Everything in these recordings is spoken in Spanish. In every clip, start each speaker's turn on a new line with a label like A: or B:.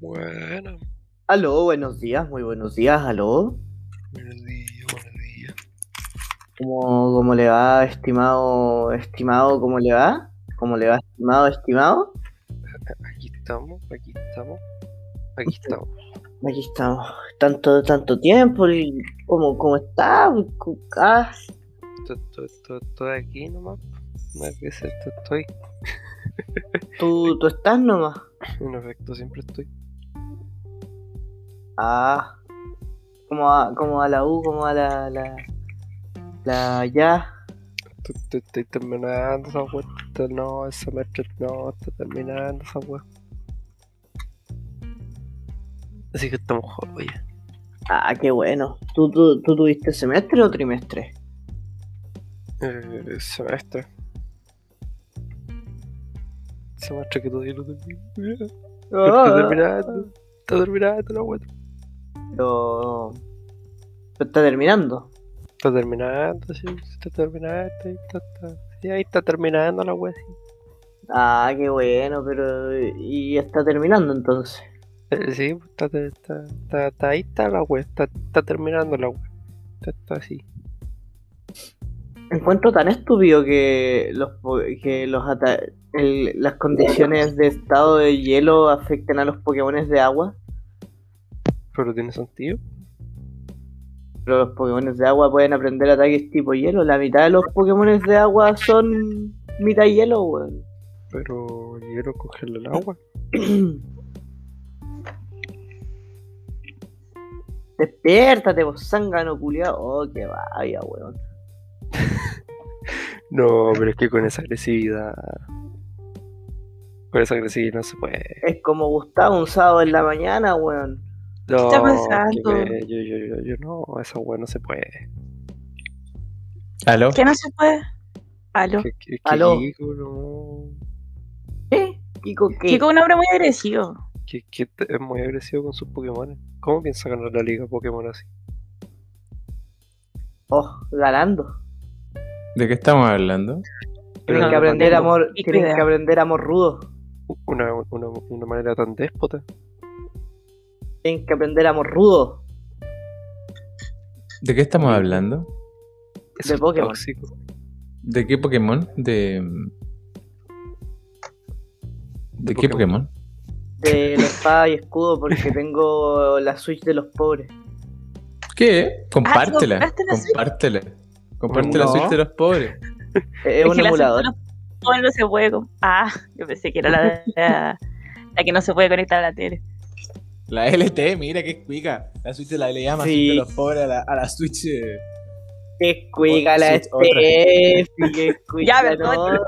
A: Bueno,
B: Aló, buenos días, muy buenos días, aló.
A: buenos días, buenos días.
B: ¿Cómo, cómo le va, estimado, estimado, cómo le va? ¿Cómo le va, estimado, estimado?
A: Aquí estamos, aquí estamos, aquí estamos.
B: Aquí estamos, tanto, tanto tiempo, y ¿cómo, cómo está? Cu- ah,
A: Estoy, estoy, estoy aquí nomás. Nada que hacer, estoy, estoy.
B: ¿Tú, tú estás nomás?
A: En efecto, siempre estoy.
B: Ah, ¿cómo va, cómo va la U? ¿Cómo va la, la, la ya?
A: Estoy, estoy- estoy terminando esa wea. esto No, ese semestre no, estoy terminando esa wea. Así que estamos jóvenes.
B: Ah, qué bueno. ¿Tú, tú, tú tuviste semestre o trimestre?
A: Eh, semestre. Semestre que todavía no termino. Ah. Está terminando, está terminando la wea.
B: Pero... pero está terminando.
A: Está terminando, sí, sí, está terminando, ahí está, está- sí, ahí está terminando la wea. sí.
B: Ah, qué bueno, pero y está terminando entonces.
A: Eh, Sí, pues, está, te- está, está- está- ahí está la wea, está, está terminando la wea. Está, está así.
B: Encuentro tan estúpido que los po- que los ata- el- las condiciones de estado de hielo afecten a los Pokémones de agua,
A: Pero tiene sentido.
B: pero los Pokémones de agua pueden aprender ataques tipo hielo. La mitad de los Pokémones de agua son mitad hielo, weón.
A: Pero quiero cogerle el agua.
B: Despiértate, vos zángano culiao. Oh, qué vaya, weón.
A: No, pero es que con esa agresividad. Con esa agresividad no se puede.
B: Es como Gustavo un sábado en la mañana, weón.
A: No,
C: está pasando?
A: que- Yo, yo, yo, yo no, esa wea no se puede.
D: ¿Aló?
C: ¿Qué no se puede? Aló.
A: Que- que- que
B: Aló.
A: Kiko, no.
B: ¿Qué? Kiko, ¿qué?
C: Kiko es un hombre muy agresivo.
A: Que, que te- es muy agresivo con sus Pokémon. ¿Cómo piensa ganar la liga Pokémon así?
B: Oh, ganando.
D: ¿De qué estamos hablando?
B: Tienen
A: Pero
B: que
A: de
B: aprender
A: manera-
B: amor,
C: Kiko
B: tienen
C: idea.
B: que aprender amor rudo.
A: Una, una, una manera tan déspota.
B: Tienen que aprender amor rudo.
D: ¿De qué estamos hablando?
A: Eso es
B: Pokémon.
A: tóxico.
D: ¿De qué Pokémon? ¿De, ¿De qué Pokémon?
B: De la espada y escudo porque tengo la Switch de los pobres.
D: ¿Qué? Ah, Compártela.
C: ¿compraste la Switch?
D: compártela. Comparte la
A: No.
D: Switch de los pobres.
B: Eh, Es un
C: que la
B: emulador.
C: Switch no- no, no se puede. com- Ah, yo pensé que era la, de- la, la que no se puede conectar a la tele.
D: La LT, mira qué cuica. La Switch de la le llama
B: Sí.
D: Switch de los pobres a la, a la Switch. eh.
B: Qué cuica la
D: Switch, otra.
B: Steffi, qué cuica,
C: Ya,
B: no.
C: perdón.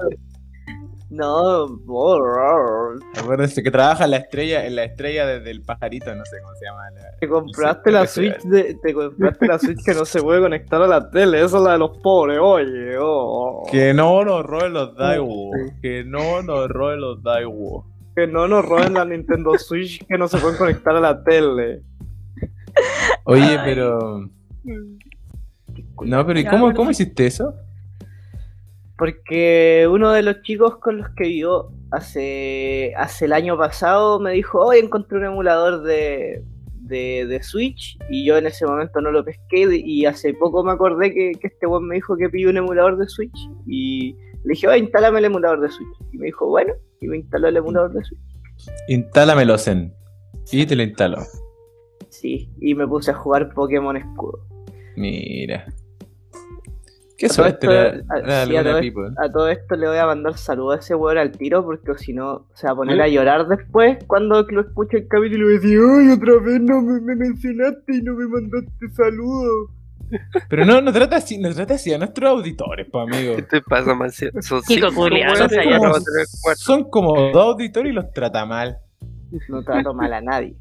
B: No, borrar.
D: Acuérdense que trabaja la estrella, en la estrella de- del pajarito, no sé cómo se llama. la-
B: Te compraste la
D: Sí,
B: Switch de- te compraste la Switch que no se puede conectar a la tele, esa es la de los pobres, oye, oh.
D: Que no nos roben los Daiwo. Que no nos roben los Daiwo.
B: Que no nos roben la Nintendo Switch que no se pueden conectar a la tele.
D: Oye,
C: Ay.
D: pero.
B: Mm.
D: No, pero ¿y cómo, cómo hiciste eso?
B: Porque uno de los chicos con los que vivo hace, hace el año pasado me dijo, hoy encontré un emulador de, de, de Switch y yo en ese momento no lo pesqué y hace poco me acordé que, que este weón me dijo que pilló un emulador de Switch y le dije, oye, instálame el emulador de Switch. Y me dijo, bueno, y me instaló el emulador de Switch.
D: Instálamelo, Zen. Y te lo instalo.
B: Sí, y me puse a jugar Pokémon Escudo.
D: Mira. Qué
B: todo
D: suerte
B: esto-
D: la,
B: a-
D: la
B: sí, a
D: Luna
B: todo
D: People.
B: A todo esto le voy a mandar saludos a ese weón al tiro porque si no se va a poner a llorar después cuando lo escuche el capítulo y le va a decir, ¡ay, otra vez no me, me mencionaste y no me mandaste saludos!
D: Pero no, no trata así, no trata así a nuestros auditores, pues amigo.
A: ¿Qué te pasa, Marcia? Son
C: Kiko
A: cinco
C: culiao,
A: weones,
C: o sea,
A: ya
C: ya
A: no
D: no-
A: va a tener cuatro.
D: Son como dos auditores y los trata mal.
B: No trato mal a nadie.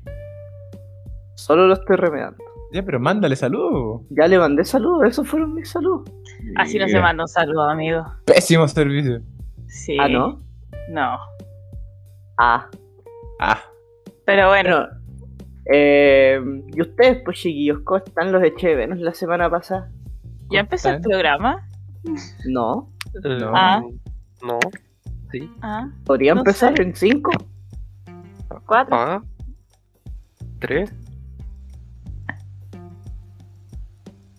B: Solo lo estoy remedando.
D: Ya, pero mándale saludos.
B: Ya le mandé saludos, esos fueron mis saludos.
C: Así no se
D: Mira,
C: manda un saludo, amigo.
D: Pésimo servicio.
C: Sí.
B: Ah, ¿no?
C: No.
B: Ah.
D: Ah,
C: Pero bueno,
B: Bueno. eh, ¿Y ustedes, pues chiquillos, cómo están? Los eché de menos la semana pasada.
C: ¿ya empezó el
D: ¿Están?
C: programa?
B: No.
A: Eh,
D: No.
C: Ah.
A: No. Sí.
C: Ah,
B: ¿Podría
C: No
B: empezar
C: sé.
B: en 5?
C: cuatro.
A: Ah. ¿Tres?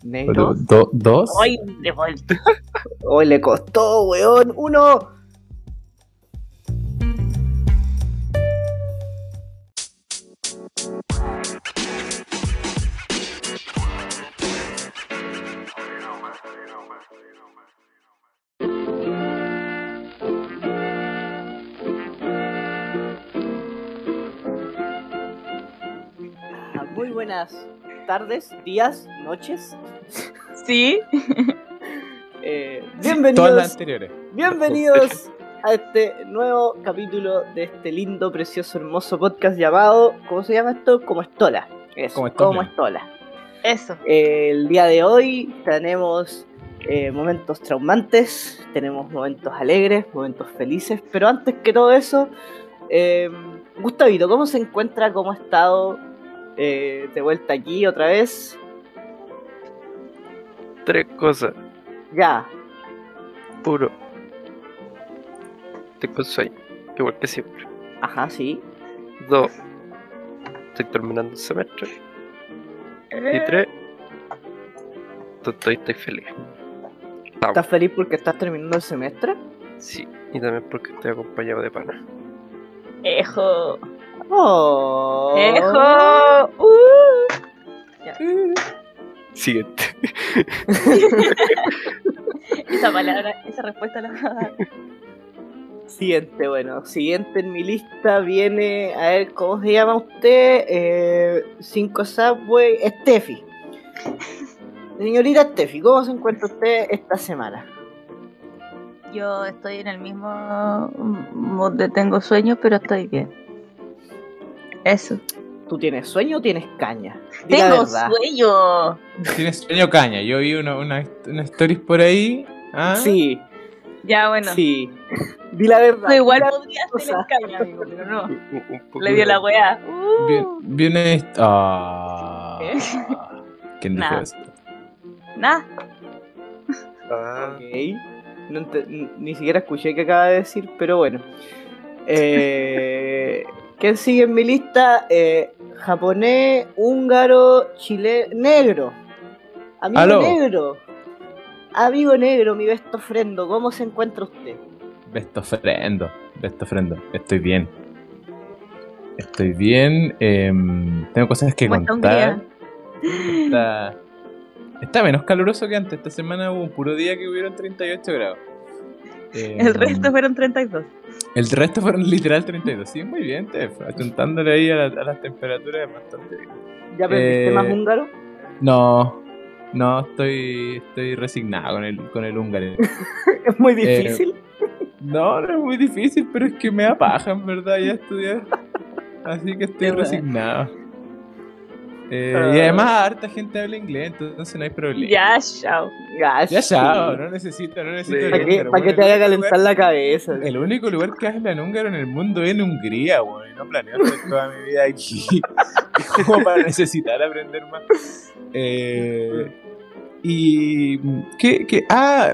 B: Negro.
E: Pero, do- ¿Dos?
C: Hoy de vuelta.
B: Hoy le costó, weón. Uno. Ah, Muy buenas tardes, días, noches.
C: Sí,
B: Eh,
D: Todas las
B: bienvenidos
D: anteriores.
B: Bienvenidos a este nuevo capítulo de este lindo, precioso, hermoso podcast llamado, ¿cómo se llama esto? Como Estola. Eso,
D: Como
B: Como
D: Estola.
B: Estola.
C: eso.
B: Eh, el día de hoy tenemos eh, momentos traumantes, tenemos momentos alegres, momentos felices, pero antes que todo eso, eh, Gustavito, ¿cómo se encuentra? ¿Cómo ha estado eh, de vuelta aquí otra vez?
A: Tres cosas.
B: Ya,
A: Puro. Tengo sueño. Igual que siempre.
B: ajá, sí.
A: Dos. Estoy terminando el semestre.
C: Eh.
A: Y tres. Estoy, estoy feliz. Estamos.
B: ¿Estás feliz porque estás terminando el semestre?
A: Sí. Y también porque estoy acompañado de pana.
C: Ejo.
B: ¡Oh!
C: Ejo. Uh.
A: Siguiente.
C: Esa palabra, esa respuesta la
B: Siguiente, bueno, siguiente en mi lista viene, a ver, ¿cómo se llama usted? Eh, cinco Subway, Steffi. Señorita Steffi, ¿cómo se encuentra usted esta semana?
C: Yo estoy en el mismo mood de tengo sueño, pero estoy bien. Eso.
B: ¿Tú tienes sueño o tienes caña? Di la
C: Tengo
B: verdad.
C: sueño.
D: Tiene sueño caña. Yo vi una, una, una stories por ahí. ¿ah?
B: Sí,
C: Ya bueno.
B: sí. Di la verdad.
C: Tú igual
B: di la-
C: podría ser
B: cosa.
C: caña, amigo, pero no.
A: Un- un poco
C: Ah. Le dio la weá. Uh.
D: Vi, vi una hist- Ah.
C: ¿Qué?
D: ¿Quién dijo
C: Nada.
D: eso?
C: Nah,
A: Ah,
B: Ok. No ente- n- ni siquiera escuché qué acaba de decir, pero bueno. Eh, ¿Quién sigue en mi lista? Eh, japonés, húngaro, chileno, negro. Amigo
D: Aló.
B: negro. Amigo negro, mi besto ofrendo, ¿cómo se encuentra usted?
D: Besto ofrendo, besto ofrendo. Estoy bien. Estoy bien. em, tengo cosas que
C: ¿cómo está
D: contar.
C: Hungría?
D: Está, está menos caluroso que antes. Esta semana hubo un puro día que hubieron 38 grados. Em,
C: El resto fueron 32.
D: el resto fueron literal 32. Sí, muy bien, Tef. Achuntándole ahí a, la- a las temperaturas es bastante bien.
B: ¿Ya aprendiste
D: Eh,
B: más húngaro?
D: No, no, estoy, estoy resignado con el, con el húngaro.
B: Es
D: eh,
B: muy difícil.
D: No, no es muy difícil, pero es que me da paja, en verdad, ya estudiar. Así que estoy
B: Qué Ah. raro.
D: resignado. Eh, y además, harta gente habla inglés, entonces no hay problema.
C: Ya, chao.
B: Ya,
D: ya,
B: sí.
D: chao, no necesito, no necesito. el
B: ¿Para qué,
D: húngaro,
B: para qué
D: weón,
B: te
D: el
B: vaya a
D: único
B: calentar la cabeza?
D: lugar- El único lugar que hablan húngaro en el mundo es en Hungría, weón. y No planeo hacer toda mi vida aquí. Como para necesitar aprender más. Eh, y. ¿qué, qué? Ah,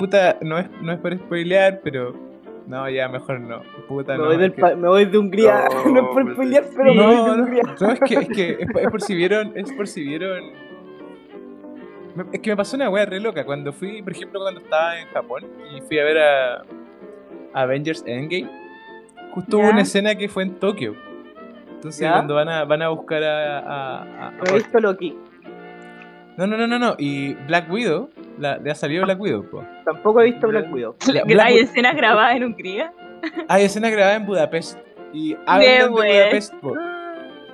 D: puta, no es, no es por spoilear, pero. No, ya mejor no. Puta,
B: Me
D: no.
B: voy, del
D: es que- pues,
B: pa- me voy de Hungría,
A: No,
B: no, es por
A: me-
B: pelear, pero me voy de
D: no, no,
B: Hungría.
D: no, es que, es que es, por- es por si vieron, es por si vieron. me- Es que me pasó una wea re loca. Cuando fui, por ejemplo, cuando estaba en Japón y fui a ver a Avengers Endgame, justo hubo
C: Ya.
D: una escena que fue en Tokio. Entonces
B: Ya.
D: cuando van a, van a buscar a, a- a- a-
B: Me he visto Loki.
D: No, no, no, no, no. Y Black Widow, la, le ha salido Black Widow. po.
B: Tampoco he visto Black Widow.
D: Ya,
C: Gra-
D: Black
C: Hay
D: Widow.
C: escenas grabadas en Hungría.
D: Hay escena grabada en Budapest. Y hablan de
B: pues.
C: buena.
D: Budapest. po.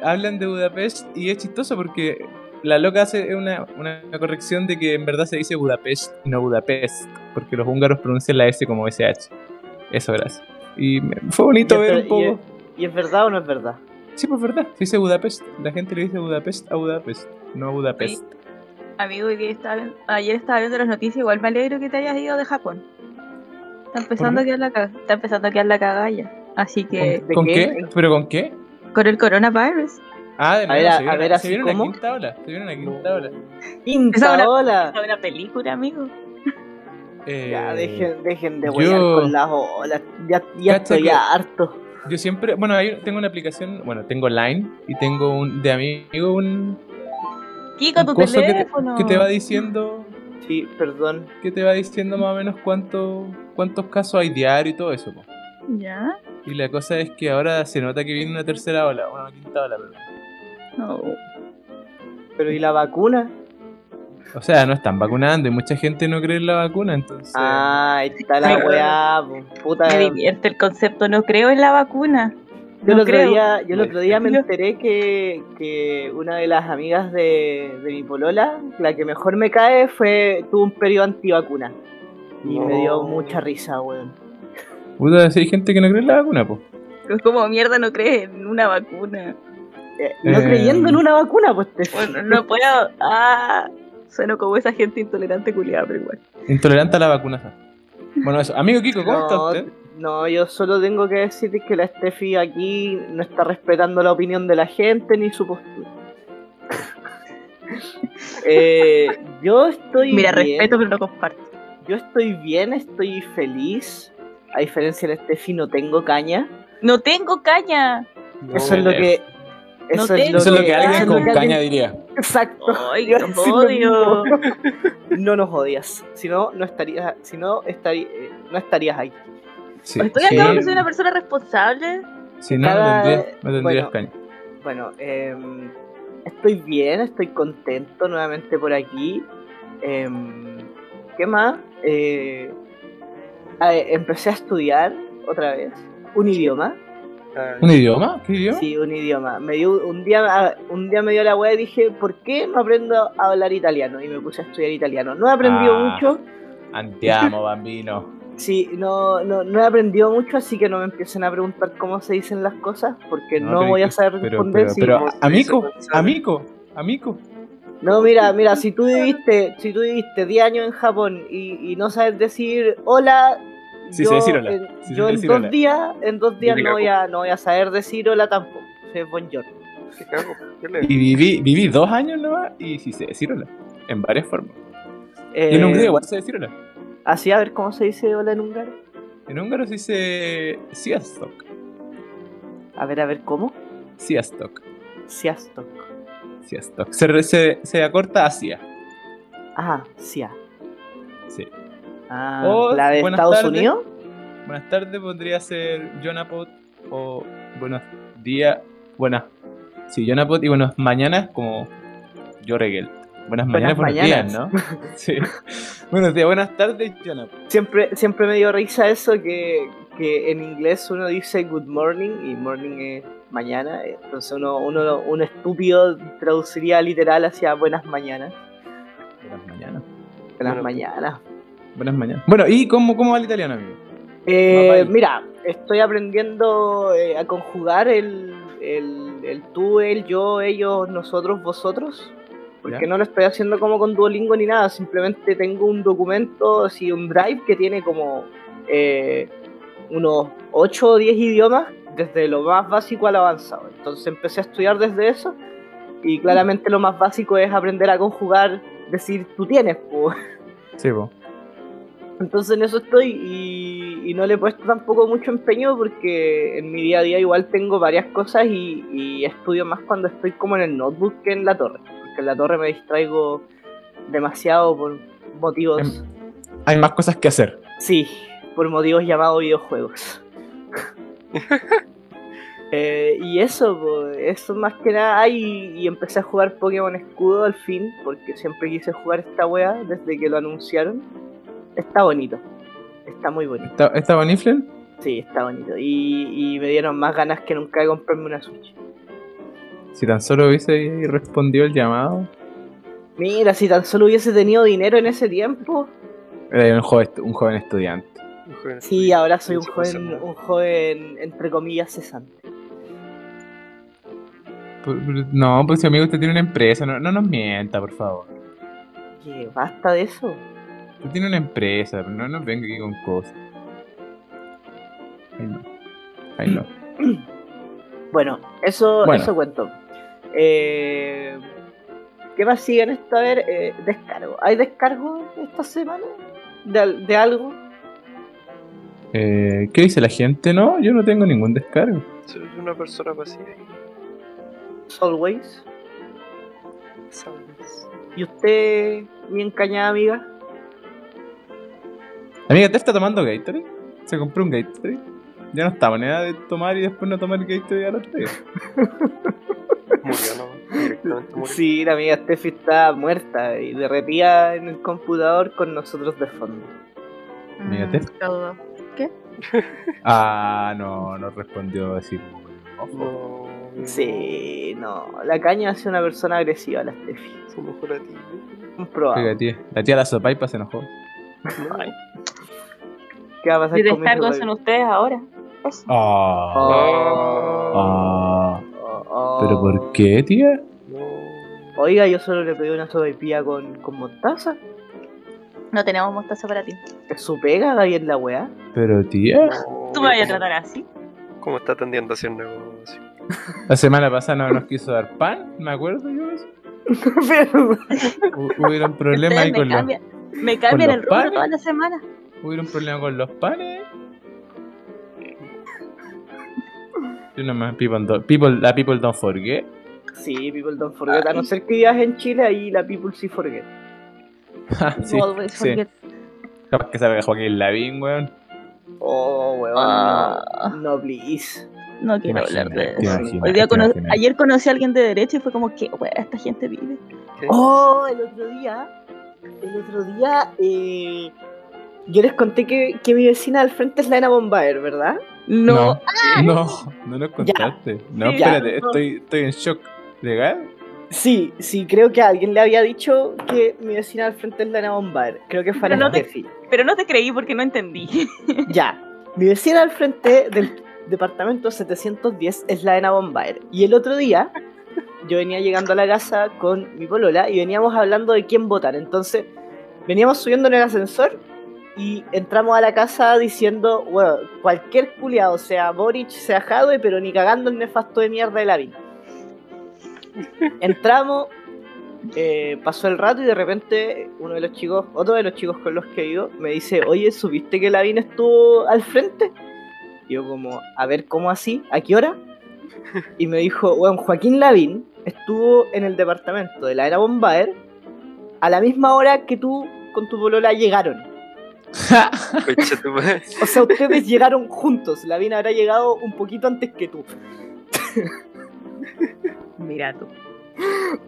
D: hablan de Budapest y es chistoso porque la loca hace una, una corrección de que en verdad se dice Budapest y no Budapest, porque los húngaros pronuncian la S como SH. Eso, gracias. Y me- fue bonito
B: Y es
D: ver
B: ver-
D: un poco.
B: ¿Y es verdad o no es verdad?
D: Sí, pues verdad, se dice Budapest. La gente le dice Budapest a Budapest, no a Budapest.
C: Amigo, hoy día estaba vi- ayer estaba viendo las noticias, igual me alegro que te hayas ido de Japón. Está empezando a quedar la caga, está empezando a quedar la cagalla. Así que
D: ¿Con, con
B: ¿de
D: qué?
B: qué?
D: ¿Pero con qué?
C: con el coronavirus.
D: Ah, de
B: A ver, a-
D: nuevo, se vieron
B: a ver,
D: una-
B: así
D: se vieron una
B: como.
D: quinta ola. Se vieron una quinta ola.
C: Esa es
B: Quinta
C: una-
B: ola.
C: Es una película, amigo.
D: Eh,
B: Ya, dejen, dejen de
D: yo-
B: huear con las olas. Ya, ya
D: Cacha
B: estoy
D: que-
B: harto.
D: yo siempre, bueno, ahí tengo una aplicación, bueno, tengo Line y tengo un de amigo un
C: Kiko, tu
D: coso que te,
C: teléfono.
D: que te
B: Ah.
D: va diciendo,
B: Sí, perdón.
D: que te va diciendo más o menos cuánto, cuántos casos hay diario y todo eso. po.
C: ¿Ya?
D: Y la cosa es que ahora se nota que viene una tercera ola, una quinta ola, perdón.
C: No.
B: Pero ¿y la vacuna?
D: O sea, no están vacunando y mucha gente no cree en la vacuna, entonces.
B: Ah, ahí está la
C: Me-
B: weá, po, puta.
C: Me divierte el concepto, no creo en la vacuna.
B: Yo, el
C: No
B: otro
C: creo.
B: día, yo el otro día me
C: Yo-
B: enteré que, que una de las amigas de, de mi polola, la que mejor me cae, fue tuvo un periodo antivacuna. Y me dio
A: No.
B: mucha risa, weón.
D: Puta, si hay gente que no cree en la vacuna, pues.
C: Es como mierda, no crees en una vacuna.
B: Eh, no
D: Eh.
B: creyendo en una vacuna, pues te...
C: Bueno, no puedo. Ah, sueno como esa gente intolerante culiada, pero igual.
D: Intolerante a la vacuna. Bueno, eso. Amigo Kiko, ¿cómo está
B: No,
D: usted?
B: No, yo solo tengo que decir que la Steffi aquí no está respetando la opinión de la gente ni su postura. Eh, yo estoy.
C: Mira,
B: bien,
C: respeto, pero no comparto.
B: Yo estoy bien, estoy feliz. A diferencia de la Steffi, no tengo caña.
C: No tengo caña.
B: eso es lo que.
C: No
B: Eso, es,
C: tengo
B: lo
D: Eso es lo que
C: Ah,
D: alguien
B: eso es
D: con
B: lo que
D: caña
B: alguien-
D: diría.
B: Exacto.
C: Ay,
B: Iba a
C: los
B: decir lo
C: odio.
B: No nos odias. Si no, no estarías, si no, estarí- eh, no estarías ahí.
D: Sí,
C: Estoy
D: sí.
C: acá que soy una persona responsable.
D: Si no,
B: Cada-
D: no tendría- no tendrías
B: bueno.
D: caña.
B: Bueno, em, estoy bien, estoy contento nuevamente por aquí. Em, ¿Qué más? Eh, ah, eh, empecé a estudiar otra vez un idioma.
A: Ah,
D: ¿Un idioma? ¿Qué idioma?
B: Sí, un idioma. Me dio, un, día, ah, un día me dio la hueá y dije, ¿por qué no aprendo a hablar italiano? Y me puse a estudiar italiano. No he aprendido
D: Ah.
B: mucho.
D: Antiamo, bambino.
B: Sí, no, no, no he aprendido mucho, así que no me empiecen a preguntar cómo se dicen las cosas, porque
D: No,
B: no,
D: pero
B: voy
D: que-
B: a saber
D: Pero,
B: responder.
D: pero,
B: si-
D: pero,
A: ¿cómo se dice
D: amigo,
A: Gonzalo?
D: amigo, amigo.
B: No, mira, mira, si tú viviste, si tú viviste 10 años en Japón y, y no sabes decir hola,
D: Sí, sé decir hola.
B: en-
D: Sí, sé
B: yo en
D: decir
B: dos
D: hola.
B: días, en dos días
A: Yo me
B: no voy a, no voy a saber decir hola tampoco. Soy buongiorno.
A: ¿Qué cago? ¿Qué le-
D: Y viví, viví dos años nomás y sí sé decir hola. En varias formas.
B: Eh,
D: Y en húngaro igual sé decir hola.
B: Así a ver cómo se dice hola en húngaro.
D: En húngaro se dice siastok.
B: A ver, a ver cómo.
D: Siastok.
B: Siastok.
D: Siastok. Se, re- se, se acorta hacia.
B: Ah, sia.
D: Sí.
B: Ah,
D: Oh,
B: la de
D: buenas
B: Estados
D: tardes.
B: Unidos.
D: Buenas tardes podría ser Jonapot o buenos días. Buenas. Sí, Jonapot y buenos mañanas como yo Regel. Buenas mañanas, buenos
B: mañanas.
D: días, ¿no? Sí. buenos días, buenas tardes, Jonapot.
B: Siempre, siempre me dio risa eso que, que en inglés uno dice good morning y morning es mañana. eh, Entonces uno, uno, un estúpido traduciría literal hacia buenas mañanas.
D: Buenas mañanas.
B: Buenas
A: Bueno.
B: mañanas.
D: Buenas mañanas. Bueno, ¿y cómo, cómo va el italiano, amigo?
B: Eh,
D: Papay.
B: mira, estoy aprendiendo eh, a conjugar el, el, el tú, él, yo, ellos, nosotros, vosotros. Porque
D: ¿Ya?
B: no lo estoy haciendo como con Duolingo ni nada, simplemente tengo un documento, así un drive que tiene como eh, unos 8 o 10 idiomas, desde lo más básico al avanzado. Entonces empecé a estudiar desde eso y claramente lo más básico es aprender a conjugar, decir tú tienes, pues.
D: Sí, vos.
B: Entonces en eso estoy y, y no le he puesto tampoco mucho empeño porque en mi día a día igual tengo varias cosas y, y estudio más cuando estoy como en el notebook que en la torre. Porque en la torre me distraigo demasiado por motivos...
D: Em- Hay más cosas que hacer.
B: Sí, por motivos llamados videojuegos. Eh, y eso, po, eso más que nada. Ah, y, y empecé a jugar Pokémon Escudo al fin, porque siempre quise jugar esta wea desde que lo anunciaron. Está bonito, está muy bonito.
D: ¿Está, está Boniflen?
B: Sí, está bonito. Y, y me dieron más ganas que nunca de comprarme una Switch.
D: Si tan solo hubiese respondido el llamado.
B: Mira, si tan solo hubiese tenido dinero en ese tiempo.
D: Era un joven, un joven estudiante.
A: Hijo de-
B: Sí, ahora soy un
A: Mucha cosa,
B: joven,
A: ¿no?
B: un joven entre comillas cesante.
D: Por- por- No, pues si amigo usted tiene una empresa, no, no nos mienta, por favor.
B: Que basta de eso.
D: Usted tiene una empresa, pero no nos venga aquí con cosas. Ay no. Ay no.
B: Bueno, eso,
D: Bueno.
B: eso cuento. Eh, ¿Qué más sigue en esto? A ver, eh, descargo. ¿Hay descargo esta semana? ¿De, al- de algo?
D: Eh, ¿Qué dice la gente? No, yo no tengo ningún descargo.
A: Soy una persona pacífica.
B: Always.
A: ¿sabes?
B: ¿Y usted, mi encañada amiga?
D: Amiga, ¿te está tomando Gatorade? Se compró un Gatorade. Ya no está manera de tomar y después no tomar Gatorade al otro día.
A: Murió, ¿no? Directamente murió.
B: Sí, la amiga Steffi está muerta y derretida en el computador con nosotros de fondo.
D: Mírate.
C: Mm, todo.
D: Ah, no, no respondió así. como con
A: Oh,
D: enojo.
A: No, no.
B: Sí, no. La caña hace una persona agresiva, la Steffi.
A: Somos curativos.
B: Comprobado.
D: Oiga, tía, la tía la sopaipa se enojó.
A: Ay,
B: ¿Qué va a pasar
C: ¿Y
B: con mi
C: descargo hacen
B: sobrino?
C: ustedes ahora? Eso.
D: Ah,
B: Oh.
D: ah.
B: Oh, oh.
D: ¿Pero por qué, tía?
A: no.
B: Oiga, yo solo le pedí una sopaipilla con, con mostaza.
C: No tenemos mostaza para ti.
B: Es su pega, Gabriel, la weá.
D: Pero, tía.
A: no,
C: ¿Tú me vas a
A: mira
C: tratar así?
A: cómo- ¿Cómo está atendiendo hacia el negocio?
D: La semana pasada no nos quiso dar pan, me acuerdo yo. de eso.
B: Pero,
D: Hu- Hubo un problema ahí
C: Ustedes me
D: con los,
C: cambian, me cambian
D: los
C: el rubro
D: panes.
C: toda la semana.
D: hubo un problema con los panes. Yo no me people don't- people, la people don't forget.
B: sí, people don't forget. A no ser que vivas en Chile, ahí la people sí forget.
D: Ah, sí,
C: You always
D: sí.
C: forget.
D: Capaz que salga Joaquín Lavín, weón.
B: Oh, weón.
C: Ah.
B: No, Oh, no, please.
C: No quiero
D: Imagínate,
C: hablar de eso.
D: imagínate,
C: Hoy día cono-
D: imagínate.
C: ayer conocí a alguien de derecha y fue como, ¿qué wea esta gente vive?
A: ¿Qué?
B: Oh, el otro día. El otro día. eh, yo les conté que, que mi vecina al frente es la Ena Bombaer, ¿verdad?
C: No,
D: no, no nos contaste. no,
C: Sí,
D: espérate,
B: ya.
D: estoy, estoy en shock. ¿Legal?
B: Sí, sí, creo que alguien le había dicho que mi vecina al frente es la Ena Bombaer. Creo que fue la
C: Pero no te-
B: Steffi.
C: pero no te creí porque no entendí.
B: Ya. Mi vecina al frente del departamento 710 es la Ena Bombaer. Y el otro día yo venía llegando a la casa con mi polola y veníamos hablando de quién votar. Entonces veníamos subiendo en el ascensor y entramos a la casa diciendo, bueno, cualquier culiado, sea Boric, sea Jadwe, pero ni cagando el nefasto de mierda de la vida. Entramos, eh, pasó el rato y de repente uno de los chicos, otro de los chicos con los que vivo, me dice, oye, ¿supiste que Lavín estuvo al frente? Y yo como, a ver, ¿cómo así? ¿A qué hora? Y me dijo, bueno, Joaquín Lavín estuvo en el departamento de la era Bombaer a la misma hora que tú con tu polola llegaron.
A: Concha tu madre.
B: O sea, ustedes llegaron juntos. Lavín habrá llegado un poquito antes que tú.
C: Mira tú.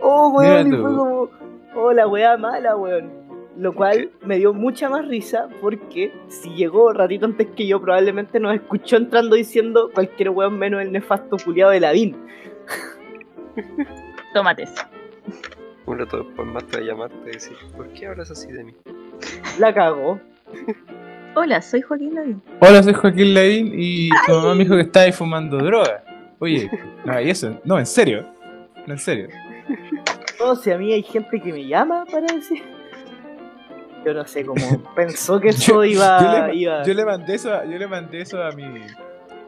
B: Oh, weón,
D: Mira
B: y fue
D: tú.
B: como, oh, la weá mala, weón. Lo cual me dio mucha más risa porque si llegó ratito antes que yo, probablemente nos escuchó entrando diciendo cualquier weón menos el nefasto culiado de Lavín.
C: Tómate eso.
A: Un rato después más te voy a llamar, te voy a decir, ¿por qué hablas así de mí?
B: La cagó.
C: Hola, soy Joaquín Lavín.
D: Hola, soy Joaquín Lavín y tu mamá me dijo que estabas fumando droga. Oye, no, y eso, no, en serio. No, en serio.
B: No, si a mí hay gente que me llama para decir. Yo no sé cómo pensó que eso iba.
D: yo, le,
B: iba-
D: yo le mandé eso, a- yo le mandé eso a mi.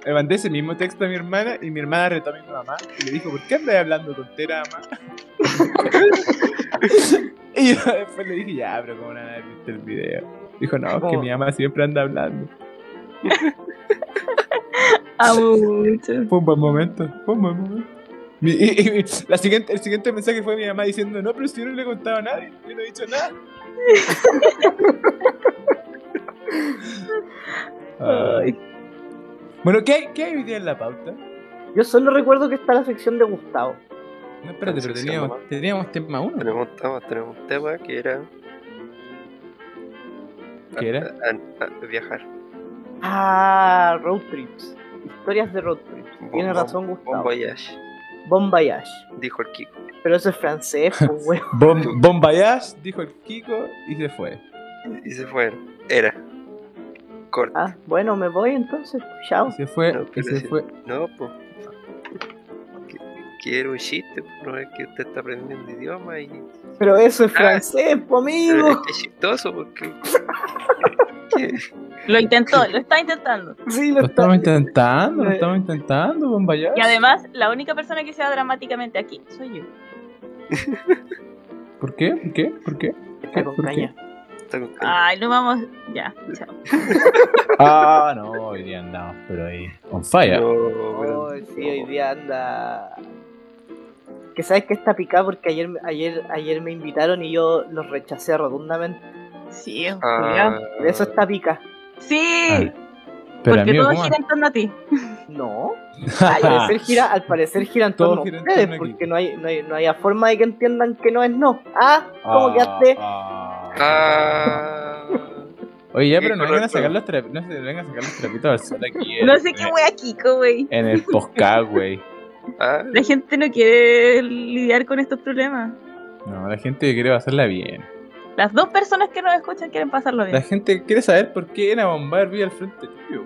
D: Le mandé ese mismo texto a mi hermana y mi hermana retó a mi mamá y le dijo, ¿por qué andas hablando tontera, mamá? y yo después le dije, ya, pero como nada, visto el video. Dijo, no, es que
B: ¿Cómo?
D: mi mamá siempre anda hablando.
C: Ah, mucho.
D: Fue un buen momento, fue un buen momento. Mi- y- y- y la siguiente, el siguiente mensaje fue mi mamá diciendo, no, pero si yo no le he contado a nadie, yo no he dicho nada. Ay. Bueno, ¿qué hay, ¿qué hay hoy día en la pauta?
B: Yo solo recuerdo que está la sección de Gustavo.
D: No, espérate, pero teníamos, teníamos tema 1.
A: Tenemos, estamos- tenemos un tema que era...
D: ¿Qué era?
A: a- a- a- viajar.
B: Ah, road trips. Historias de road trips.
A: Bon-
B: Tiene
A: bon-
B: razón,
A: Bon
B: Gustavo.
A: voyage,
B: Bon voyage.
A: dijo el Kiko.
B: Pero eso es francés, pues, weón.
D: Bon, bon voyage, dijo el Kiko y se fue.
A: Y se fueron. Era. Corta.
B: Ah, bueno, me voy entonces. pues, Chao.
D: Y se fue,
A: No,
D: y
A: pero
D: se
A: sí.
D: fue.
A: No, pues. Quiero un chiste, po, no es que usted está aprendiendo idioma y.
B: Pero eso es
A: Ah.
B: francés, pues,
A: Pero es
B: amigo.
A: que es chistoso porque.
C: Lo intentó, lo está intentando.
B: Sí,
D: Lo
B: lo está.
D: estamos intentando, lo estamos intentando, bon voyage.
C: Y además, la única persona que se va dramáticamente aquí soy yo.
D: ¿Por qué? ¿Por qué? ¿Por qué?
B: Está con
D: ¿Por qué?
B: caña.
A: está con caña.
C: Ay, no vamos. Ya, chao.
D: Ah, no, hoy día andamos, pero ahí. On fire.
A: No, pero-
B: Oh, sí, hoy día anda. Que sabes que está picada porque ayer, ayer, ayer me invitaron y yo los rechacé rotundamente.
C: Sí, es un
A: Ah,
C: culiao.
B: Por eso está pica.
C: Sí,
D: Pero
C: porque
D: amigo,
C: todo
D: ¿cómo?
C: gira en torno a ti.
B: No. Al parecer gira, al parecer gira en
D: Todo
B: torno a
D: gira en
B: ustedes,
D: torno a
B: porque
D: Kiko.
B: no hay, no hay, no hay a forma de que entiendan que no es no. Ah, ¿cómo
D: Ah,
B: quedaste?
D: ah.
A: Ah.
D: Oye, ya,
A: Sí,
D: pero no vengan a
A: correcto.
D: sacar los trapitos. No se vengan a sacar los trapitos al sol aquí. en-
C: No sé
D: en-
C: qué wea Kiko, güey.
D: En el podcast, güey.
A: Ah,
C: La gente no quiere lidiar con estos problemas.
D: No, la gente quiere pasarla bien.
C: Las dos personas que nos escuchan quieren pasarlo
D: La
C: bien.
D: gente quiere saber por qué era bombar vi al frente tuyo.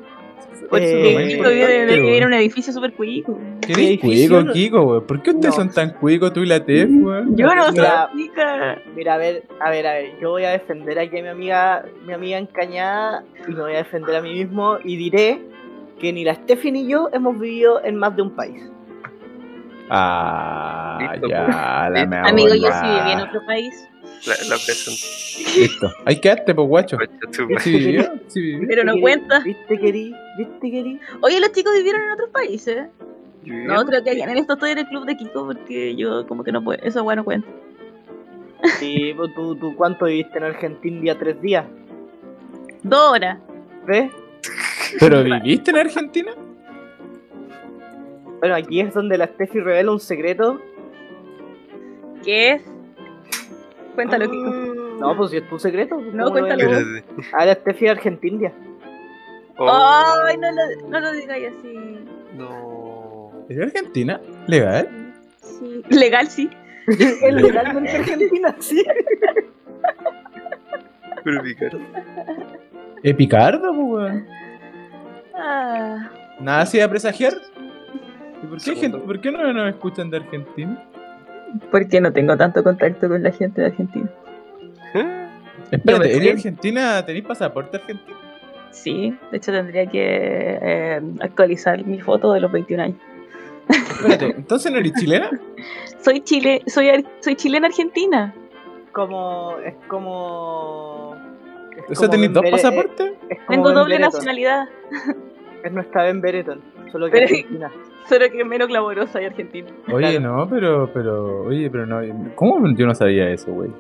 B: Por
D: Eso es lo
B: Eh,
D: más
C: Que Kiko
D: importante,
C: viene de
D: güey.
C: vivir en un edificio súper cuico.
D: ¿Quién es
B: edificio
D: cuico,
B: no-
D: Kiko, güey? ¿Por qué ustedes
B: No.
D: son tan cuico, tú y la Tef, güey?
C: Mm, Yo no soy
B: Mira.
C: cuica.
B: Mira, a ver, a ver, a ver, yo voy a defender aquí a mi amiga, mi amiga encañada, y me voy a defender a mí mismo y diré que ni la Steffi ni yo hemos vivido en más de un país.
D: Ah,
A: Listo,
D: ya,
A: pues.
D: la
A: Listo.
D: me
C: Amigo, yo
D: abuela.
C: sí viví en otro país,
A: la, la presenté.
D: Listo. Ahí quedaste, pues, guacho.
A: guacha, tú.
D: Sí vivió, sí vivió.
C: pero no
B: ¿Viste,
C: cuenta.
B: querí? ¿Viste, querí? ¿Viste, querí?
C: Oye, los chicos vivieron en otros países. No,
A: Yo
C: creo que en esto estoy en el club de Kiko porque yo como que no puedo. Eso bueno cuenta.
B: Sí, pues, ¿tú, tú cuánto viviste en Argentina? ¿Tres días?
C: Dos horas.
B: ¿Ves?
D: ¿Pero viviste en Argentina?
B: Bueno, aquí es donde la Steffi revela un secreto.
C: ¿Qué es? Cuéntalo, Kiko.
B: Mm. No, pues si es tu secreto. pues,
C: No,
B: ¿cómo lo voy a
C: cuéntalo.
B: decir? Ah, la Steffi es argentina.
A: oh,
C: Ay, no lo, no lo digáis así.
A: No.
D: ¿En Argentina? Legal.
C: Sí. Legal, sí.
B: Es legalmente argentina, sí.
A: Pero Picardo.
D: ¿Epicardo, pues, weón?
C: Ah,
D: Nada así de presagiar. ¿Y por qué,
A: Segundo.
D: gente, por qué no nos escuchan de Argentina?
C: porque no tengo tanto contacto con la gente de Argentina.
A: ¿Eh?
D: Espérate,
C: Yo me
D: ¿en
C: fui.
D: Argentina tenéis pasaporte argentino?
C: Sí, de hecho tendría que eh, actualizar mi foto de los 21 años.
D: Espérate, ¿entonces no eres chilena?
C: Soy chile, soy, ar- soy chilena argentina.
B: Como. Es como. es
D: O
B: como e-
D: sea,
B: eh,
D: tenéis dos
B: Ben Bere-
D: pasaportes.
B: es como
C: Tengo
B: Ben
C: doble
B: Beretton.
C: nacionalidad,
B: Es nuestra Ben Bereton, solo que
C: Pero-
B: argentina.
C: solo que menos clamorosa y argentina.
D: Oye, no, pero, pero, oye, pero no. ¿Cómo yo no sabía eso, güey?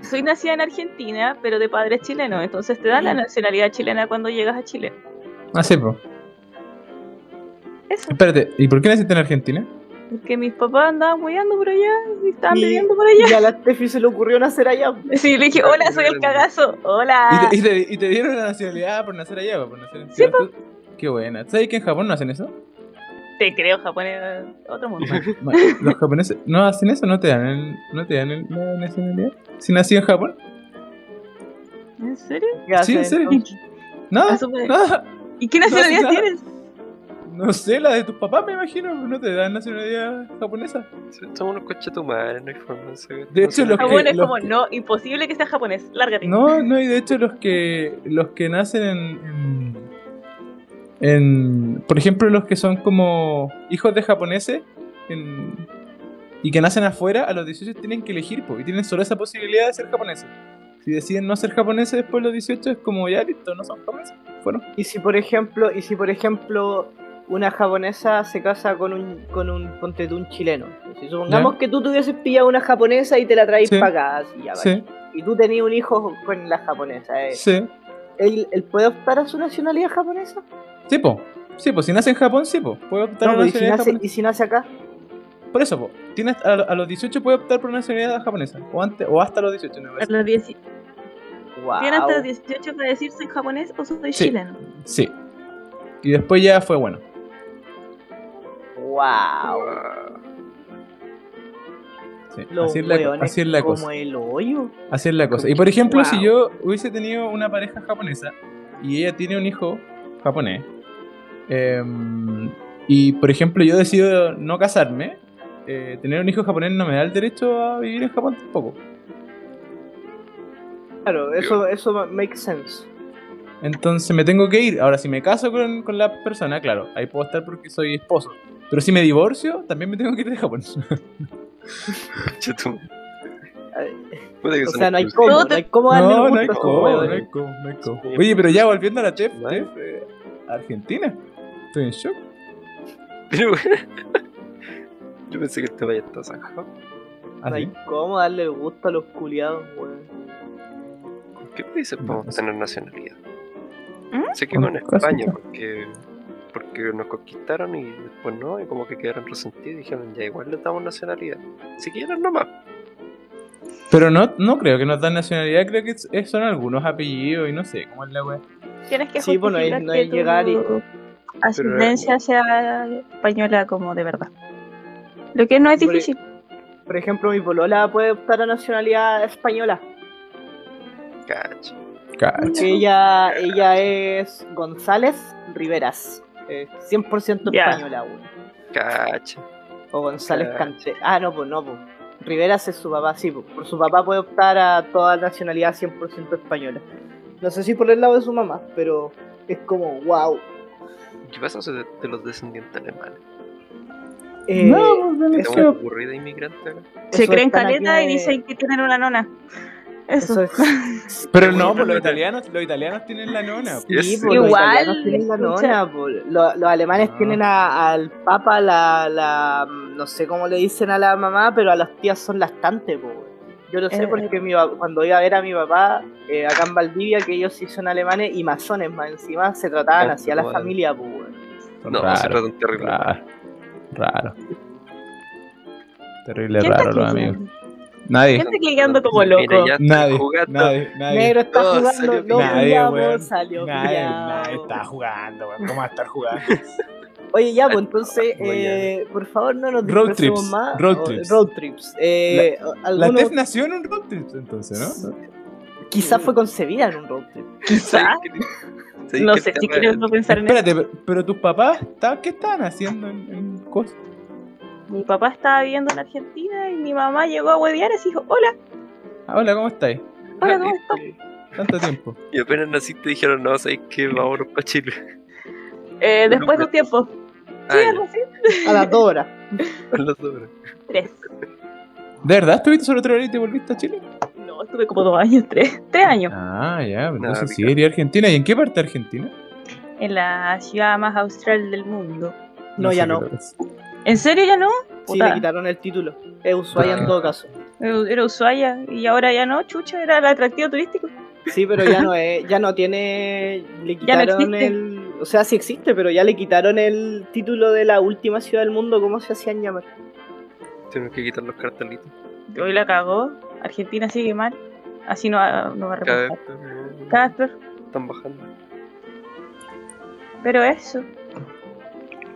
C: Soy nacida en Argentina, pero de padres chilenos, entonces te dan la nacionalidad chilena cuando llegas a Chile.
D: Ah, sí, pues.
C: Eso,
D: Espérate, ¿y por qué naciste en Argentina?
C: porque mis papás andaban hueando por allá y estaban
B: Y-
C: viviendo por allá.
B: Y a la Steffi se le ocurrió nacer allá. pues,
C: Sí, le dije, hola, soy el cagazo, hola.
D: ¿Y te, y te- y te dieron la nacionalidad por nacer allá, por nacer en
C: Ah. Sí,
D: Chile. Qué buena. ¿Sabes que en Japón no hacen eso?
C: Te creo, Japón es otro mundo.
D: Ma- Los japoneses no hacen eso, no te dan, el- no te dan el- la nacionalidad. Si nací en Japón,
C: ¿En serio?
B: ¿Qué
D: Sí, en
B: hace,
D: serio.
B: entonces?
D: nada,
C: Ah, súper.
D: nada.
C: ¿Y qué
D: haces
C: nacionalidad
D: nada.
C: tienes?
D: No sé, la de tus papás me imagino, no te dan nacionalidad japonesa.
A: Somos unos coches tu madre, no hay forma de saber.
D: De hecho, los
A: no,
D: que-
C: Japón Ah, es como,
D: que-
C: no, imposible que seas japonés, lárgate.
D: No, no, y de hecho los que los que nacen en, en, en- por ejemplo, los que son como hijos de japoneses en- y que nacen afuera, a los 18 tienen que elegir, po, y tienen solo esa posibilidad de ser japoneses. Si deciden no ser japoneses después de los 18 es como ya listo, no son japoneses. Bueno,
B: Y si por ejemplo, y si por ejemplo una japonesa se casa con un con un ponte tú, un chileno. Si supongamos que tú tuvieses pillado una japonesa y te la traes
D: Sí.
B: para acá, así ya,
D: sí,
B: vale. Y tú tenías un hijo con la japonesa. eh.
D: sí.
B: ¿Él, él puede optar a su nacionalidad japonesa?
D: Sí, po. Sí, po, si nace en Japón, sí, po. Puede optar
B: No,
D: por
B: pues, y, si
D: nacionalidad
B: nace,
D: japonesa.
B: y si nace acá,
D: Por eso, po. Tienes, a, a los 18 puede optar por nacionalidad japonesa. O, antes, o hasta los 18, me
C: A
D: parece.
C: los 10
B: wow.
C: ¿Tienes hasta los 18 para decir soy japonés o soy
D: Sí.
C: chileno?
D: Sí. Y después ya fue bueno.
B: wow.
A: Ah,
D: Sí,
B: Los
D: así, es la, co-
B: hueones
D: así es la
B: como
D: cosa.
B: el hoyo.
D: Así es la cosa. Y por ejemplo,
C: Wow.
D: si yo hubiese tenido una pareja japonesa y ella tiene un hijo japonés, em, y por ejemplo yo decido no casarme, eh, tener un hijo japonés no me da el derecho a vivir en Japón tampoco.
B: Claro, eso, eso ma- makes sense.
D: Entonces me tengo que ir. Ahora, si me caso con, con la persona, claro, ahí puedo estar porque soy esposo. Pero si me divorcio, también me tengo que ir de Japón.
A: coche tu
B: O sea, no hay cómo, no hay cómo darle
D: No,
B: el
D: no hay
B: gusto a estos
D: cómo, no
B: hueones.
D: hay cómo, no hay cómo. Oye, pero ya volviendo a la chef,
A: ¿No?
D: chef, eh, Argentina. Estoy en shock.
A: Pero, Yo pensé que este vaya a estar zanjado.
B: No hay
D: Así.
B: cómo darle el gusto a los culiados, weón.
A: ¿Qué países
D: No,
A: podemos
D: no sé.
A: tener nacionalidad?
C: ¿Mm?
A: Sé que con
D: Con casi
A: España,
D: todo.
A: porque, porque nos conquistaron y después no, y como que quedaron resentidos y dijeron, ya igual les damos nacionalidad. Si quieren nomás.
D: Pero no, no creo que nos dan nacionalidad, creo que es- es- son algunos apellidos y no sé cómo es la wea.
C: Tienes que
B: Sí, bueno, ahí
C: justificar
B: no hay
C: que
B: llegar y- eh,
C: tu ascendencia sea española como de verdad. Lo que no es
B: Por-
C: difícil.
B: Por ejemplo, mi polola puede optar a nacionalidad española.
A: Cacho.
D: Cacho.
B: Ella, ella es González Riveras. eh, 100%
C: Ya.
B: española, weón.
A: Cacho.
B: O González
A: Claro.
B: Cante. Ah, no, pues no, pues. Riveras es su papá, sí, pues. Por su papá puede optar a toda nacionalidad 100% española. No sé si por el lado de su mamá, pero es como, wow.
A: ¿Qué pasa de, de los descendientes alemanes?
B: Eh,
D: Vamos, dale,
A: ¿Es
B: eso-
A: una aburrida inmigrante acá?
C: Se
B: eso
C: creen
B: están aquí
C: caleta y
B: de-
C: dicen que tienen una nona. Eso.
B: eso es-
D: Pero
A: Qué
D: no,
A: buena
D: pues los
A: nota.
D: italianos, los italianos tienen la nona.
A: Sí,
D: pues.
B: Sí,
A: es-
B: po, los
C: Igual,
B: italianos tienen la
C: escucha.
B: nona, po. Lo- los alemanes
D: Ah.
B: tienen a- al papa, la, la- no sé cómo le dicen a la mamá, pero a las tías son lactantes. po. Yo lo sé
C: Eh.
B: porque mi pa- cuando iba a ver a mi papá eh, acá en Valdivia, que ellos sí son alemanes y masones más encima, se trataban
A: Oh,
B: así a la
A: bueno.
B: familia. po, weón.
D: pues, Son
A: No, se
D: raros,
A: tratan terrible.
D: Raro. Raro. Terrible
C: ¿Quién
D: raro
C: está
D: los
C: clickeando?
D: amigos. Nadie.
C: ¿Quién está clickeando como
A: Mira,
C: loco?
A: ya están
D: Nadie.
A: jugando.
D: Nadie. Nadie.
B: Negro está
A: Oh,
B: jugando,
A: salió
B: no
A: pillado.
D: Nadie,
B: pillamos,
D: weón.
B: salió
D: Nadie,
B: pillado.
D: nadie está jugando, weón. ¿Cómo va a estar jugando?
B: Oye, ya, pues entonces,
A: Mañana.
B: eh, por favor, no nos
D: Road
B: dispersemos
D: trips,
B: más.
D: road
B: O-
D: trips.
B: Road trips. Eh,
D: La
B: algunos-
D: TEF nació en un road trip, entonces, ¿no?
B: Quizás fue concebida en un road trip.
C: Quizá.
A: ¿Sabes qué- sabes
C: Ah, No
A: qué
C: sé si
A: tema-
C: quiero no pensar en eso.
D: Espérate, pero, pero tus papás, estaban- ¿qué estaban haciendo en, en cosas?
C: Mi papá estaba viviendo en Argentina y mi mamá llegó a huevear y dijo, hola,
D: Ah, hola, ¿cómo estáis?
C: hola, ¿cómo estás?
D: Tanto tiempo.
A: Y apenas naciste dijeron, no, ¿sabes qué? Vámonos para Chile.
C: Eh, después de un tiempo. Sí,
A: Ay,
C: algo así.
B: A las dos horas.
A: con los sobres.
C: Tres.
D: ¿De verdad estuviste solo tres horas y te volviste a Chile?
C: No, estuve como dos años, tres. Tres años.
D: Ah, ya, pero
A: Nada,
D: entonces sí,
A: pica.
D: iría a Argentina. ¿Y en qué parte de Argentina?
C: En la ciudad más austral del mundo.
B: No, ya
D: sé
B: no.
D: qué tal es.
C: ¿En serio ya no?
B: Sí, le
C: Puta.
B: quitaron el título. Es Ushuaia en todo caso.
C: Eu- Era Ushuaia y ahora ya no, chucha, era el atractivo turístico.
B: Sí, pero ya no es, ya no tiene. Le
C: Ya no
B: quitaron
C: existe.
B: el. O sea, sí existe, pero ya le quitaron el título de la última ciudad del mundo, ¿cómo se hacían llamar?
A: Tenemos que quitar los cartelitos.
C: Hoy la cagó. Argentina sigue mal. Así no va, no va a
A: Cada
C: remontar.
A: vez no-
C: Cada vez peor.
A: están bajando.
C: Pero eso.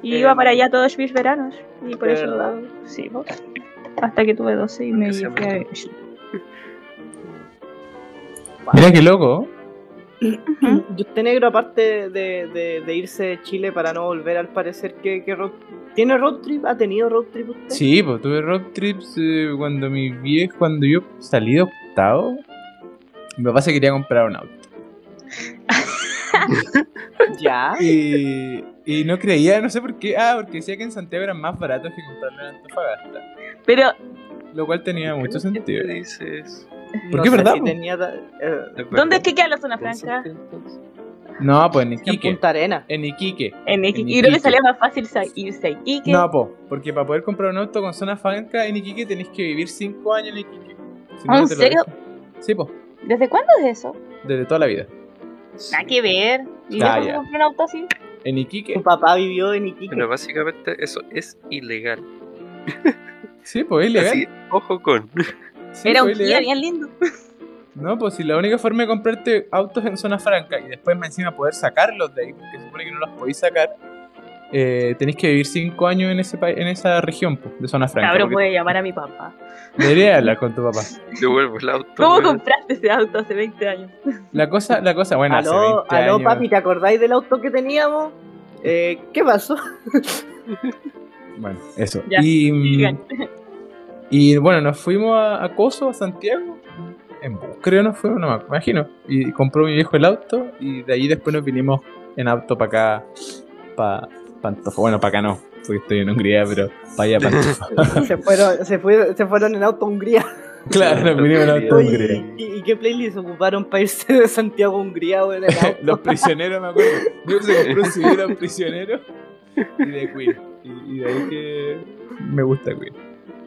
C: Y
B: Eh,
C: iba para allá todos mis veranos. Y por
B: de
C: eso.
B: verdad.
C: Sí, vos. Hasta que tuve 12 y me
A: Que sea
C: fui a
A: mentira.
D: Mira qué loco.
C: Ujú.
B: Y usted negro, aparte de, de- de irse de Chile para no volver, al parecer, que ¿tiene road trip? ¿Ha tenido road trip usted?
D: Sí, pues tuve road trips eh, cuando mi viejo, cuando yo salí de octavo, mi papá se quería comprar un auto.
B: Ya.
D: Y, y no creía, no sé por qué. Ah, porque decía que en Santiago eran más baratos que comprarlo en Antofagasta.
C: Pero
D: Lo cual tenía
A: ¿Por qué
D: mucho
A: la gente
D: sentido.
A: dice eso?
D: ¿Por qué,
B: sé
D: verdad,
B: si
D: po?
B: tenía ta- eh,
A: Es verdad.
C: ¿Dónde es que queda la zona
A: Entonces,
C: franca?
A: entonces,
D: No, pues en
B: en
D: Iquique.
B: Punta Arena.
D: En Iquique.
C: En
D: En
C: Iquique. Y creo
D: Iquique.
C: que salía más fácil sa- irse a Iquique.
D: No, po, porque para poder comprar un auto con zona franca en Iquique tenés que vivir 5 años en Iquique. Si no,
C: ¿En
D: no te lo
C: serio?
D: dejan. Sí, po,
C: ¿Desde cuándo es eso?
D: desde toda la vida.
C: Nada que ver. ¿Y
D: Ah,
C: yo
D: ya.
C: compré un auto así?
D: En Iquique.
B: Tu papá vivió en Iquique.
A: Bueno, básicamente eso es ilegal.
D: Sí, pues es ilegal.
A: Así, ojo con.
D: Sí,
C: Era
D: po,
C: un
D: es
C: Kia
D: ilegal.
C: bien lindo.
D: No, pues si la única forma de comprarte autos en zona franca y después más encima poder sacarlos de ahí, porque se supone que no los podéis sacar, eh, tenéis que vivir 5 años en ese pa- en esa región po, de zona franca.
C: Cabrón, pues.
D: porque-
C: puede llamar a mi papá.
D: Debería hablar con tu papá.
A: Devuelvo el auto.
C: ¿Cómo
A: weón.
C: compraste ese auto hace 20 años?
D: La cosa, la cosa, bueno, hace
B: aló,
D: 20
B: aló
D: años-
B: papi, ¿te acordáis del auto que teníamos? Eh, ¿Qué pasó?
D: Bueno, eso.
C: Ya,
D: y, mm,
C: sigan.
D: y bueno, nos fuimos a, a Coso, a Santiago. En bus, creo nos fuimos, no me imagino. Y compró mi viejo el auto y de ahí después nos vinimos en auto para acá, para Pantofa. Bueno, para acá no, porque estoy en Hungría, pero para allá, Pantofa.
B: Se fueron, se, fue- se fueron en auto a Hungría.
D: Claro, nos vinimos en auto a Hungría.
B: Oye, ¿y, y qué playlist ocuparon para irse de Santiago a Hungría, weón? en auto?
D: Los prisioneros, me acuerdo. Yo se compró un CD de los prisioneros y de Queen. Y, y de ahí que me gusta Queen.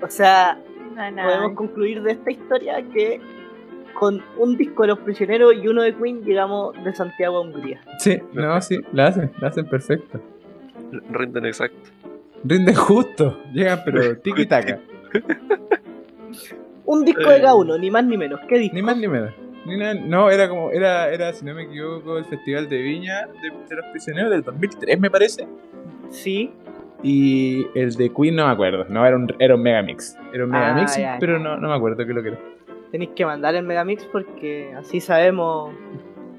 B: O sea,
C: No, no.
B: podemos concluir de esta historia que con un disco de Los Prisioneros y uno de Queen llegamos de Santiago a Hungría.
D: Sí, no, sí, la hacen, la hacen perfecto.
A: Rinden exacto.
D: Rinden justo, llegan pero tiki taca.
B: Un disco de cada uno, ni más ni menos. ¿Qué disco?
D: Eh. Ni más ni menos. Ni nada- no, era como, era, era, si no me equivoco, el Festival de Viña de, de los Prisioneros del 2003, me parece.
B: Sí.
D: Y el de Queen no me acuerdo, no, era un, era un megamix. Era un
B: Ah,
D: megamix,
B: ya, ya.
D: pero no, no me acuerdo qué es lo que era.
B: Tenéis que mandar el Megamix porque así sabemos.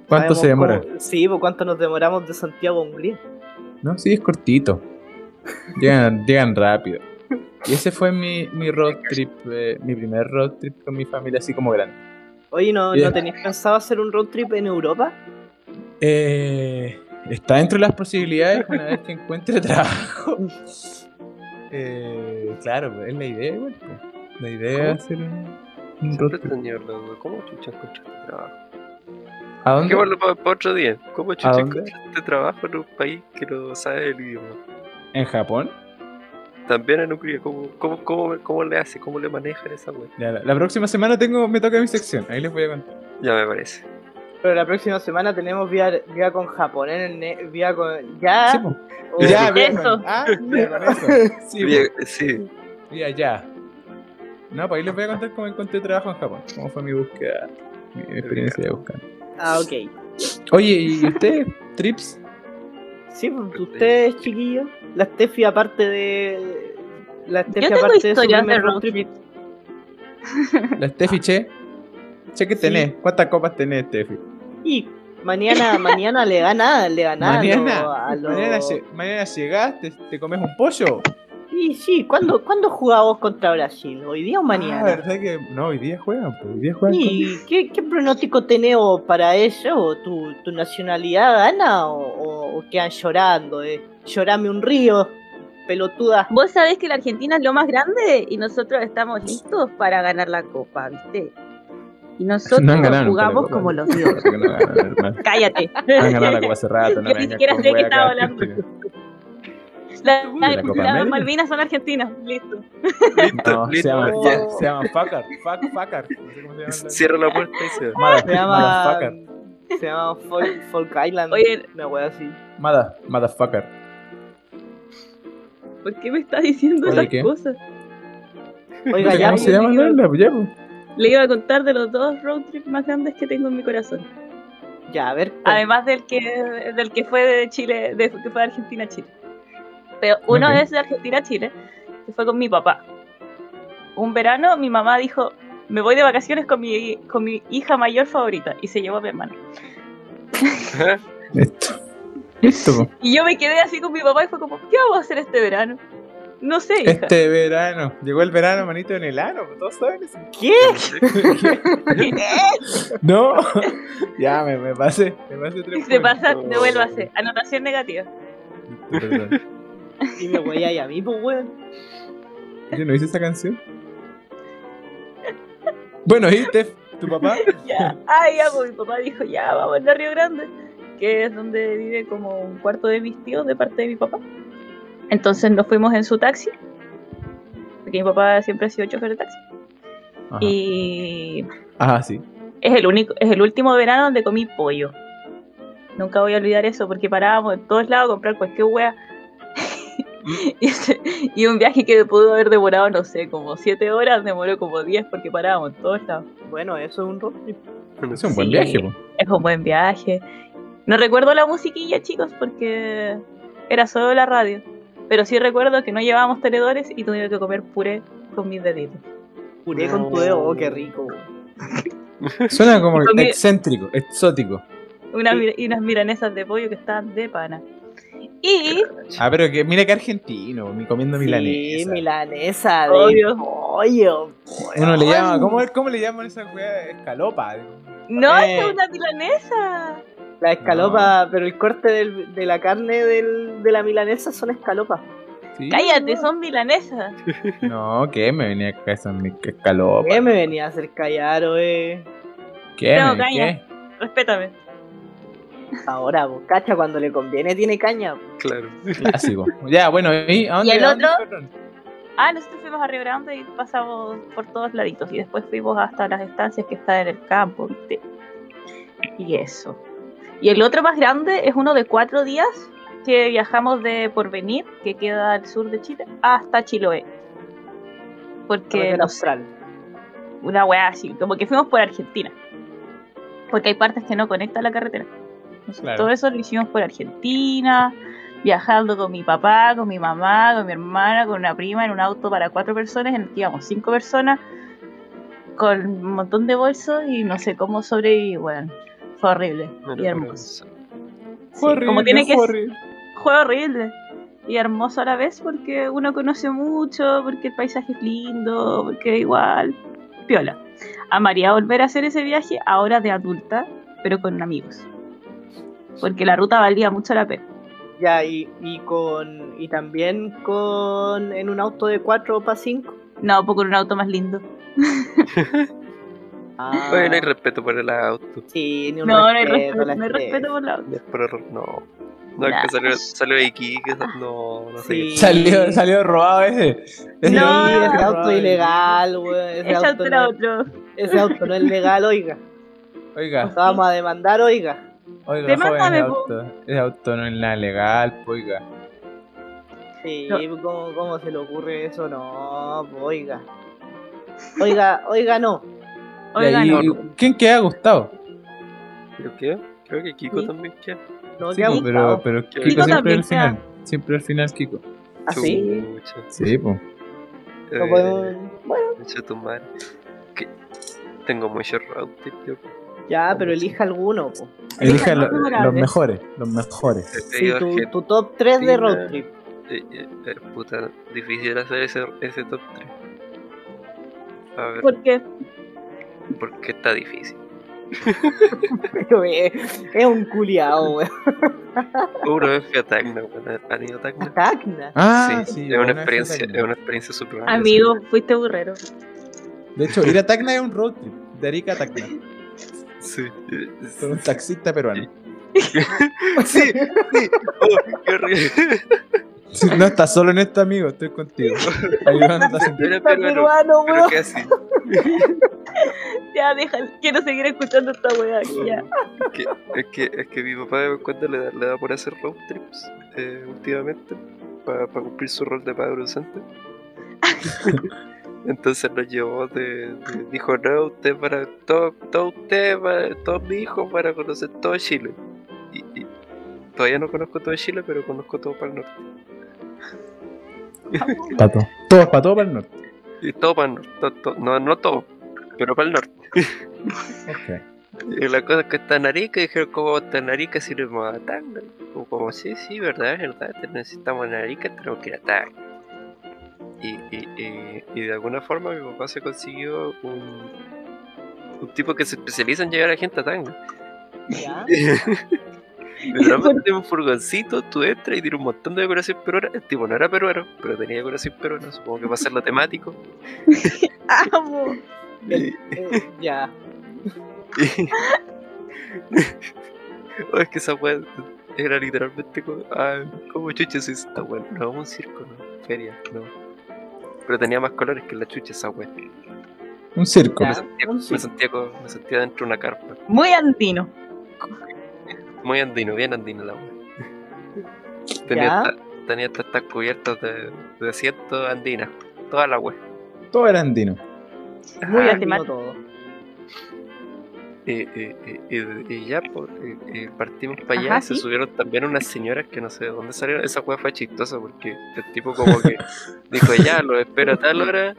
D: ¿Cuánto
B: sabemos
D: se demora?
B: cómo- sí, pues cuánto nos demoramos de Santiago a Hungría.
D: No, sí, es cortito. Llegan, llegan rápido. Y ese fue mi, mi road trip, eh, mi primer road trip con mi familia así como grande.
B: Oye, ¿no,
D: Bien.
B: ¿no tenéis pensado hacer un road trip en Europa?
D: Eh, está dentro de las posibilidades una vez que encuentre trabajo. Eh, claro, es la idea igual. po. La idea es hacer un, un road
A: Siempre he
D: trip.
A: tenido la duda. ¿Cómo chucha encontraste trabajo?
D: ¿A dónde?
A: Dejémoslo para otro día. ¿Cómo chucha
D: dónde?
A: encontraste trabajo en un país que no sabe el idioma?
D: ¿En Japón?
A: También en Hungría. ¿Cómo, cómo, cómo, cómo le hace? ¿Cómo le manejan esa wea?
D: Ya, la, la próxima semana tengo, me toca mi sección, ahí les voy a contar.
A: Ya me parece.
B: Pero la próxima semana tenemos vía, vía con Japón, en el ne- vía con... ¿Ya?
D: Sí, po.
B: o-
D: ya,
C: Eso.
D: bien, ah, ya, con eso. Sí, po.
A: Bien, sí.
D: Y allá. No, pues ahí les voy a contar cómo encontré trabajo en Japón. Cómo fue mi búsqueda, mi experiencia de buscar.
B: Ah, ok.
D: Oye, ¿y usted, trips?
B: Sí, pues, ustedes, chiquillos, la Steffi aparte de... La Steffi
C: Yo tengo
B: aparte de su
C: historias de
B: primer
C: road
B: trip.
C: trip.
D: La Steffi, che. Che, ¿qué tenés? ¿Cuántas copas tenés, Steffi?
B: Y mañana, mañana le gana, le gana
D: Mañana,
B: a los...
D: mañana, lle- mañana llegás, te, te comes un pollo.
B: Sí, sí, ¿cuándo, ¿cuándo jugamos contra Brasil? ¿Hoy día o
D: Ah,
B: mañana?
D: verdad que no, hoy día juegan, pues, hoy día juegan.
B: ¿Y qué, qué pronóstico tenemos para eso? ¿Tu, tu nacionalidad gana o, o- o quedan llorando? Eh? Llorame un río, pelotuda.
C: Vos sabés que la Argentina es lo más grande y nosotros estamos listos para ganar la copa, ¿viste? Y nosotros
D: No han ganado nunca la
C: jugamos
D: copa.
C: como los
D: con-
C: dioses.
D: Así que no ganan, hermano.
C: Cállate.
D: Han ganado la copa hace rato, no
C: Yo
D: me
C: ni
D: vengas
C: siquiera
D: con
C: sé de qué
D: wea
C: estaba
D: acá,
C: hablando.
D: Argentina.
C: La-
D: ¿De la Copa
C: las
D: América?
C: Malvinas son argentinas, listo.
A: Listo,
D: No, se
A: listo.
D: llaman,
A: ya.
D: fuck- se llaman fucker, fuck, fucker. No sé cómo se llaman.
A: Cierra la puerta y se va.
D: Mada,
B: Se llama.
D: motherfucker,
B: Se llama Folk, Folk Island.
C: Oye.
B: Una wea así.
D: mada, motherfucker.
C: ¿Por qué me estás diciendo
D: Oye,
C: esas
D: ¿qué?
C: cosas?
B: Oiga, ya.
D: ¿Cómo se llama?
B: pues,
D: No, ya, pues.
C: Le iba a contar de los dos road trips más grandes que tengo en mi corazón.
B: Ya, a ver.
C: Además del que, del que fue de Chile, de, que fue de Argentina a Chile. Pero uno
D: Ok.
C: es de Argentina a Chile, que fue con mi papá. Un verano mi mamá dijo, me voy de vacaciones con mi, con mi hija mayor favorita, y se llevó a mi hermano.
A: ¿Ah?
D: Esto. Esto, po.
C: Y yo me quedé así con mi papá y fue como, ¿qué vamos a hacer este verano? No sé, hija.
D: Este verano. Llegó el verano, manito, en el ano. po. Todos saben eso.
B: ¿Qué?
D: No. ya, me, me pasé. Me pasé tres
C: Se
D: puntos.
C: pasa, devuélvase. Anotación negativa.
D: Perdón.
B: Y me weyáis a mí, pues weón.
D: Yo no hice esa canción. Bueno, ¿y Steph, tu papá?
C: Ya. Ah, ya, pues mi papá dijo, ya, vamos a Río Grande, que es donde vive como un cuarto de mis tíos de parte de mi papá. Entonces nos fuimos en su taxi, porque mi papá siempre ha sido chofer de taxi.
D: Ajá.
C: Y
D: Ajá, Ah, sí.
C: es el único, es el último verano donde comí pollo. Nunca voy a olvidar eso, porque parábamos en todos lados a comprar cualquier wea. y, ese- y un viaje que pudo haber demorado, no sé, como siete horas, demoró como 10 porque parábamos en todos lados.
B: Bueno, eso es un rock.
D: Es un
C: Sí.
D: buen viaje, po.
C: es un buen viaje. No recuerdo la musiquilla, chicos, porque era solo la radio. Pero sí recuerdo que no llevábamos tenedores y tuve que comer puré con mis deditos.
B: Puré con tu dedo, oh, qué rico. weón.
D: Suena como
C: Y comí-
D: excéntrico, exótico.
C: Unas
B: Sí.
C: mir- y unas milanesas de pollo que estaban de pana. Y
D: Ah, pero que mira que argentino, mi- comiendo
B: Sí,
D: milanesa.
B: milanesa. De
C: Obvio.
B: pollo, weón.
D: Uno le llama, ¿cómo, cómo le llaman esa weá? Escalopa.
C: no,
B: Eh.
C: es una milanesa.
B: La escalopa, pero el corte del- de la carne del- de la milanesa son escalopas.
D: Sí.
C: Cállate, son milanesas.
D: No, que me venía acá esa mi que escalopa.
B: ¿Qué Eh, me venía a hacer callar, eh?
D: ¿Qué?
C: No,
D: me-
C: caña. Respétame.
B: Ahora, vos, cacha, cuando le conviene tiene caña. pues,
A: Claro.
D: ¿Qué? Clásico. Ya, bueno, ¿y a dónde?
C: ¿Y el
D: a dónde
C: otro?
D: fueron?
C: Ah, nosotros fuimos a Río Grande y pasamos por todos laditos. Y después fuimos hasta las estancias que están en el campo, ¿viste? Y eso. Y el otro más grande es uno de cuatro días que viajamos de Porvenir, que queda al sur de Chile, hasta Chiloé. Porque
B: Que
C: no sé,
B: austral.
C: una weá así, como que fuimos por Argentina. Porque hay partes que no conectan la carretera.
D: Claro.
C: Todo eso lo hicimos por Argentina, viajando con mi papá, con mi mamá, con mi hermana, con una prima en un auto para cuatro personas, en el que íbamos cinco personas, con un montón de bolsos y no sé cómo sobreviví. Bueno, fue horrible
A: No
C: y
A: lo
C: hermoso.
A: puedo pensar.
C: Sí, como
D: Horrible,
C: tiene que ser,
D: horrible.
C: fue horrible y hermoso a la vez porque uno conoce mucho, porque el paisaje es lindo, porque igual, piola. Amaría volver a hacer ese viaje ahora de adulta, pero con amigos. Porque la ruta valía mucho la pena.
B: Ya, y, y con. Y también con. En un auto de 4 para 5.
C: No, pues con un auto más lindo.
B: Ah,
A: Oye, no hay respeto por el auto.
B: sí, ni
C: No,
B: un
C: no hay
B: respeto,
C: respeto,
B: la
C: no hay
B: estrella.
C: respeto por la auto.
A: No es por error, no. No, es que salió, salió de Iquique, sa- no, no sé.
B: Sí.
D: Salió, salió robado ese.
B: Sí,
C: No.
B: ese auto es ilegal, weón. Ese,
C: Ese
B: auto
C: auto era
B: no,
C: otro.
B: ese auto no es legal, oiga. Nos
D: Oiga,
B: vamos a demandar, oiga.
D: oiga, joven, ese
C: Demándame, po.
D: auto, ese auto no es nada legal, po, oiga.
B: Sí,
C: No.
B: ¿cómo, cómo se le ocurre eso? No, po, oiga. Oiga, oiga, no.
C: Oiga,
D: Y ahí,
C: no.
D: ¿Quién queda Gustavo?
A: ¿Pero qué? Creo que Kiko
C: Sí.
A: también queda.
B: No,
D: Sí,
B: te ha
D: po, pero,
B: gustado.
D: pero Kiko,
A: Kiko
D: siempre
C: también
D: al final. Siempre al final, Kiko.
B: ¿Ah, sí?
A: Chucha.
D: Sí, pues.
B: No
A: Eh,
B: podemos- Bueno,
A: concha tu madre. Que- Tengo mucho route, yo.
B: ya, pero elija alguno, po.
D: Elija lo-
C: memorables.
D: los mejores, los mejores.
A: He
B: Sí,
A: ido a
B: tu,
A: Argen-
B: tu top 3 de road
A: Argentina.
B: trip.
A: eh, eh, eh, puta, difícil hacer ese, ese top 3. A ver,
C: Porque
A: ¿por qué está difícil?
B: Pero eh, es un culiao, weón.
A: Una vez fui a Tacna, weón. ¿Han ido a Tacna?
B: Hasta Acna.
D: Ah, sí.
A: sí, es
D: bueno,
A: una
D: esa
A: experiencia,
D: también.
A: es una experiencia super grande,
C: amigo, fuiste burrero.
D: De hecho, ir a Tacna es un road trip. De Arica a Tacna.
A: Sí. Sí.
D: Con un taxista peruano.
A: Sí, sí. Oh, qué horrible.
D: No estás solo en esto, amigo. Estoy contigo. Ayudándote a sentir.
A: Era
B: Está
A: peruano,
B: peruano,
A: pero
B: weón.
A: casi.
C: Ya, deja, quiero seguir escuchando esta weá. Ya.
A: que, es, que, es que mi papá cuando le da, le da por hacer road trips eh, últimamente para cumplir su rol de padre ausente. Entonces nos llevó de, de- dijo no usted para todo, todo usted para todos mis hijos para conocer todo Chile y, y todavía no conozco todo Chile pero conozco todo para el norte
D: Pato. Todos para todo para el norte.
A: y todo para el norte to- to- no no todo pero para el norte
D: Ok.
A: Y la cosa es que está en Arica y dijeron como está en Arica si nos vamos a Tacna. Como, como sí, sí, verdad, verdad, te necesitamos en Arica, tenemos que ir a Tacna. Y, y, y, y de alguna forma mi papá se consiguió un, un tipo que se especializa en llevar a gente a Tacna.
B: Ya.
A: Literalmente un furgoncito, tú entras y tiene un montón de decoración peruana. El tipo no era peruano, pero tenía decoración peruana, supongo que va a ser lo temático.
C: Amo.
A: Y-
B: Eh, ya.
A: Oh, es que esa weá era literalmente como, ah, como chucha es esta weá. No, un circo, no, feria, no. Pero tenía más colores que la chucha esa weá. Me
D: Un circo. pues,
B: Ya.
A: sentía-
B: Ah, un
A: Me
B: sí.
A: sentía, como- me sentía dentro de una carpa.
C: Muy andino.
A: Muy andino, bien andino la weá. Tenía,
B: Ya.
A: esta- tenía estas estas cubiertas de, de asientos andinas, toda la weá.
D: Todo era andino.
B: Muy
C: Ah,
B: andino
C: temático.
B: todo.
A: Y, y- y- y- y ya, pues, y- y partimos para allá
C: Ajá,
A: y se
C: sí.
A: subieron también unas señoras que no sé de dónde salieron. Esa hueá fue chistosa porque el tipo como que dijo, ya, lo espero a tal hora,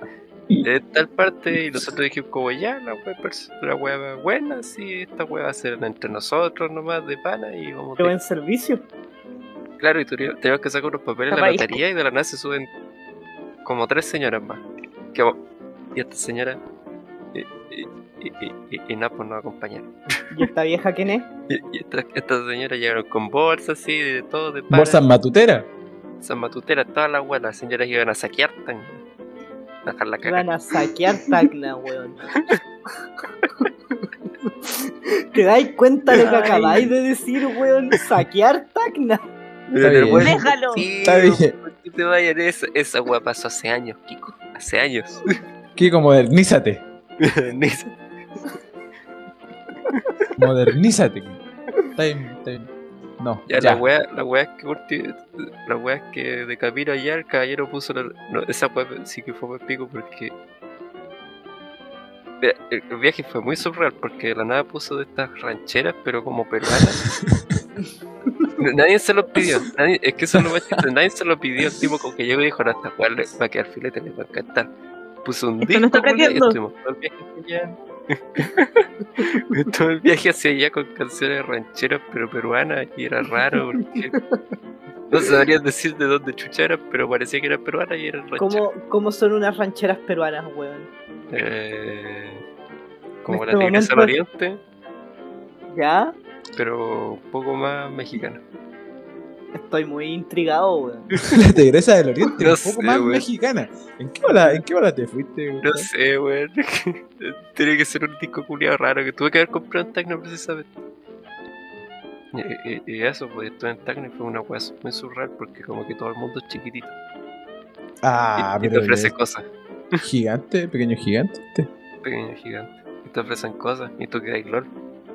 A: de tal parte, y nosotros dijimos como, ya, la hueá pers- la hueá va buena, sí, esta hueá va a ser entre nosotros nomás de pana y vamos...
B: Qué
A: de-
B: buen servicio.
A: Claro, y tuvieron- teníamos que sacar unos papeles de la
C: Capaz.
A: notaría y de la nada se suben como tres señoras más. Que, vos- y esta señora... Y, y, y, y- y- y nada, pues nos acompañaron.
B: ¿Y esta vieja quién es?
A: Y, y esta- estas señoras llegaron con bolsas, así, de todo, de pan.
D: Bolsas matutera.
A: San Matutera, todas las weas, las señoras iban a saquear tan. Dejar la
B: Van
A: cagada.
B: a saquear Tacna, weón. ¿Te dais cuenta de lo que
C: Ay.
B: acabáis de decir, weón? Saquear Tacna.
A: Pero
D: Está
A: el
D: bien.
A: weón-
C: Déjalo.
A: Sí,
D: Está bien.
A: ¿por qué te vayan? Esa, esa wea pasó hace años, Kiko. Hace años.
D: Kiko, modernízate.
A: Ni-
D: Modernízate. Kiko. Está bien, está bien. No,
A: ya,
D: ya.
A: la wea, la wea es que ulti- la wea es que de camino allá el caballero puso la- no, esa wea sí que fue más pico porque Mira, el el viaje fue muy surreal porque de la nada puso de estas rancheras pero como peruanas nadie se lo pidió nadie- es que eso es lo más chiste, nadie se lo pidió el tipo con que llegó y dijo no, esta wea le va a quedar filete le va a encantar puso un
C: Esto lo
A: disco
C: está
A: culiao, y
C: aprendiendo.
A: estuvimos todo el viaje hacia allá todo el viaje hacia allá con canciones rancheras pero peruanas y era raro porque no sabrían decir de dónde chucharas pero parecía que eran peruanas y eran rancheras
B: ¿Cómo, cómo son unas rancheras peruanas, weón?
A: Eh, como
B: En
A: la
B: este
A: Tigresa al
B: momento-
A: Oriente
B: ¿Ya?
A: pero un poco más mexicana
B: Estoy muy intrigado, weón.
D: La Tigresa del Oriente,
A: No
D: un poco
A: sé,
D: más
A: weón.
D: mexicana. ¿En qué bola, en qué bola te fuiste? weón?
A: no sé weón tiene que ser un disco culiado raro que tuve que haber comprado en Tacna precisamente y, y- y eso pues estuve en Tacna y fue una wea muy surreal porque como que todo el mundo es chiquitito y-
D: Ah,
A: y te
D: pero
A: ofrece cosas
D: gigante, pequeño gigante. este.
A: pequeño gigante. Y te ofrecen cosas y tú quedas lol.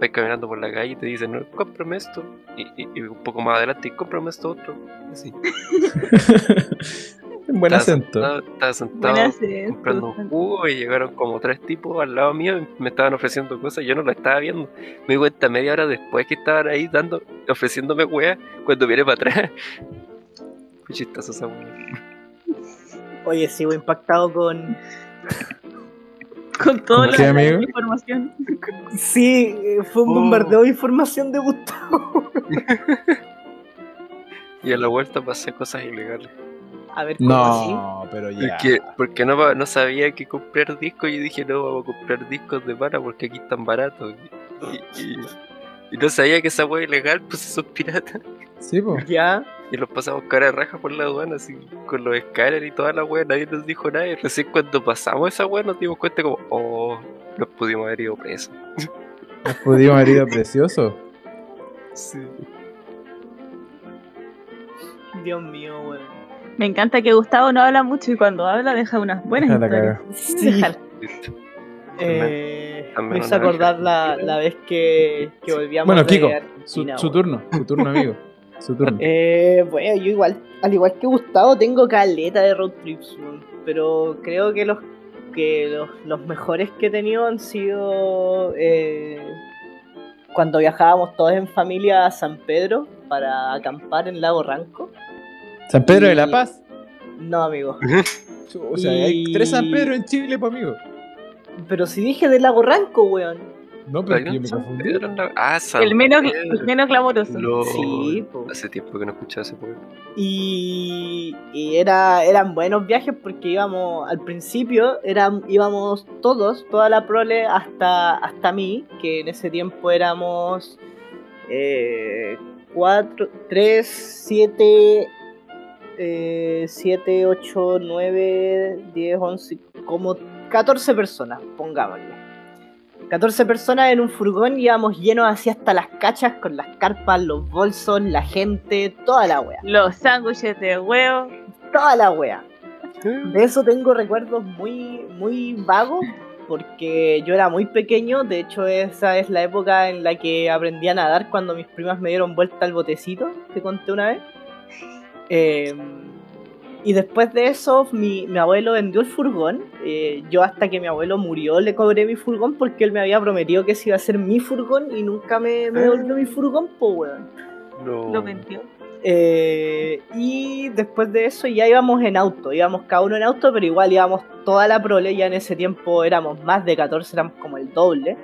A: Vas caminando por la calle y te dicen, no, cómprame esto. Y, y- y un poco más adelante, cómprame esto otro. Así.
D: Un buen
A: Estaba
D: acento.
A: sentado- Estaba sentado
C: Buenas, eh,
A: comprando un jugo y llegaron como tres tipos al lado mío y me estaban ofreciendo cosas. Yo no las estaba viendo. Me di cuenta media hora después que estaban ahí dando, ofreciéndome weas cuando viene para atrás. Fue chistoso esa wea.
B: Oye, sigo impactado con.
C: con toda
D: ¿Con
C: la,
D: qué,
C: la
D: amigo?
C: información.
B: Sí, eh, fue un
A: Oh.
B: bombardeo de información de Gustavo.
A: Y a la vuelta pasé cosas ilegales.
B: A ver, ¿cómo así?
D: No, pero ya.
A: Porque, porque no, pa- no sabía que comprar discos. Yo dije, no, vamos a comprar discos de pana porque aquí están baratos. Y, y- y no sabía que esa wea es ilegal, pues esos piratas.
D: Sí, po.
B: ¿Ya?
A: Y los pasamos cara de raja por la aduana, así, con los escáneres y toda la wea. Nadie nos dijo nada. Y recién cuando pasamos esa wea nos dimos cuenta, como, oh, nos pudimos haber ido presos.
D: Judío marido precioso.
A: Sí.
B: Dios mío, weón.
C: Me encanta que Gustavo no habla mucho y cuando habla deja unas buenas
D: Déjala
C: historias.
B: Sí.
C: Déjala.
B: Eh,
A: También
B: me hizo
A: una vez
B: acordar la,
A: Argentina.
B: la vez que, que volvíamos
D: Bueno,
B: de
D: Kiko, Su,
B: Argentina,
D: su
B: weón.
D: turno, su turno, amigo. Su turno.
B: Eh, bueno, yo igual, al igual que Gustavo, tengo caleta de road trips, weón, pero creo que los que los, los mejores que he tenido han sido eh, cuando viajábamos todos en familia a San Pedro para acampar en Lago Ranco.
D: San Pedro de la
B: y-
D: Paz.
B: No, amigo.
D: O sea, hay
B: y-
D: tres San Pedro en Chile, pues, amigo.
B: Pero si dije de Lago Ranco, weón.
D: No, pero
A: ¿Hay
D: es que yo
A: un
D: me
A: San
D: confundí.
A: Pedro en la- Ah, San
C: El menos,
A: Pedro.
C: el menos clamoroso.
A: Lol.
B: Sí, po.
A: Hace tiempo que no escuchaba ese poema.
B: Y, y era, eran buenos viajes porque íbamos, al principio eran, íbamos todos, toda la prole hasta, hasta mí, que en ese tiempo éramos eh, 4, 3, 7, eh, 7, 8, 9, 10, 11, como 14 personas, pongámosle. 14 personas en un furgón íbamos llenos así hasta las cachas con las carpas, los bolsos, la gente, toda la wea
C: Los sándwiches de huevo.
B: toda la wea. De eso tengo recuerdos muy, muy vagos, porque yo era muy pequeño, de hecho esa es la época en la que aprendí a nadar cuando mis primas me dieron vuelta al botecito, que conté una vez. Eh, y después de eso, mi, mi abuelo vendió el furgón. eh, yo hasta que mi abuelo murió le cobré mi furgón porque él me había prometido que ese iba a ser mi furgón y nunca me, me devolvió mi furgón, po weón.
A: No.
C: Lo mentió.
B: Eh, y después de eso ya íbamos en auto, íbamos cada uno en auto, pero igual íbamos toda la prole, ya en ese tiempo éramos más de 14, éramos como el doble.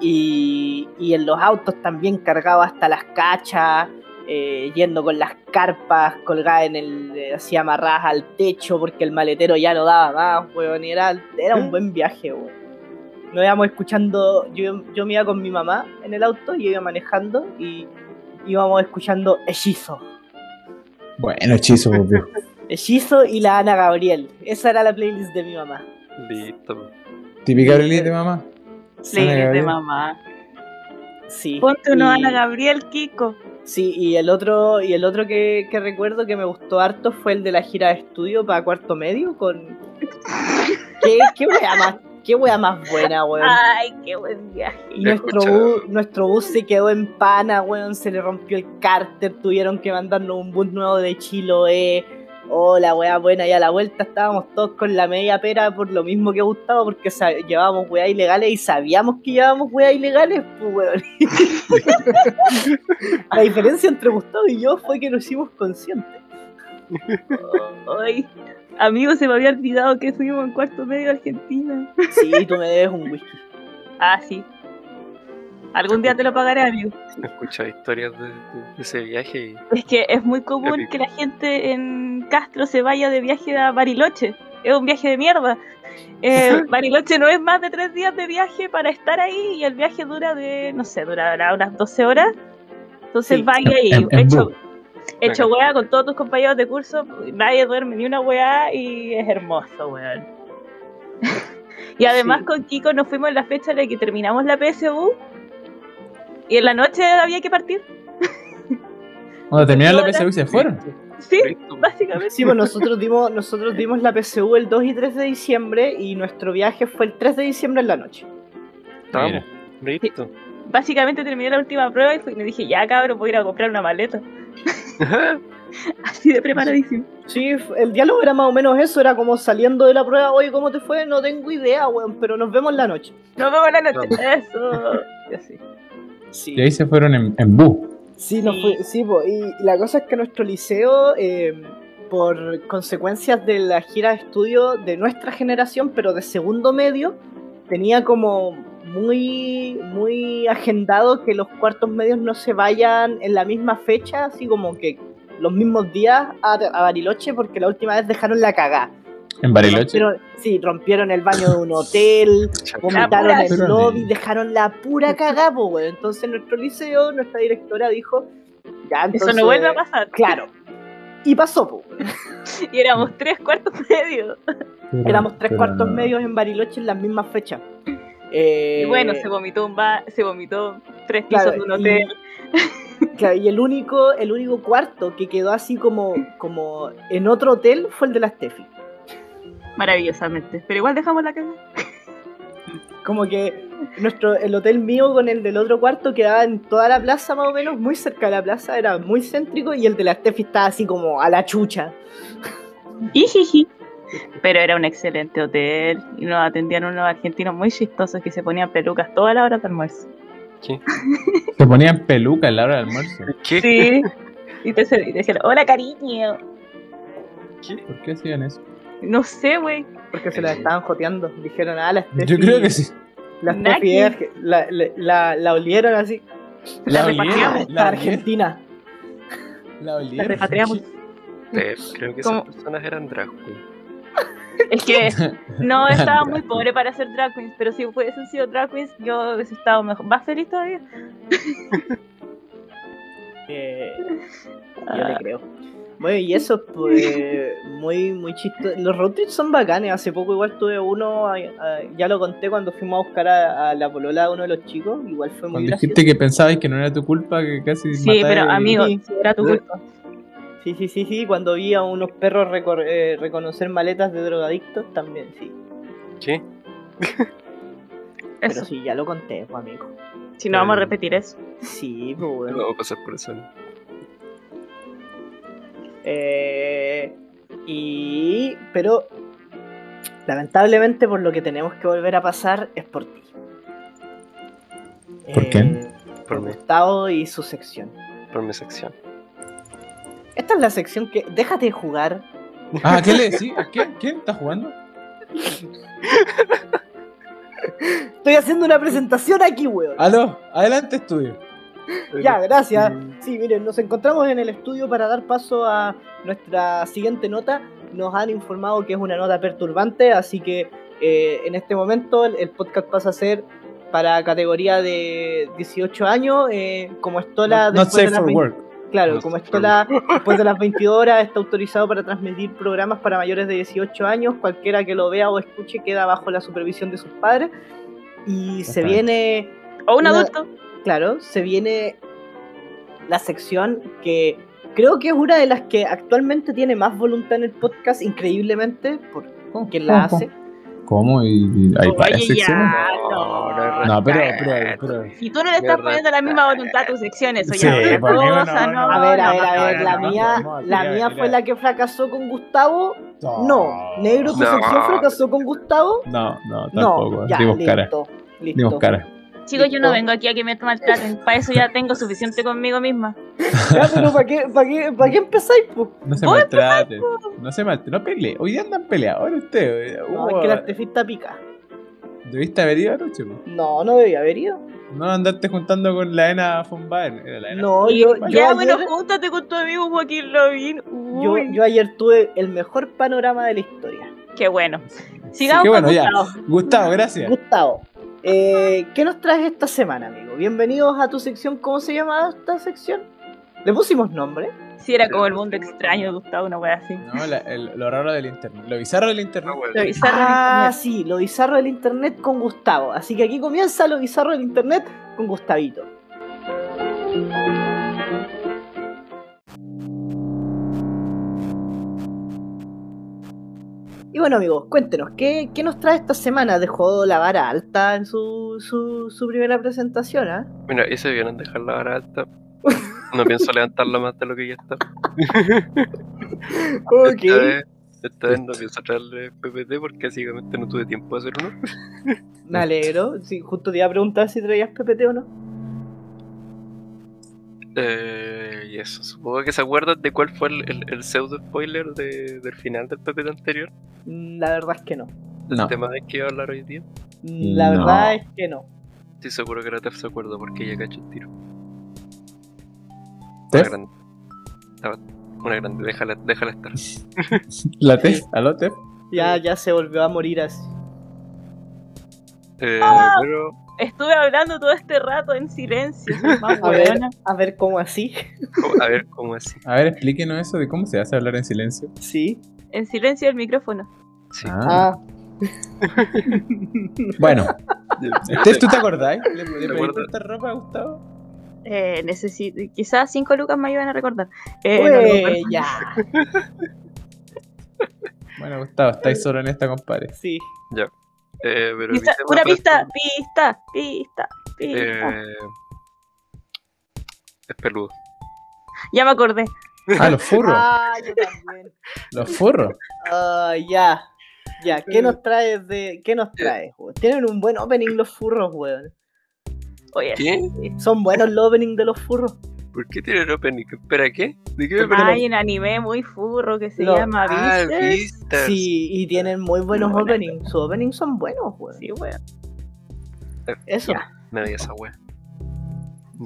B: Y, y en los autos también cargaba hasta las cachas, eh, yendo con las carpas colgadas en el, eh, así amarradas al techo porque el maletero ya no daba más, weón, y era, era un buen viaje, weón nos íbamos escuchando, yo, yo me iba con mi mamá en el auto, yo iba manejando y íbamos escuchando Hechizo.
D: Bueno, hechizo, obvio.
B: Hechizo y la Ana Gabriel. Esa era la playlist de mi mamá.
A: Listo.
D: Típica playlist de mamá.
C: Playlist de mamá.
B: Sí.
C: Ponte uno
B: y-
C: a Ana Gabriel, Kiko.
B: Sí, y el otro, y el otro que, que recuerdo que me gustó harto fue el de la gira de estudio para cuarto medio con. ¿Qué, qué wea más? ¿Qué wea más buena, weón?
C: Ay, qué buen viaje.
B: Y nuestro
A: escuchado.
B: bus, nuestro bus se quedó en pana, weón. Se le rompió el cárter. Tuvieron que mandarnos un bus nuevo de Chiloé. Oh, la weá buena. Y a la vuelta estábamos todos con la media pera por lo mismo que Gustavo, porque sa- llevábamos weá ilegales y sabíamos que llevábamos weá ilegales, pues, weón. la diferencia entre Gustavo y yo fue que nos hicimos conscientes.
C: Ay, amigo, se me había olvidado que fuimos en cuarto medio a Argentina.
B: Sí, tú me debes un whisky.
C: Ah, sí. Algún día te lo pagaré, amigo.
A: He escuchado historias de, de- de ese viaje y
C: Es que es muy común
A: Épico.
C: que la gente en Castro se vaya de viaje a Bariloche. Es un viaje de mierda. Eh, Bariloche no es más de tres días de viaje para estar ahí y el viaje dura de, no sé, durará unas 12 horas. Entonces
B: Sí.
C: vaya y
D: En- en
C: hecho,
D: bus.
C: hecho
A: Venga.
C: weá con todos tus compañeros de curso, nadie duerme ni una weá y es hermoso, weón. y además
B: Sí.
C: con Kiko nos fuimos en la fecha en la que terminamos la PSU y en la noche había que partir.
D: Cuando terminaron la
C: Ahora-
D: PSU y se fueron.
C: Sí, Ah.
A: Listo.
C: básicamente.
B: Sí, pues nosotros dimos, nosotros dimos la PSU el 2 y 3 de diciembre y nuestro viaje fue el 3 de diciembre en la noche.
A: estábamos. Listo.
C: básicamente terminé la última prueba y fui- me dije, ya cabrón, voy a ir a comprar una maleta. Así de preparadísimo.
B: Sí, f- el diálogo era más o menos eso, era como saliendo de la prueba, oye, ¿cómo te fue? No tengo idea, weón, pero nos vemos la noche.
C: Nos vemos la noche. Eso. Y así.
B: Sí,
D: Y ahí se fueron en, en bus.
B: sí, nos fue- sí, po, y la cosa es que nuestro liceo, eh, por consecuencias de la gira de estudio de nuestra generación, pero de segundo medio, tenía como muy, muy agendado que los cuartos medios no se vayan en la misma fecha, así como que los mismos días a, a Bariloche, porque la última vez dejaron la cagada.
D: En Bariloche.
B: Rompieron- sí, rompieron el baño de un hotel, vomitaron
C: pura-
B: el
D: Pero
B: lobby,
D: ni-
B: dejaron la pura cagada, po, weón. Entonces nuestro liceo, nuestra directora dijo, ya, entonces...
C: Eso no vuelve a pasar.
B: Claro. Y pasó, po. weón.
C: Y éramos tres cuartos medio.
B: Éramos tres
D: Pero-
B: cuartos medios en Bariloche en las mismas fechas. Eh,
C: Y bueno, se vomitó un bar, se vomitó tres pisos
B: claro,
C: de un
B: y-
C: hotel.
B: Claro, y el único, el único cuarto que quedó así como, como en otro hotel fue el de la Steffi.
C: Maravillosamente. Pero igual dejamos la casa.
B: Como que nuestro, el hotel mío con el del otro cuarto quedaba en toda la plaza más o menos, muy cerca de la plaza, era muy céntrico y el de la Steffi estaba así como a la chucha.
C: Ijiji. Pero era un excelente hotel y nos atendían unos argentinos muy chistosos que se ponían pelucas toda la hora de almuerzo.
D: Se ponían peluca a la hora del almuerzo.
A: ¿Qué?
C: Sí. Y te, serv- y te decían, hola cariño.
D: ¿Por qué hacían eso?
C: No sé, güey.
B: Porque se la estaban joteando. Dijeron, ah, la Steffi.
D: Yo creo que sí.
B: La Steffi es arge- la, la, la- la olieron así.
C: La
B: Ah,
C: repatriamos,
D: olieron,
B: esta
D: la olieron,
B: Argentina.
D: la
C: La
D: olieron.
C: repatriamos.
A: Eh, creo que
C: ¿Cómo?
A: esas personas eran drag queen.
C: Es que no
D: Drag
C: estaba
D: queen.
C: muy pobre para ser drag queens, pero si hubiesen sido drag queens, yo hubiese estado mejor, más feliz todavía.
B: Eh, yo
C: Ah.
B: le creo. Bueno, y eso pues muy, muy chistoso. Los road trips son bacanes. Hace poco igual tuve uno, a- a- ya lo conté cuando fuimos a buscar a, a la polola de uno de los chicos. Igual fue muy
D: Cuando
B: gracioso.
D: dijiste que pensabas que no era tu culpa, que casi
C: Sí,
D: matar
C: pero
D: el-
C: amigo,
B: Sí.
C: si era tu culpa.
B: Sí, sí, sí, sí. Cuando vi a unos perros recor- eh, reconocer maletas de drogadictos también, sí.
A: ¿Qué?
B: Pero
C: Eso.
B: sí, ya lo conté, pues, amigo.
C: Si no vamos a repetir eso.
B: Sí, pues bueno.
A: No va a pasar por eso. ¿no?
B: Eh, y. Pero. Lamentablemente, por lo que tenemos que volver a pasar es por ti. Eh,
D: ¿Por qué?
A: Por
B: Por
A: mí.
B: Gustavo y su sección.
A: Por mi sección.
B: Esta es la sección que. Déjate de jugar.
D: Ah, ¿qué le decís? ¿A qué? ¿Quién está jugando?
B: Estoy haciendo una presentación aquí, weón.
D: Aló, adelante estudio.
B: Ya, gracias.
A: Mm,
B: Sí, miren, nos encontramos en el estudio para dar paso a nuestra siguiente nota. Nos han informado que es una nota perturbante, así que eh, en este momento el, el podcast pasa a ser para categoría de 18 años, eh, como estola
D: Not, not
B: después de
D: safe
B: las
D: for
B: 20
D: work.
B: Claro, como esto la, después de las 22 horas está autorizado para transmitir programas para mayores de 18 años, cualquiera que lo vea o escuche queda bajo la supervisión de sus padres y se
D: Ajá.
B: viene,
C: O un
B: Una-
C: adulto.
B: claro, se viene la sección que creo que es una de las que actualmente tiene más voluntad en el podcast, increíblemente, por quien la
D: ¿Cómo?
B: hace.
D: ¿Cómo? ¿Y, y hay varias
C: Oye,
D: secciones?
C: ya,
A: No,
C: no.
A: no,
D: No, pero, pero, pero.
C: Si tú no le
A: De
C: estás
A: verdad.
C: poniendo la misma voluntad a tus secciones,
D: Sí,
C: oye, otra
D: porque uno
C: cosa,
D: no-
C: no.
B: A ver, a
C: no,
B: ver,
C: no,
B: a ver,
C: no,
B: la
C: no.
B: mía,
D: no, no,
B: la
D: mira,
B: mía
D: mira.
B: fue la que fracasó con Gustavo. No, negro, tu
A: No.
B: sección fracasó con Gustavo.
D: No, no, tampoco.
B: No, ya,
D: Dimos cara.
B: listo, listo.
D: Dimos cara.
C: Chicos, yo no
B: Listo.
C: vengo aquí a que me maltraten. Para eso ya tengo suficiente conmigo misma.
B: Ya, pero ¿para qué, pa' qué, pa' qué empezáis? po?
D: No se
C: Voy a
D: maltraten. No se maltraten. No peleen. Hoy día andan peleadores ustedes.
B: No,
D: eh, Hubo-
B: es que la artefista pica.
D: Debiste haber ido anoche, po.
B: No, no debía haber ido.
D: No andarte juntando con la Ena von Baer. Era la Ena.
B: No, yo, yo
C: ya,
B: ayer,
C: bueno, júntate con tu amigo Joaquín Lavín.
B: yo,
C: Uy,
B: yo ayer tuve el mejor panorama de la historia.
C: qué bueno. Sigamos
D: Qué
C: con
D: bueno, ya.
C: Gustavo.
D: Gustavo, gracias.
B: Gustavo, eh, ¿qué nos traes esta semana, amigo? Bienvenidos a tu sección. ¿Cómo se llama esta sección? ¿Le pusimos nombre?
C: Si era como el mundo extraño de Gustavo, una wea así.
D: No, la- el- lo raro del internet. Lo bizarro del internet.
C: Lo bizarro del
B: Ah,
C: internet.
B: sí, lo bizarro del internet con Gustavo. Así que aquí comienza lo bizarro del internet con Gustavito. Y bueno amigos, cuéntenos, ¿qué, qué nos trae esta semana? Dejó la vara alta en su, su, su primera presentación, ¿ah?
A: Mira, ese vieron dejarla vara alta. No pienso levantarla más de lo que ya está. Esta vez, esta vez no pienso traerle PPT porque básicamente no tuve tiempo de hacer uno.
B: Me alegro. Sí, justo te iba a preguntar si traías PPT o no.
A: Eh, y eso, supongo que se acuerdan de cuál fue el, el- el pseudo spoiler de- del final del PPT anterior.
B: Mm, La verdad es que no.
A: Del
D: No.
A: este tema de que iba a hablar hoy día.
B: Mm, La
D: No.
B: verdad es que no.
A: Estoy seguro que era Tef se acuerda porque ella cachó el tiro. Una
D: Tef,
A: grande. Estaba- Una grande, déjala, déjala estar.
D: la Tef, aló Tef.
B: Ya, ya se volvió a morir así.
A: Eh,
C: Ah.
A: pero
C: Estuve hablando todo este rato en silencio. soy Más
B: A ver,
C: hueona.
B: a ver cómo así.
A: ¿cómo- a ver cómo así.
D: A ver, explíquenos eso de cómo se hace hablar en silencio.
B: Sí.
C: En silencio el micrófono.
A: Sí.
D: Ah.
B: Ah.
D: Bueno,
A: Este,
D: Tef, ¿tú te acordás? ¿Le, le pediste
A: acuerdo.
D: esta ropa a Gustavo?
C: Eh, necesito, quizás cinco lucas me ayudan a recordar. Eh, no, no,
B: Ué,
C: perdón.
B: ya.
D: Bueno, Gustavo, estáis solo en esta, compadre.
B: Sí.
A: Eh, pero mi
C: Pista-
A: tema
C: una
A: fue-
C: pista, pista, pista, pista.
A: Eh, es peludo.
C: Ya me acordé.
D: Ah, los furros.
B: Ah, yo también.
D: Los furros.
B: Ah, ya. Ya, ¿qué nos traes de. ¿Qué nos traes, weón? Tienen un buen opening los furros, weón.
C: Oye,
A: ¿Qué?
B: Son buenos los opening de los furros.
A: ¿Por qué tiene el opening? ¿Espera qué? ¿De qué me perdí?
C: hay un anime muy furro que se
B: Lo-
C: llama
A: Ah,
C: Beasters.
A: Beastars.
B: Sí, y tienen muy buenos
C: Muy buena.
B: openings. Sus openings son buenos, weón.
C: Sí, weón.
B: Eso.
C: Ya.
A: Me veía esa wea. Eh.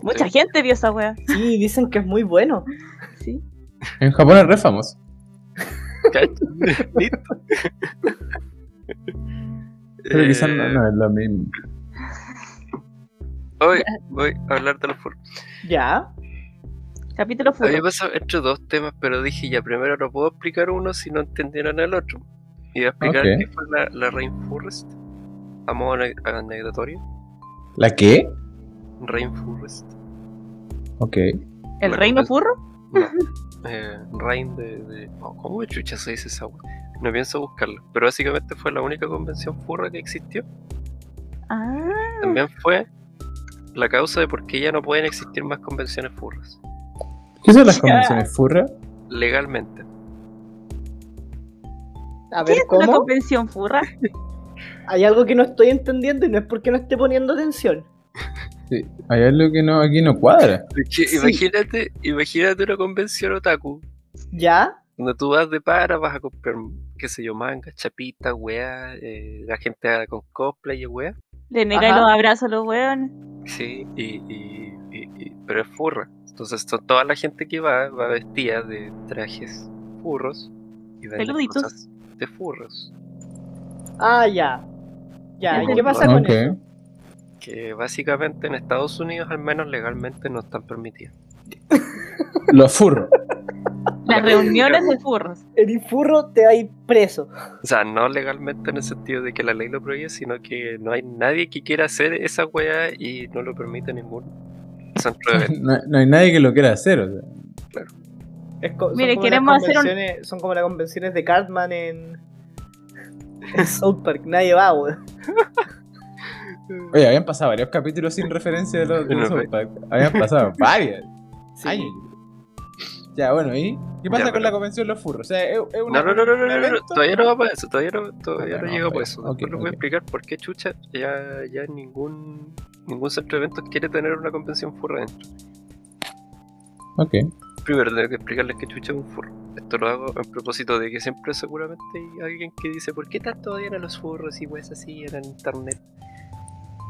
C: Mucha gente vio esa wea.
B: Sí, dicen que es muy bueno.
C: Sí.
D: En Japón es re famoso.
A: Cacho. Listo.
D: Pero quizás no,
A: Eh,
D: no es lo mismo.
A: Hoy voy a hablar de los furros.
B: Ya.
C: Capítulo
A: A mí me
C: furro.
A: pasó entre dos temas, pero dije ya, primero no puedo explicar uno si no entendieron el otro. Y voy a explicar
D: Ok.
A: qué fue la, la Rainforest. A modo ane- anecdotario.
D: ¿La qué?
A: Rainforest.
D: Ok.
C: ¿El
A: bueno,
C: reino
A: es-
C: furro?
A: No. Eh, Rain de. de- no, ¿Cómo de chucha se dice esa wea? No pienso buscarla. Pero básicamente fue la única convención furra que existió.
C: Ah,
A: También fue la causa de por qué ya no pueden existir más convenciones furras.
D: ¿Qué son las convenciones furras?
A: Legalmente.
B: A
C: ¿qué
B: ver
C: es una
B: cómo.
C: convención furra?
B: Hay algo que no estoy entendiendo y no es porque no esté poniendo atención.
D: Hay algo que no, aquí no cuadra.
A: Porque
B: Sí.
A: Imagínate, imagínate una convención otaku.
B: Ya.
A: Donde tú vas de para, vas a comprar, qué sé yo, manga, chapita, weá, eh, la gente con cosplay y weá.
C: Le negáis
B: Ajá.
C: los abrazos a los weones.
A: Sí, y, y- y- y- pero es furra. Entonces to- toda la gente que va va vestida de trajes furros y vende
C: Peluditos.
A: cosas de furros.
B: Ah, ya. Ya.
A: Sí,
B: ¿Y qué
A: pues,
B: pasa con
D: Ok.
B: eso?
A: Que básicamente en Estados Unidos al menos legalmente no están permitidas.
D: Los furros.
C: Las reuniones de furros.
B: El infurro te va a ir preso.
A: O sea, no legalmente en el sentido de que la ley lo prohíbe, sino que no hay nadie que quiera hacer esa weá y no lo permite ningún centro de eventos.
D: No, no hay nadie que lo quiera hacer. o sea.
B: Es co- son
C: Mire,
B: como las
C: queremos hacer un-
B: convenciones- Son como las convenciones de Cartman en. en South Park. Nadie va, weón.
D: Oye, habían pasado varios capítulos sin referencia de los de
A: No,
D: los
A: ve.
D: South Park. Habían pasado varios.
B: Sí.
D: Años. Ya, bueno, ¿y qué pasa
A: Ya,
D: con
A: pero-
D: la convención de los furros? O sea, es, es una-
A: No, no, no, no, no, no,
D: un
A: no,
D: evento.
A: todavía no va para eso, todavía no, todavía
D: Ah,
A: no
D: no,
A: llega para
D: vale.
A: eso.
D: Ok,
A: Después les voy a
D: ok.
A: explicar por qué chucha ya, ya ningún ningún centro de eventos quiere tener una convención furra dentro.
D: Ok.
A: Primero tengo que explicarles qué chucha es un furro. Esto lo hago en propósito de que siempre seguramente hay alguien que dice ¿por qué tanto odian a los furros y weas así en el internet?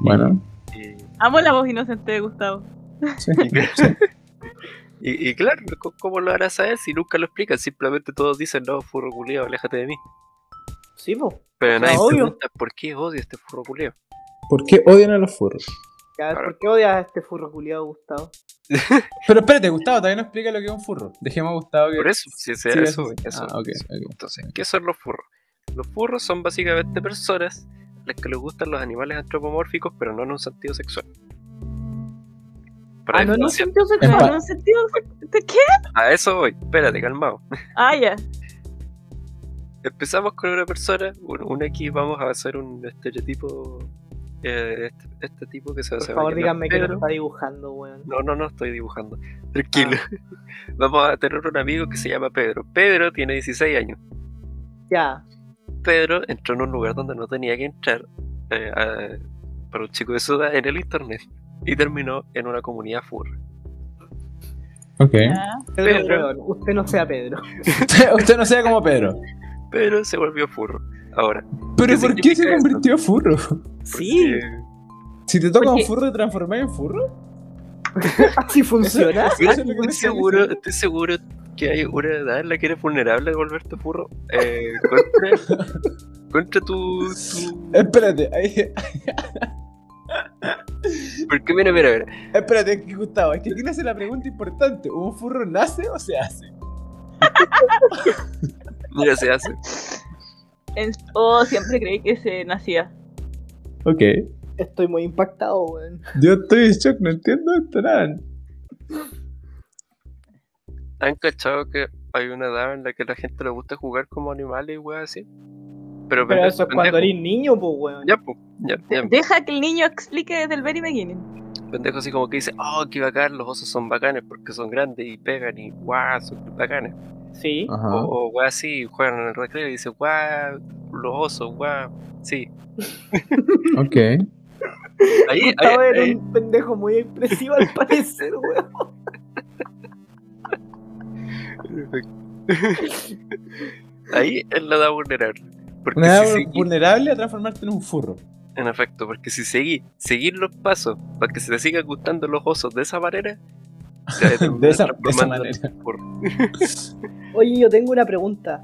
D: Bueno,
A: Y,
C: Amo la voz inocente de Gustavo.
D: sí.
A: y- y claro, co- ¿cómo lo harás a él si nunca lo explican? Simplemente todos dicen, no, furro culiao, aléjate de mí.
B: Sí, po.
D: Ah,
A: Pero nadie
B: obvio.
A: pregunta por qué odio este furro culiao.
D: ¿Por qué odian a los furros?
B: Ya,
A: Claro.
B: ¿Por qué odias a este furro culiado, Gustavo?
D: Pero espérate, Gustavo, todavía no explica lo que es un furro. Dejemos a Gustavo que.
A: Por eso, si
D: Sí,
A: se eso,
D: sí.
A: eso,
D: Ah, ok,
A: eso.
D: ok.
A: Entonces, ¿qué son los furros? Los furros son básicamente personas a las que les gustan los animales antropomórficos, pero no en un sentido sexual. Para
B: Ah, no, no,
A: diferenciar-
C: sentido sexual,
D: Empa-
C: no sentido sexual. ¿De qué?
A: A eso voy, espérate, calmado.
C: Ah,
D: ¿Eh?
C: ya.
A: Empezamos con una persona, un- una aquí vamos a hacer un estereotipo. eh, este, este tipo que se
B: Por
A: se va a
B: favor,
A: llenar
B: díganme que lo
A: Pedro.
B: está dibujando, weón.
A: No, no, no estoy dibujando. Tranquilo.
B: Ah.
A: Vamos a tener un amigo que se llama Pedro. Pedro tiene 16 años.
B: Ya.
A: Pedro entró en un lugar donde no tenía que entrar eh, a- para un chico de su edad en el internet y terminó en una comunidad furra.
D: Ok.
C: ya.
B: Pedro,
A: Pedro.
B: weón, usted no sea Pedro.
D: Usted, usted no sea como Pedro.
A: Pero se volvió furro. Ahora,
D: Pero
A: ¿Qué
D: ¿por qué
A: significa
D: se
A: eso?
D: convirtió a furro?
B: Sí,
A: porque-
D: Si te toca
C: Porque-
D: un furro, te transformás en furro.
B: así funciona.
D: Eso- eso es lo que me
A: estoy
D: está
A: seguro,
D: diciendo.
A: estoy seguro que hay una edad en la que eres vulnerable de volverte furro eh, contra, contra tu, tu-
D: Espérate, ahí-
A: Porque mira, mira, mira.
D: espérate, es que Gustavo, es que quién hace la pregunta importante. ¿Un furro nace o se hace?
A: Mira, se hace.
C: En- Oh, siempre creí que se nacía.
D: Ok.
B: Estoy muy impactado, weón.
D: Yo estoy en shock, no entiendo esto nada.
A: ¿Han cachado que hay una edad en la que la gente le gusta jugar como animales y weas así? Pero,
B: Pero
A: pende-
B: eso es cuando
A: pendejo.
B: eres niño, pues, weón.
A: Ya, pues, ya, ya.
C: Deja que el niño explique desde el very beginning.
A: pendejo así como que dice, oh, qué bacán, los osos son bacanes porque son grandes y pegan y guau, son bacanes.
B: Sí.
A: O,
D: Ajá.
A: o guau, sí, juegan en el recreo y dice, guau, los osos, guau, sí.
D: Ok.
A: Ahí, ahí,
B: Gustavo era
A: ahí-
B: un pendejo muy expresivo al parecer, weón.
A: ahí es la edad vulnerable. Porque
D: Una edad
A: si seguí-
D: vulnerable a transformarte en un furro.
A: en efecto, porque si seguí, seguir los pasos para que se te sigan gustando los osos de esa manera, te vas a terminar
D: De esa- de esa
A: transformando en
D: manera.
A: furro.
B: Oye, yo tengo una pregunta.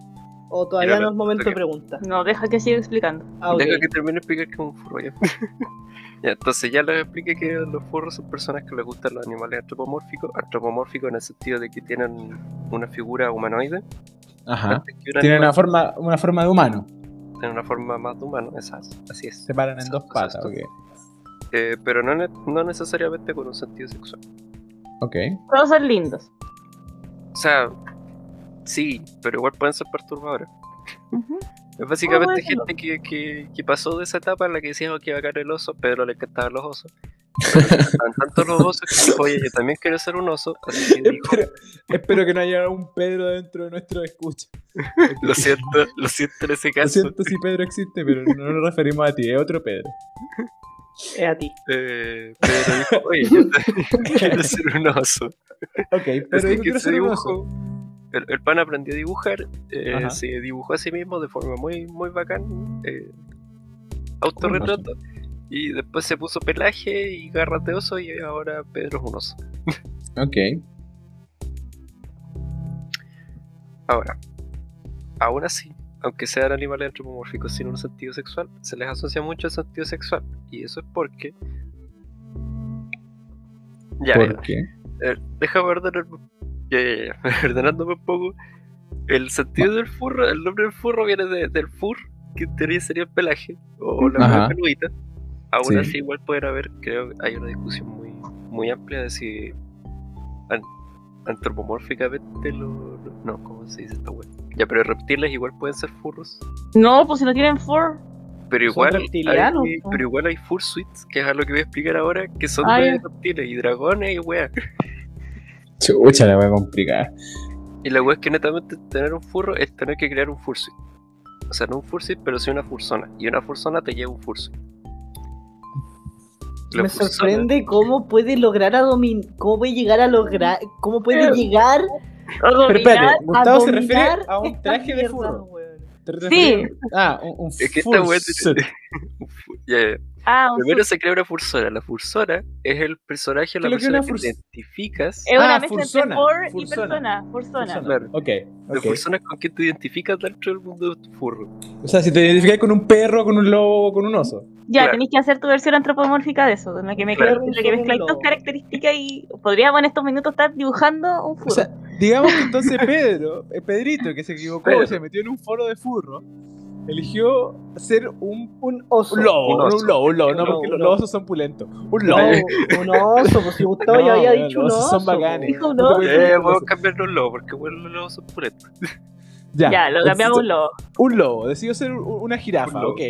B: O todavía
A: Tírala,
B: no es momento de
A: ok.
B: pregunta.
C: No, deja que siga explicando.
B: Ah, ok.
A: Deja que termine de explicar que es un furro ya. Ya, entonces ya les expliqué que los furros son personas que les gustan los animales antropomórficos, antropomórficos en el sentido de que tienen una figura humanoide,
D: Ajá.
A: antes que un
D: Tiene
A: animal,
D: una forma, una forma de humano.
A: tienen una forma más de humano, esas, así es.
D: Se paran en dos
A: Exacto,
D: patas, ok.
A: exacto. Eh, pero no, ne- no necesariamente con un sentido sexual.
D: Ok.
C: Todos son lindos.
A: O sea, sí, pero igual pueden ser perturbadores. Es básicamente
C: bueno.
A: gente que, que, que pasó de esa etapa en la que decíamos que iba a caer el oso, pero le encantaban los osos. Pero le encantaban tanto los osos que dijo, oye, yo también quiero ser un oso, así que dijo,
D: Espero, espero que no haya un Pedro dentro de nuestro escucha. Ok.
A: Lo siento, lo siento en ese
D: Lo
A: caso.
D: siento si Pedro existe, pero no nos referimos a ti, es otro Pedro.
B: Es a ti.
A: Eh, Pedro dijo, oye, yo también quiero ser un oso.
D: Ok, Pedro
A: Así
D: dijo
A: que
D: que
A: se
D: ser un
A: dibujó.
D: oso.
A: El, el pan aprendió a dibujar, eh,
D: Ajá.
A: se dibujó a sí mismo de forma muy, muy bacán, eh, autorretrato, y después se puso pelaje y garras de oso, y ahora Pedro es un oso.
D: Ok.
A: Ahora, aún así, aunque sean animales antropomórficos sin un sentido sexual, se les asocia mucho el sentido sexual, y eso es porque. Ya,
D: ¿Por qué?
A: Eh, deja perder eh, el Ya, ya, ya. Ordenándome un poco. El sentido del furro, el nombre del furro viene de- del fur, que en teoría sería el pelaje, o la
D: Ajá.
A: una peludita. Aún
D: Sí.
A: así, igual pueden haber, creo que hay una discusión muy, muy amplia de si an- antropomórficamente lo. lo- No, ¿cómo se dice esta wea? Ya, pero reptiles igual pueden ser furros.
C: No, pues si no tienen four.
A: Pero
B: Son
A: igual,
B: reptilianos,
A: hay,
B: po.
A: pero igual hay fursuits, que es a lo que voy a explicar ahora, que son
C: Ah,
A: de
C: ya.
A: reptiles y dragones y wea.
D: Chucha, la voy a complicar.
A: Y la wea es que netamente tener un furro es tener que crear un fursuit. O sea, no un fursuit, pero sí una fursona. Y una fursona te lleva un fursuit. La
B: Me
A: fursona-
B: sorprende cómo puede lograr a dominar, cómo puede llegar a lograr, cómo puede
C: Eh,
B: llegar
D: Pero espérate, Gustavo
B: a
D: se refiere
B: dominar
D: a un
B: estas
D: traje de
B: mierdas,
D: furro.
B: weón.
D: ¿Te
C: Sí.
D: refieres? Ah, un, un
A: Es que esta wea
D: fursuit.
A: tiene- un fu- ya, ya.
C: Ah, un
A: Primero
C: sur.
A: se crea una fursona. La fursona es el personaje, la
D: ¿Qué es lo que
A: persona
D: es
A: que
D: una furs-
A: identificas.
C: Es una
D: Ah,
C: mezcla
D: fursona,
C: entre four y
D: fursona.
C: persona. Fursona.
D: Fursona.
A: Claro.
D: Ok,
A: La
D: ok.
A: fursona es con quien te identificas dentro del mundo de tu furro.
D: O sea, si te identificas con un perro, con un lobo, con un oso.
C: Ya,
A: Claro.
C: tenéis que hacer tu versión antropomórfica de eso, en la que, me
A: Claro.
C: en la que mezcláis tus características y podríamos en estos minutos estar dibujando un furro.
D: O sea, digamos que entonces Pedro, eh, Pedrito, que se equivocó,
A: Pedro.
D: se metió en un foro de furro, eligió ser un,
B: Un oso.
D: un lobo,
A: Un
D: no,
A: oso.
D: un lobo, un lobo, no,
B: Un lobo,
D: porque
B: un
D: los
B: lobo.
D: osos son pulentos. Un
B: No,
D: lobo.
B: un oso, pues si Gustavo ya
D: No,
B: había
D: bueno,
B: dicho pues, un
D: los osos
B: oso.
D: son bacanes.
B: weón.
C: Dijo un
D: No te
C: oso.
D: puedes
A: Eh,
D: decir un
A: vamos
D: oso.
A: a cambiarnoslo, porque bueno, los lobos son puretos.
C: ya,
D: Ya,
C: lo
D: entonces,
C: cambiamos lo.
D: Un lobo, decidió ser un- una jirafa,
A: Un lobo.
D: ok.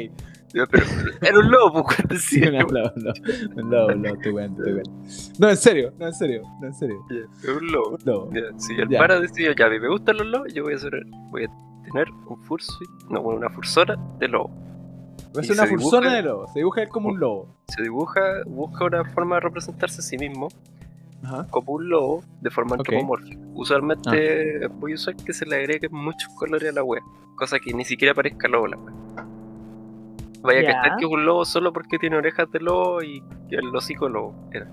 A: Ya, Pero era un lobo, pues, cuando
D: Sí,
A: decía.
D: no, no, no, no, no, te cuento, te cuento. No, en serio, no, en serio, no, en serio.
A: Era un lobo.
D: Un lobo.
A: Ya, si el
D: Ya.
A: para decidió, ya, a mí me gustan los lobos, yo voy a hacer, voy a tener un fursuit, no, bueno, una fursona de lobo.
D: Va a
A: Y
D: ser una
A: se dibuja-
D: fursona de lobo, se dibuja él como un lobo.
A: Se dibuja, busca una forma de representarse a sí mismo
D: Ajá.
A: como un lobo de forma
D: Ok. Ah.
A: antropomórfica. Usualmente voy a usar que se le agreguen muchos colores a la wea, cosa que ni siquiera parezca lobo la wea. Vaya
B: Ya.
A: a cachar que es un lobo solo porque tiene orejas de lobo y el hocico de lobo era.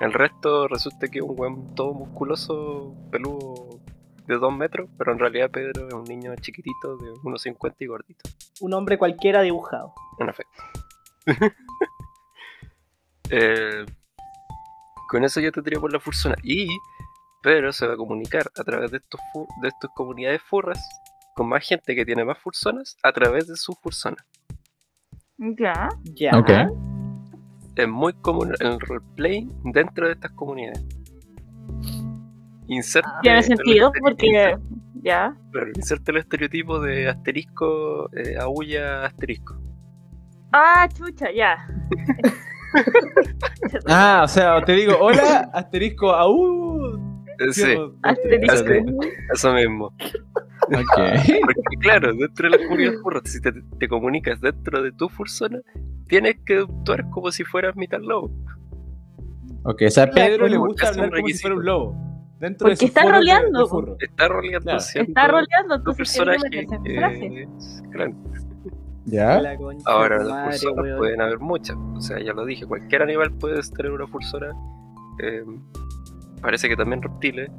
A: El resto resulta que es un weón todo musculoso, peludo de 2 metros, pero en realidad Pedro es un niño chiquitito de 1,50 y gordito.
B: Un hombre cualquiera dibujado.
A: En efecto. Eh, con eso ya te tendría por la fursona. Y Pedro se va a comunicar a través de estos fu- de estas comunidades furras con más gente que tiene más fursonas a través de sus fursonas.
C: Ya.
B: Ya.
E: Ok.
A: Es muy común el roleplay dentro de estas comunidades. Inserte,
C: Ah, Tiene
A: el
C: sentido
A: estere-
C: porque.
A: inserte-
C: Ya.
A: claro, inserte el estereotipo de asterisco, eh, aulla, asterisco.
C: Ah, chucha, ya.
D: Ah, o sea, te digo, hola, asterisco, aú.
A: Eh, sí,
D: cierro- Este,
C: Asterisco.
A: eso mismo.
E: Ok.
A: Porque claro, dentro de la comunidad furro, si te, te comunicas dentro de tu fursona, tienes que actuar como si fueras mitad lobo.
E: Ok, o sea,
D: A Pedro le gusta
A: Es un
D: hablar como si
A: requisito.
D: fuera un lobo. Dentro
C: Porque
D: de su
C: está
D: foro de-
C: roleando,
D: de
C: po.
D: furro.
A: Está roleando
D: Claro.
A: siendo
C: Está roleando,
A: tu
C: entonces tiene que
A: personaje.
C: meterse en
A: eh,
C: personaje.
A: claro.
E: ya.
B: Ah, La concha
A: Ahora,
B: de tu
A: las
B: madre,
A: fursonas
B: weón.
A: pueden haber muchas. O sea, ya lo dije, cualquier animal puede tener una fursona. eh, parece que también reptiles.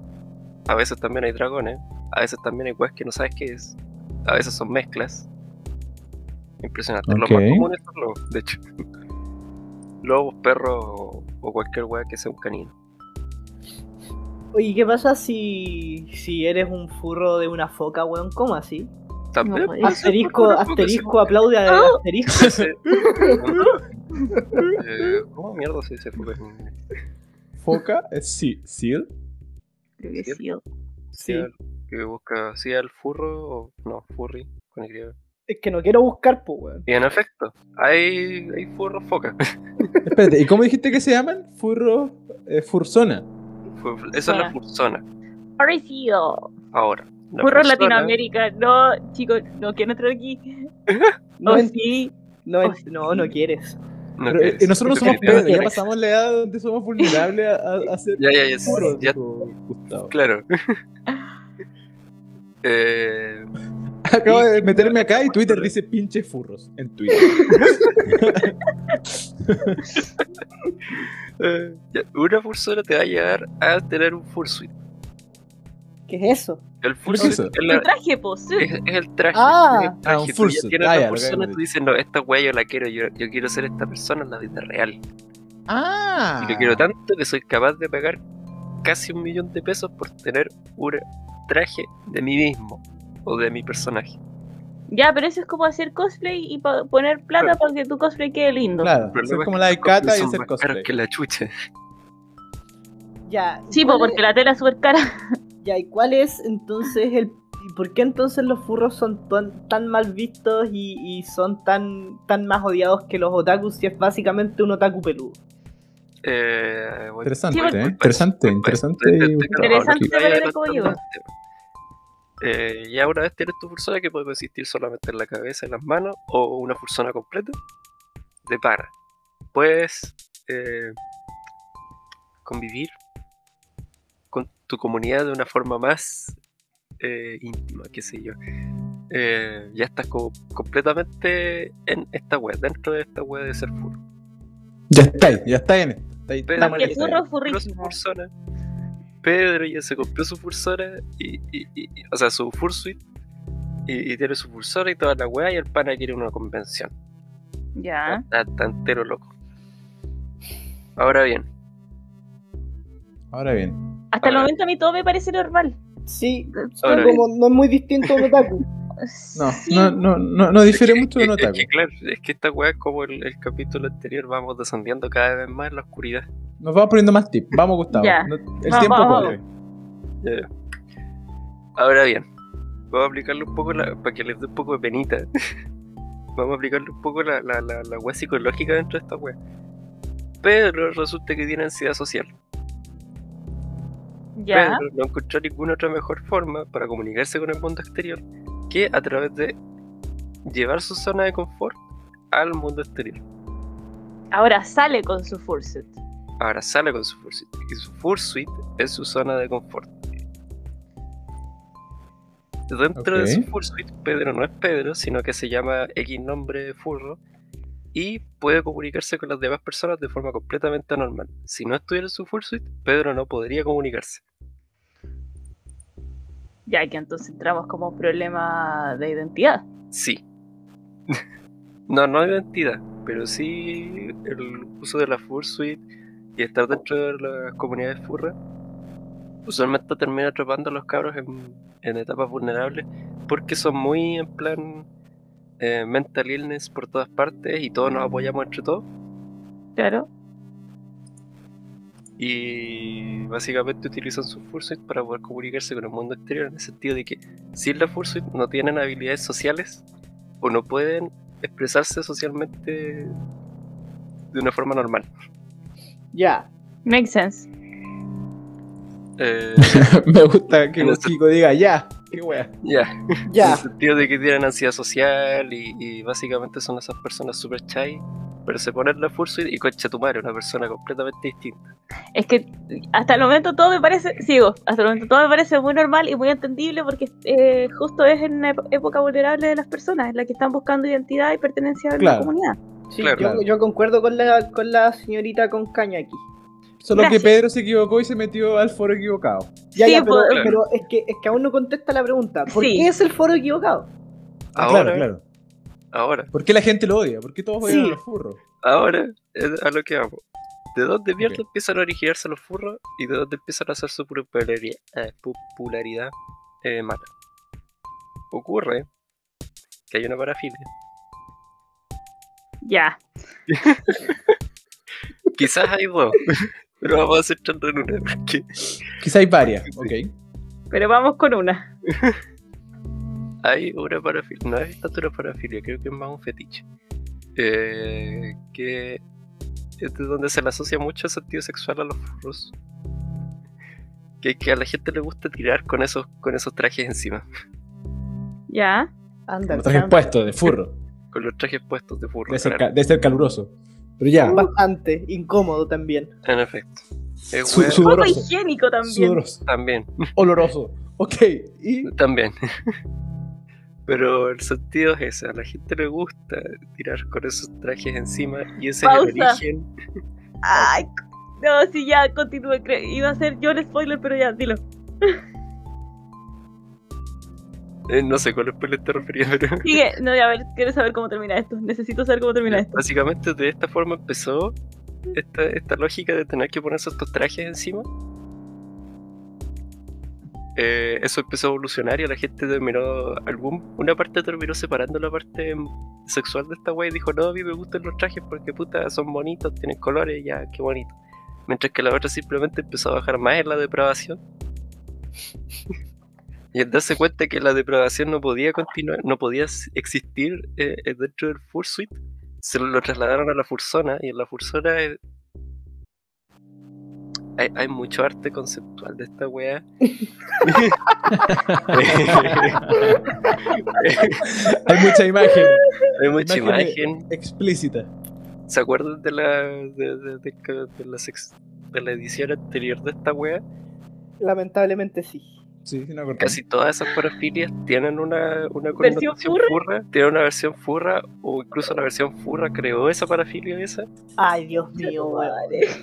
A: A veces también hay dragones. A veces también hay weas que no sabes qué es. A veces son mezclas. Impresionante. Lo más
E: Ok.
A: común es los lobos, de hecho. Lobos, perros o, o cualquier wea que sea un canino.
B: Oye, ¿qué pasa si, si eres un furro de una foca, weón? ¿Cómo así?
A: También.
C: No
A: puede
C: puede
A: ser
B: Asterisco,
A: una foca,
B: asterisco,
A: sí.
B: aplaude a
C: Ah.
B: asterisco.
A: Ese- Eh, ¿Cómo mierda se dice foca en inglés?
D: Foca, eh, sí, seal.
C: Creo que sí.
B: Sí.
A: Sea el Que busca, sea el furro o no, furry, con Y.
B: Es que no quiero buscar, pues, weón.
A: Y en efecto, hay, hay furros focas.
D: Espérate, ¿y cómo dijiste que se llaman? Furro, eh, fursona.
A: Fu- Esa es la
C: Fuera.
A: fursona.
C: Parecido.
A: Ahora. la
C: Furro
A: fursona-
C: Latinoamérica. No, chicos, no quiero entrar aquí.
B: No,
C: oh,
B: en-
C: sí.
B: no, en-
C: oh, sí.
B: no, no quieres.
A: No,
D: Pero,
A: que
D: eh,
A: es-
D: nosotros no somos
A: definitivamente-
D: Pedro, ya pasamos la edad donde somos vulnerables a, a- a ser
A: Ya, ya, ya,
D: furros,
A: ya,
D: dijo Gustavo.
A: claro. Eh,
D: Acabo de meterme acá y Twitter dice pinche furros en Twitter.
A: eh, ya, una fursona te va a llevar a tener un fursuit.
B: ¿Qué es eso?
A: El
D: es
A: fursuit es,
D: eso?
A: la-
C: Tu traje, pues.
A: es- es el traje.
B: Ah.
A: es el
D: Ah,
A: traje.
D: un
A: Tú ya
D: fursuit.
A: tienes
D: Ah,
A: la
D: ya, lo que
A: fursona,
D: habíamos
A: tú dices, no, esta weá yo la quiero, yo, yo quiero ser esta persona en la vida real.
D: Ah.
A: Y lo quiero tanto que soy capaz de pegar casi un millón de pesos por tener un traje de mí mismo o de mi personaje.
C: Ya, pero eso es como hacer cosplay y pa- poner plata para que tu cosplay quede lindo.
D: Claro,
A: Pero
D: hacer
A: luego
D: como la de
A: estos cosplays
D: Cata y
A: son
D: hacer
A: más
D: cosplay.
A: caros que la chucha.
B: Ya.
C: Sí, po,
B: ¿cuál
C: porque la tela es súper cara.
B: es- Ya, ¿y cuál es entonces el. y ¿Por qué entonces los furros son tan, tan mal vistos y, y son tan, tan más odiados que los otakus si es básicamente un otaku peludo?
A: Eh, bueno,
D: Interesante,
C: Sí, porque-
D: ¿eh? interesante, interesante.
C: Interesante
A: Ahora,
C: ver
A: ahora
C: cómo
A: estamos
C: llegó.
A: en el tema. Eh, ya una vez tienes tu persona que puede consistir solamente en la cabeza, en las manos o una persona completa de pana. Puedes eh, convivir con tu comunidad de una forma más eh, íntima, qué sé yo. Eh, ya estás como completamente en esta web, dentro de esta web de ser furro.
D: Ya está ahí, ya está en esto. Está ahí,
A: Pero
D: está
A: Más
D: ahí,
A: que
D: está ahí.
C: furro,
A: compró su
C: furrísimo.
A: Fursona. Pedro ya se compró su Fursona y, y- y- y- o sea, su Fursuit y, y tiene su Fursona y toda la weá y el pana quiere una convención.
C: Ya.
A: Está, está entero loco. Ahora bien,
D: Ahora bien.
C: Hasta el
A: Ahora-
C: momento a mí todo me parece normal.
B: Sí,
A: Ahora
B: son como, no es muy distinto a un otaku.
D: No,
C: Sí.
D: no, no, no, no difiere mucho de
A: es,
D: un
A: es
D: otaku.
A: que claro, es que esta weá es como el, el capítulo anterior, vamos descendiendo cada vez más en la oscuridad.
D: Nos vamos poniendo más tips. Vamos, Gustavo.
C: Ya.
D: No- el
C: Vamos,
D: tiempo
C: vamos.
D: corre.
A: Ya. Ahora bien, vamos a aplicarle un poco la, para que les dé un poco de penita. vamos a aplicarle un poco la, la, la, la wea psicológica dentro de esta wea. Pedro resulta que tiene ansiedad social.
C: Ya.
A: Pedro no encontró ninguna otra mejor forma para comunicarse con el mundo exterior que a través de llevar su zona de confort al mundo exterior.
C: Ahora sale con su fursuit.
A: Ahora sale con su fursuit. Y su fursuit es su zona de confort. Dentro de su
D: Ok.
A: fursuit, Pedro no es Pedro, sino que se llama X nombre furro. Y puede comunicarse con las demás personas de forma completamente anormal. Si no estuviera en su fursuit, Pedro no podría comunicarse.
C: Ya que entonces entramos como problema de identidad.
A: Sí. no, no identidad, pero sí el uso de la fursuit y estar dentro de las comunidades furras. Usualmente termina atrapando a los cabros en, en etapas vulnerables porque son muy en plan eh, mental illness por todas partes y todos nos apoyamos entre todos.
C: Claro.
A: Y básicamente utilizan su Fursuit para poder comunicarse con el mundo exterior en el sentido de que sin la Fursuit no tienen habilidades sociales o no pueden expresarse socialmente de una forma normal.
B: Ya.
C: Makes sense.
A: Eh,
D: Me gusta que
A: En
D: el
A: este-
D: chico diga ya. Qué wea.
A: ya, en
B: Ya,
A: el sentido de que tienen ansiedad social y, y básicamente son esas personas super chai, pero se ponen la Fursuit y concha tu madre, una persona completamente distinta.
C: Es que hasta el momento todo me parece, sigo, hasta el momento todo me parece muy normal y muy entendible porque eh, justo es en una ep- época vulnerable de las personas, en la que están buscando identidad y pertenencia a
D: Claro.
C: la comunidad.
B: sí,
A: claro.
B: yo, yo concuerdo con la, con la señorita con caña aquí.
D: Solo
C: Gracias.
D: que Pedro se equivocó y se metió al foro equivocado.
B: Ya,
C: Sí,
B: ya, pero,
A: pues-
B: pero es, que, es que aún no contesta la pregunta. ¿Por
C: Sí.
B: qué es el foro equivocado?
D: Ah,
A: Ahora,
D: Claro, claro.
A: ahora,
D: ¿Por qué la gente lo odia? ¿Por qué todos
B: Sí.
D: odian a los furros?
A: ahora, eh, a lo que vamos. ¿De dónde mierda
D: Ok.
A: empiezan a originarse los furros y de dónde empiezan a hacer su popularidad, eh, popularidad eh, mala? Ocurre que hay una parafilia.
C: Ya.
A: Quizás hay dos, pero vamos a centrarnos en una. Porque
D: Quizá hay varias. Ok.
C: Pero vamos con una.
A: hay una parafilia, no es tanto una parafilia, creo que es más un fetiche. Eh, que es de donde se le asocia mucho el sentido sexual a los furros. Que, que a la gente le gusta tirar con esos, con esos trajes encima,
C: Ya.
B: Anda,
D: Los trajes
B: anda.
D: puestos de furro.
A: con los trajes puestos de furro.
D: Debe ser,
A: claro,
D: ca- debe ser caluroso. Pero ya.
B: Bastante incómodo también.
A: en efecto. Es
D: Su-
A: wea-
C: Poco
D: sudoroso.
C: higiénico también.
D: Sudoroso.
A: También.
D: Oloroso. Ok. Y.
A: También. Pero el sentido es ese, a la gente le gusta tirar con esos trajes encima y ese es el
C: Pausa.
A: origen.
C: Ay, no, sí, ya, continúe. cre- Iba a ser yo el spoiler, pero ya, dilo.
A: Eh, no sé cuál spoiler te refería, pero
C: Sigue, no, ya, a ver, quiero saber cómo termina esto. Necesito saber cómo termina esto.
A: básicamente de esta forma empezó esta, esta lógica de tener que ponerse estos trajes encima eh, eso empezó a evolucionar y la gente terminó, algún, una parte terminó separando la parte sexual de esta wea y dijo, no, a mí me gustan los trajes porque puta, son bonitos, tienen colores, ya, qué bonito. Mientras que la otra simplemente empezó a bajar más en la depravación. y al darse cuenta que la depravación no podía continuar, no podía existir eh, dentro del Fursuit, se lo, lo trasladaron a la Fursona y en la Fursona eh, hay, hay mucho arte conceptual de esta weá.
D: Hay mucha imagen.
A: hay mucha
D: Imágenes
A: imagen.
D: Explícita.
A: ¿Se acuerdan de la, de, de- de- de- de la, sex- de la edición anterior de esta wea?
B: Lamentablemente sí.
D: Sí, sí, no cortamos.
A: Casi todas esas parafilias tienen una, una
C: ¿Versión
A: connotación furra? tienen una versión furra, o incluso la versión furra creó esa parafilia esa.
B: Ay, Dios mío,
C: pues,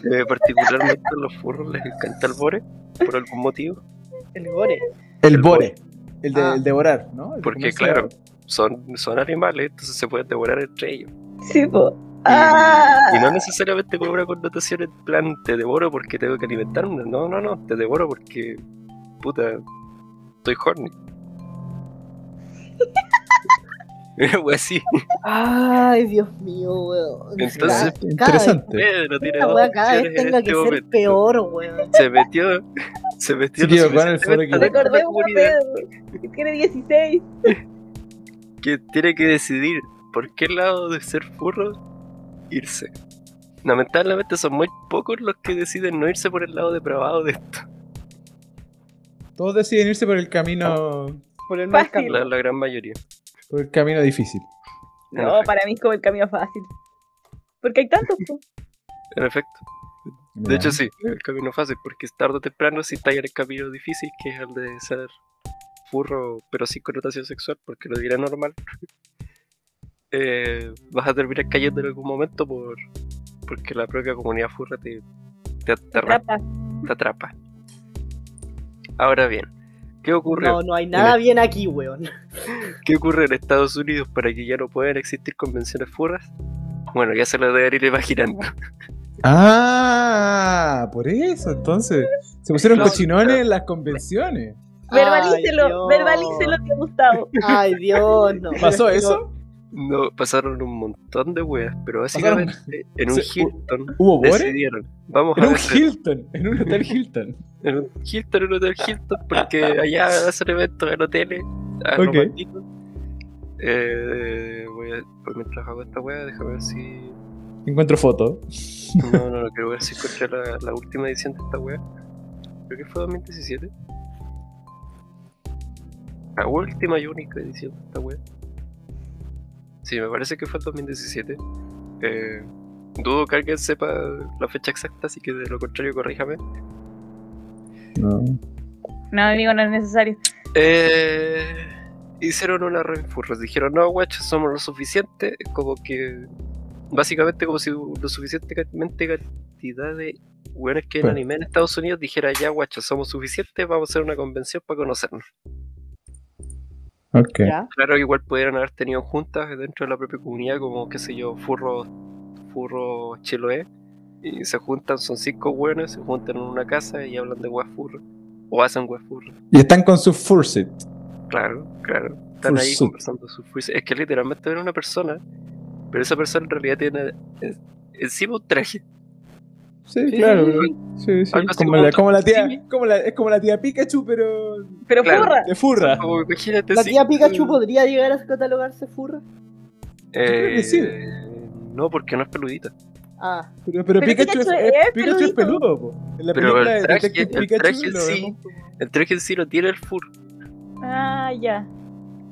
B: weón.
A: Eh, particularmente a los furros les encanta el bore, por algún motivo.
B: El gore.
D: El bore. El de,
B: Ah.
D: el devorar, ¿no? El de
A: Porque,
D: comerse
A: claro,
D: a-
A: son, son animales, entonces se pueden devorar entre ellos.
C: Sí, po.
A: Y,
C: Ah.
A: y no necesariamente con una connotación en plan te devoro porque tengo que alimentarme. No, no, no, te devoro porque, puta, estoy horny. Una wea así.
B: Ay, Dios mío, weón.
A: Entonces,
B: Cada-
D: Interesante.
A: Pedro eh, tiene
B: Cada,
A: dos
B: weá cada
A: opciones
B: vez
A: en
B: tenga que
A: este
B: ser
A: momento.
B: peor, weón.
A: Se metió, se metió
D: Se equivocó en el foro
A: suficientemente
D: equivocado.
A: adentro de la
C: Recordemos a
A: comunidad
C: Pedro, que tiene 16.
A: que tiene que decidir por qué lado de ser furro irse. Lamentablemente son muy pocos los que deciden no irse por el lado depravado de esto.
D: Todos deciden irse por el camino.
B: Por el
C: Fácil.
B: mercado.
A: La, la gran mayoría.
D: Por el camino difícil.
A: En
C: No,
A: efecto,
C: para mí es como el camino fácil. Porque hay tantos, po.
A: En efecto. De hecho, sí, el camino fácil, porque tarde o temprano si está en el camino difícil, que es el de ser furro, pero sin connotación sexual, porque lo dirá normal, eh, vas a terminar cayendo en algún momento por porque la propia comunidad furra te, te, te arrastra,
C: Rapas.
A: te atrapa. Ahora bien, ¿qué ocurrió?
B: No, no hay nada bien aquí, weón.
A: ¿Qué ocurre en Estados Unidos para que ya no puedan existir convenciones furras? Bueno, ya se lo deben ir imaginando.
D: Ah, por eso, entonces. Se pusieron
A: Claro,
D: cochinones
A: claro.
D: en las convenciones.
B: Ay,
C: Verbalícelo,
B: Dios.
C: verbalícelo, tío Gustavo.
B: Ay, Dios, no.
D: ¿Pasó
B: Pero
D: eso?
A: No, pasaron un montón de weas, pero
D: Pasaron-
A: básicamente en un
D: Se-
A: Hilton
D: ¿Hubo bore?
A: decidieron, vamos
D: En
A: a
D: un
A: hacer
D: Hilton, en un hotel Hilton.
A: en un Hilton, en un
D: Ah.
A: hotel Hilton, porque allá hacen eventos en hoteles, a
D: Ok.
A: Eh, voy a, por mientras hago esta wea, déjame ver si...
D: Encuentro foto.
A: No, no, no, quiero ver si encontré la, la última edición de esta wea. Creo que fue 2017. La última y única edición de esta wea. Sí, me parece que fue el 2017. Eh, dudo que alguien sepa la fecha exacta, así que de lo contrario, corríjame.
D: No.
C: No, amigo, no es necesario.
A: Eh, hicieron una renfurra. Dijeron, no, guachos, somos lo suficiente. Como que. Básicamente, como si lo suficientemente cantidad de weones que ven
D: Claro.
A: anime en Estados Unidos dijera, ya, guachos, somos suficientes, vamos a hacer una convención para conocernos.
D: Ok.
B: Ya.
A: Claro, igual pudieran haber tenido juntas dentro de la propia comunidad, como, qué sé yo, furros, furros chiloé. Y se juntan, son cinco weones, se juntan en una casa y hablan de weas furro. O hacen weas furro.
D: Y están con su fursuit.
A: Claro, claro. Están ahí
D: Fursuit.
A: conversando su fursuit. Es que literalmente era una persona, pero esa persona en realidad tiene eh, encima un traje.
D: Sí, claro. Sí, sí.
A: Algo así
D: Como
A: como
D: la,
A: un
D: como la tía,
A: Jimmy.
D: como la, es como la tía Pikachu, pero
C: Pero
A: Claro.
C: furra.
D: de furra.
A: Como, imagínate
B: ¿La
A: si-
B: tía Pikachu podría llegar a catalogarse furra?
A: Eh,
D: que sí.
A: No, porque no es peludita.
B: Ah,
D: Pero, pero, Pikachu, es, es- Pikachu es
C: peludito.
D: peludo, po. En la
A: Pero
D: película
A: el
D: de
A: traje-
D: Detective
A: el
D: Pikachu
A: traje
D: lo
A: sí.
D: vemos como-
A: El traje en sí no tiene el fur.
C: Ah, ya.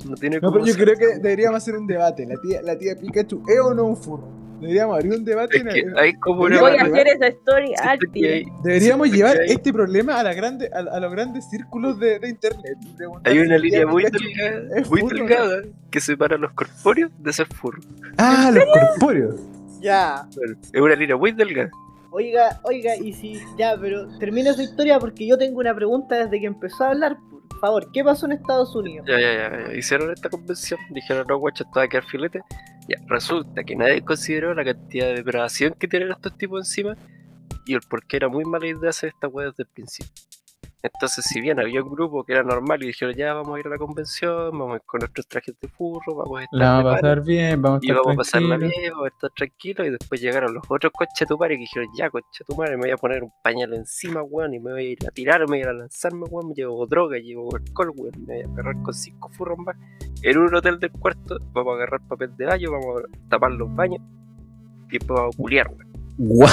A: No tiene
D: No,
A: como
D: pero yo
A: ser-
D: creo que deberíamos hacer un debate. La tía, la tía Pikachu es o no un furro. Deberíamos abrir un debate.
A: Es
D: en-
A: que
D: en-
A: hay como una.
D: Pero
C: Voy a
D: bueno,
C: hacer esa story
A: siento
C: al
A: que hay-
C: tiro.
D: Deberíamos
A: siento que
D: llevar
A: hay-
D: este problema a, la grande, a, a los grandes círculos de, de internet. Preguntar
A: Hay
D: si
A: una
D: la tía
A: línea muy
D: Pikachu-
A: delgada,
D: es
A: muy
D: furro, ¿no?
A: delgada que separa los corpóreos de ser furro.
D: Ah, los corpóreos.
B: ya.
A: Bueno, es una línea muy delgada.
B: Oiga, oiga, y si. Ya, pero termina esa historia porque yo tengo una pregunta desde que empezó a hablar. Por favor, ¿qué pasó en Estados Unidos?
A: Ya, ya, ya, ya. Hicieron esta convención, dijeron, no, guacho, esto va a quedar filete. Ya, resulta que nadie consideró la cantidad de depredación que tienen estos tipos encima y el por qué era muy mala idea hacer esta weá desde el principio. Entonces, si bien había un grupo que era normal y dijeron, ya vamos a ir a la convención, vamos a ir con nuestros trajes de furro, vamos a estar
E: La
A: de
E: vamos a
A: pana,
E: pasar bien, vamos a
A: y
E: estar
A: vamos a pasarla
E: tranquilos.
A: bien, vamos a estar tranquilos. Y después llegaron los otros conchetumares que dijeron, ya conchetumares, me voy a poner un pañal encima, weón, y me voy a ir a tirar, me voy a ir a lanzarme, weón, me llevo droga, llevo alcohol, weón, me voy a agarrar con cinco furros más. En un hotel del cuarto vamos a agarrar papel de baño, vamos a tapar los baños y después vamos a culiar, weón.
D: What?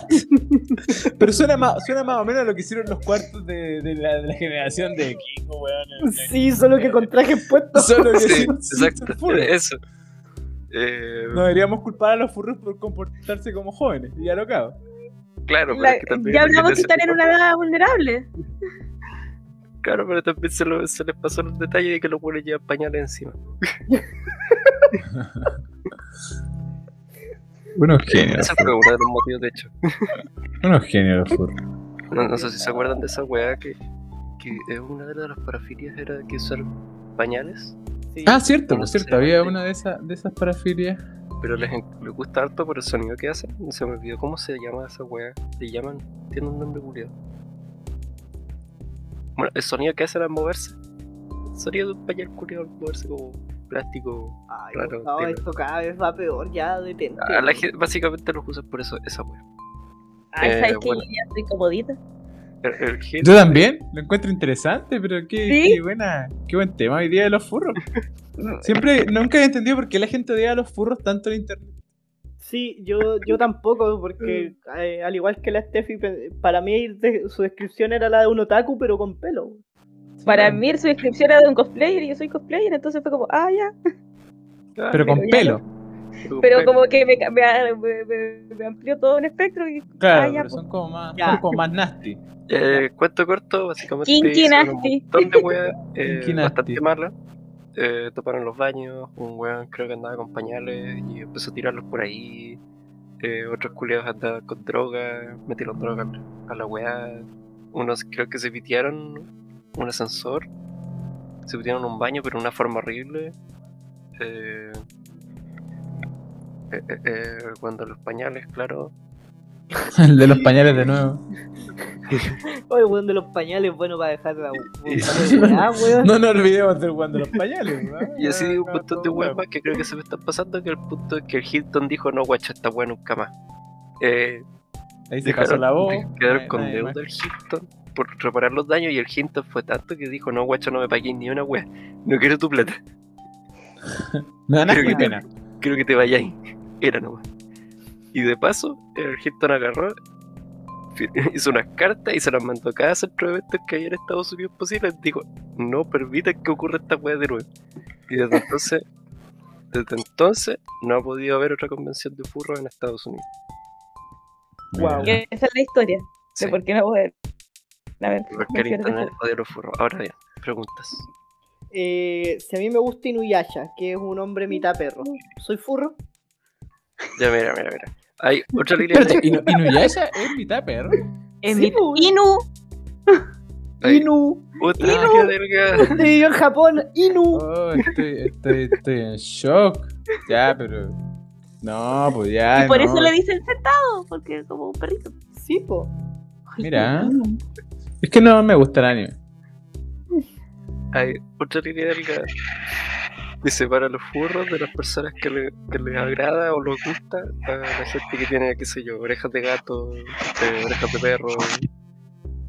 D: Pero suena más, suena más o menos a lo que hicieron los cuartos de, de la, de la generación de Kiko, weón. en- en-
B: Sí, solo que con trajes puestos.
D: Solo que
A: Sí,
D: sin-
A: exacto,
D: sin furro.
A: eso. Eh,
D: No deberíamos culpar a los furros por comportarse como jóvenes y alocados.
A: Claro, pero
C: La-
A: es que también
C: ya hablamos
A: en ese
C: que están en una edad vulnerable.
A: Claro, pero también se, lo- se les pasó el detalle de que los buenos llevan pañales encima.
E: Unos genios,
A: Ese fue uno de los motivos, de hecho.
E: unos genios los furros.
A: No, no sé si se acuerdan de esa weá que, que es una de las parafilias era que usar pañales,
B: Sí.
E: Ah, cierto, por
A: Unos
E: cierto, había
A: genios.
E: una de esas, de esas parafilias.
A: pero les, en- les gusta harto por el sonido que hacen. Se me olvidó cómo se llama esa weá. Le llaman, tiene un nombre curioso. Bueno, el sonido que hacen al moverse. El sonido de un pañal curioso al moverse como plástico.
B: Ay,
A: Claro,
B: Gustavo,
A: dime.
B: esto cada vez va peor, ya detente.
A: A la gente- básicamente los usan por eso, esa weá.
C: Ay,
A: Eh,
C: Ah, ¿sabes qué?
A: bueno.
C: Yo ya estoy comodita.
A: El, el hit-
E: Yo también, lo encuentro interesante, pero qué,
C: ¿Sí?
E: qué buena, qué buen tema hoy día de los furros.
A: Ah,
E: Siempre, nunca he entendido por qué la gente odia a los furros tanto en internet.
B: Sí, yo, yo tampoco, porque eh, al igual que la Steffi, pe- para mí de- su descripción era la de un otaku, pero con pelo.
C: Para mí su descripción era de un cosplayer y yo soy cosplayer, entonces fue como, ah, ya.
A: Ah,
E: Pero con
C: Pero ya
E: pelo.
C: Pero como que me, ca- me- me- me- me amplió todo un espectro. Y,
E: Claro,
C: ah, ya,
E: pero
C: pues.
E: son como más,
B: Ya.
E: son como más nasty.
A: Eh, cuento corto, básicamente.
C: Kinky
A: hicieron
C: nasty.
A: Un montón de weas eh,
E: Kinky nasty.
A: bastante malas. Eh, toparon los baños, un weón creo que andaba con pañales y empezó a tirarlos por ahí. Eh, otros culiados andaban con droga, metieron droga a la- a la wea. Unos creo que se pitearon un ascensor, se pitearon un baño, pero de una forma horrible. Eh, eh, eh, eh, cuando los pañales, claro.
E: El de los pañales de nuevo.
B: Oye, weón de los pañales, bueno, para dejar la.
A: Y-
B: Ah, weón.
D: No nos olvidemos del guan de los pañales, ¿no?
A: Y así pues,
E: Ah,
A: un
D: No, no,
A: montón
D: no,
A: de
D: Ah, no,
A: weas más que creo que se me están pasando que el punto es que el Hilton dijo no guacho esta wea nunca más. Eh,
D: Ahí se pasó
A: dejaron,
D: la voz.
A: de- quedaron
D: Nadie-
A: con
D: nadie
A: deuda
D: más.
A: el Hilton por reparar los daños y el Hilton fue tanto que dijo no guacho no me paguéis ni una wea. No quiero tu plata,
E: Me dan asco
A: Creo
E: y
A: que-
E: pena.
A: quiero que te vayáis. Era nomás. Y de paso, el Hilton agarró, fi- hizo unas cartas y se las mandó a cada centro de eventos que había en Estados Unidos posible. Dijo, no permitan que ocurra esta wea de nuevo. Y desde entonces, desde entonces, no ha podido haber otra convención de furros en Estados Unidos.
B: Guau.
E: Mira.
C: y esa es la historia
A: Sí,
C: de por qué no puedo. A ver,
A: porque el
C: menciones de
A: internet odia los furros. Ahora bien, preguntas.
B: Eh, si a mí me gusta Inuyasha, que es un hombre mitad perro,
C: Mm.
B: ¿soy furro?
A: Ya, mira, mira, mira. Hay otra línea
E: Espérate, Inu- Inuyasha es mitad perro.
C: Es
B: Sí,
C: mi
B: pues.
C: Inu.
A: Ay.
B: Inu,
A: Otra
B: Inu.
A: línea delgada.
B: te vivió en Japón, Inu.
E: Oh,
D: Ah.
E: estoy, estoy, estoy en shock. Ya, pero. No, pues ya.
C: y por
E: no.
C: eso le dicen sentado, porque es como un perrito.
B: Sí, po.
C: Ay,
E: Mira.
C: Dios mío.
E: Es que no me gusta el anime.
A: Hay otra línea delgada que separa los furros de las personas que, le- que les agrada o les gusta a la gente que tiene, qué sé yo, orejas de gato, eh, orejas de perro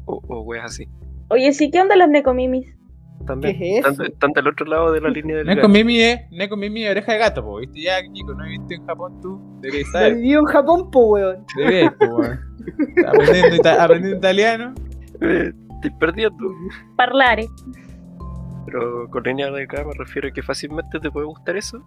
A: o, o weas así.
C: Oye, sí, ¿qué onda los necomimis?
A: También.
B: ¿Qué es eso?
A: Tanto, tanto al otro lado de la línea delgada.
E: Neko Mimi es Neko Mimi es oreja de gato, po. ¿viste? Ya, Kiko, no viste en Japón tú. Deberías
B: Te
E: saber.
B: vivió en Japón, po, weón.
E: Deberías, po, weón. Aprendiendo, ita- aprendiendo italiano.
A: Eh, Estoy perdiendo.
C: Parlare.
A: Pero con línea delgada me refiero a que fácilmente te puede gustar eso.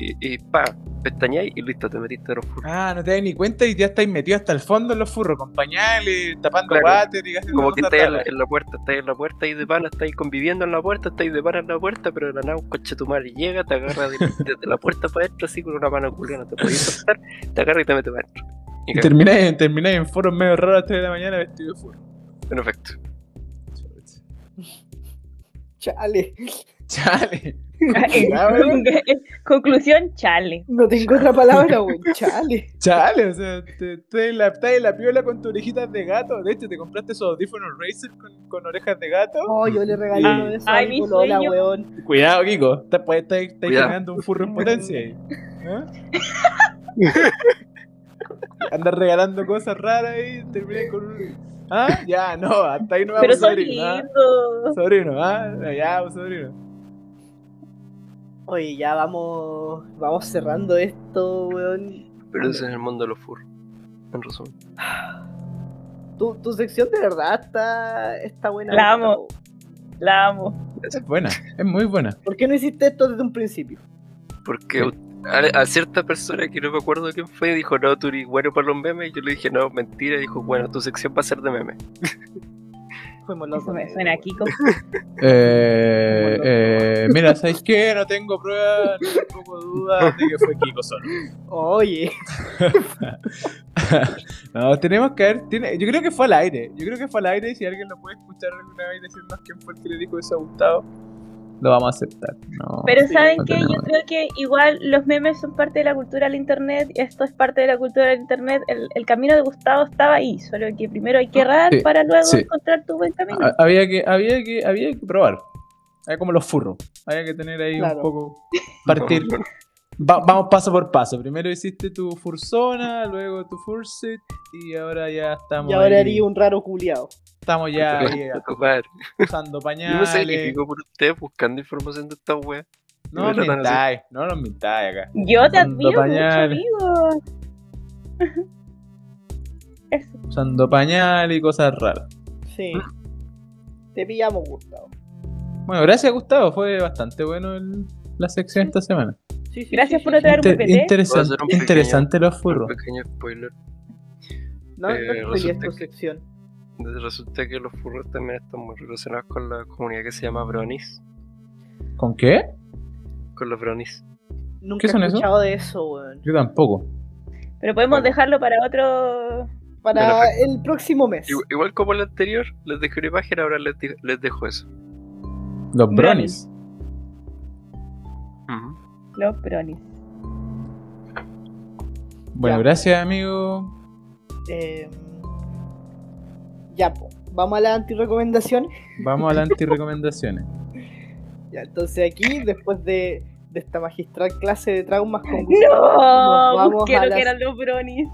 A: Y, y pa, pestañáis y listo, te metiste a los furros.
E: Ah, no te das ni cuenta y ya estáis metido hasta el fondo en los furros, con pañales, tapando
A: Claro.
E: water y haciendo
A: Como que
E: cosas
A: estáis en la,
E: raras.
A: en la puerta, estáis en la puerta y de pana, estáis conviviendo en la puerta, estáis de pana en la puerta, pero de la nada un coche tu madre llega, te agarra de- desde la puerta para adentro así con una mano culiana, te podéis soltar, te agarra y te mete para adentro. Y
E: Y
A: cago.
E: termináis, termináis en foros medio raros a las 3 de la mañana vestido de furro.
A: Perfecto.
B: Chale.
D: Chale.
C: Ya, weón. eh, Conclusión, chale.
B: No tengo otra palabra, weón. Chale.
D: Chale, o sea, te, te la, estás en la piola con tus orejitas de gato. De hecho, te compraste esos audífonos Razer con, con orejas de gato.
B: Oh, yo le regalé uno de esos a
C: Ay,
B: mi
C: mi
B: polola,
C: sueño.
B: weón.
D: Cuidado, Kiko. Estás está, está
A: Cuidado.
D: generando un furro en potencia. ahí, ¿eh? Andas regalando cosas raras ahí. Terminé con un. ¿Ah? Ya, no. Hasta ahí no va
C: Pero
D: a
C: son
D: sobrino. ¿ah?
C: lindos.
D: Sobrino, ¿ah? Ya, un sobrino.
B: Oye, ya vamos.
F: Vamos cerrando esto, weón.
A: Pero ese es el mundo de los furros. En resumen.
F: Tu, tu sección de verdad está, está buena.
C: La
F: Gustavo.
C: amo. La amo.
D: Esa es buena. Es muy buena.
F: ¿Por qué no hiciste esto desde un principio?
A: Porque a, a cierta persona que no me acuerdo quién fue dijo, no, tú eres bueno para los memes. Y yo le dije, no, mentira. Y dijo, bueno, tu sección va a ser de memes.
F: Fuimos los
C: Eso me
F: dos.
C: suena a Kiko.
D: Eh, eh, mira, ¿sabes qué? No tengo pruebas, ni tampoco dudas de que fue Kiko solo.
F: Oye,
D: No, tenemos que ver. tiene- yo creo que fue al aire. Yo creo que fue al aire. y Si alguien lo puede escuchar alguna vez y decirnos quién fue el que le dijo eso a Gustavo, lo vamos a aceptar. No,
C: Pero ¿saben
D: no
C: qué? Yo
D: tenemos-
C: creo que igual los memes son parte de la cultura del internet, esto es parte de la cultura del internet, el, el camino de Gustavo estaba ahí, solo que primero hay que errar
D: Ah, Sí,
C: para luego
D: sí. Ah,
C: encontrar tu buen camino.
D: Ha- Había que, había que, había que probar. Era como los furros. Había que tener ahí
B: Claro.
D: un poco. Partir. Va- vamos paso por paso. Primero hiciste tu fursona, luego tu fursuit y ahora ya estamos.
B: Y ahora
D: ahí.
B: haría un raro culiao.
D: Estamos ya ahí
A: Compadre,
D: usando
A: Yo me
D: pañales.
A: sacrifico por ustedes buscando información de esta wea.
D: No
A: me tratan
D: mintáis, no nos mintáis acá.
C: Yo te
D: Usando
C: admiro
D: pañales.
C: mucho, amigo. Eso.
D: Usando pañales y cosas raras.
B: Sí. Te pillamos, Gustavo.
D: Bueno, gracias Gustavo, fue bastante bueno el- la sección esta semana.
B: Sí, sí,
C: Gracias
B: sí,
C: por
B: sí,
C: otra- Traer un
D: Inter-
C: PPT.
A: Voy a
D: interesante
A: hacer un pequeño-
D: interesante los furros.
A: Un pequeño spoiler.
B: sí. No, no
A: Eh,
B: estoy
A: resulta
B: en tu
A: que-
B: sección.
A: Resulta que los furros también están muy relacionados con la comunidad que se llama Bronis.
D: ¿Con qué?
A: Con los Bronis.
B: Nunca
D: ¿Qué son
B: he
D: eso?
B: escuchado de eso, weón.
D: Yo tampoco.
C: Pero podemos
A: Bueno.
C: dejarlo para otro...
B: Para
A: Perfecto.
B: el próximo mes.
A: Igu- Igual como el anterior, les dejé una imagen, ahora les, di- les dejo eso.
D: Los
C: Bronies.
D: bronies.
C: Los pronis.
D: Bueno,
B: Ya.
D: gracias amigo.
B: Eh, ya, po. Vamos a la antirecomendación.
D: Vamos a las antirecomendaciones.
B: Ya, entonces aquí, después de, de esta magistral clase de traumas con Nos
C: No,
B: vamos
C: busqué
B: a
C: lo
B: las-
C: que eran los pronis.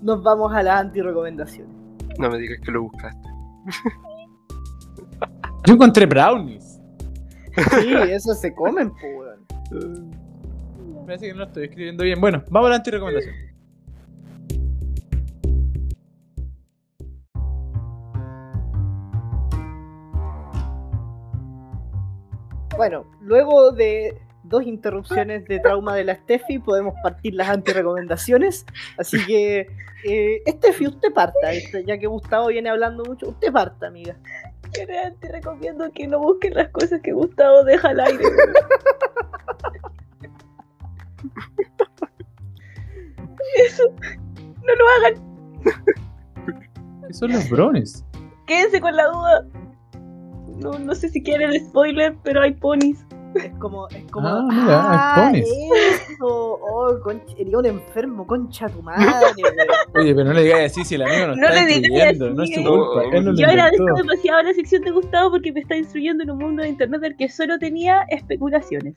B: nos vamos a las antirecomendaciones.
A: No me digas que lo buscaste.
D: Yo encontré brownies.
B: Sí, eso se comen, po, weón.
D: Parece que no lo estoy escribiendo bien. Bueno, vamos a la antirecomendación.
B: Bueno, luego de dos interrupciones de trauma de la Steffi, podemos partir las antirecomendaciones. Así que, eh, Steffi, usted parta, este, ya que Gustavo viene hablando mucho. Usted parta, amiga.
C: Gerard, Te recomiendo que no busquen las cosas que Gustavo deja al aire. Eso, no lo hagan.
D: ¿Qué son los brownies?
C: Quédense con la duda. No, no sé si quieren el spoiler, pero hay ponis.
B: Es como. Es como
D: Ah, mira, ponis.
B: eso. Oh, concha, sería un enfermo, concha tu madre. weón.
D: Oye, pero no le digáis así si el amigo nos
C: No le
D: está
C: digáis
D: incluyendo.
C: así,
D: No es su
C: eh.
D: culpa. Él no lo
C: Yo agradezco
D: inventó.
C: demasiado la sección de Gustavo porque me está instruyendo en un mundo de internet del que solo tenía especulaciones.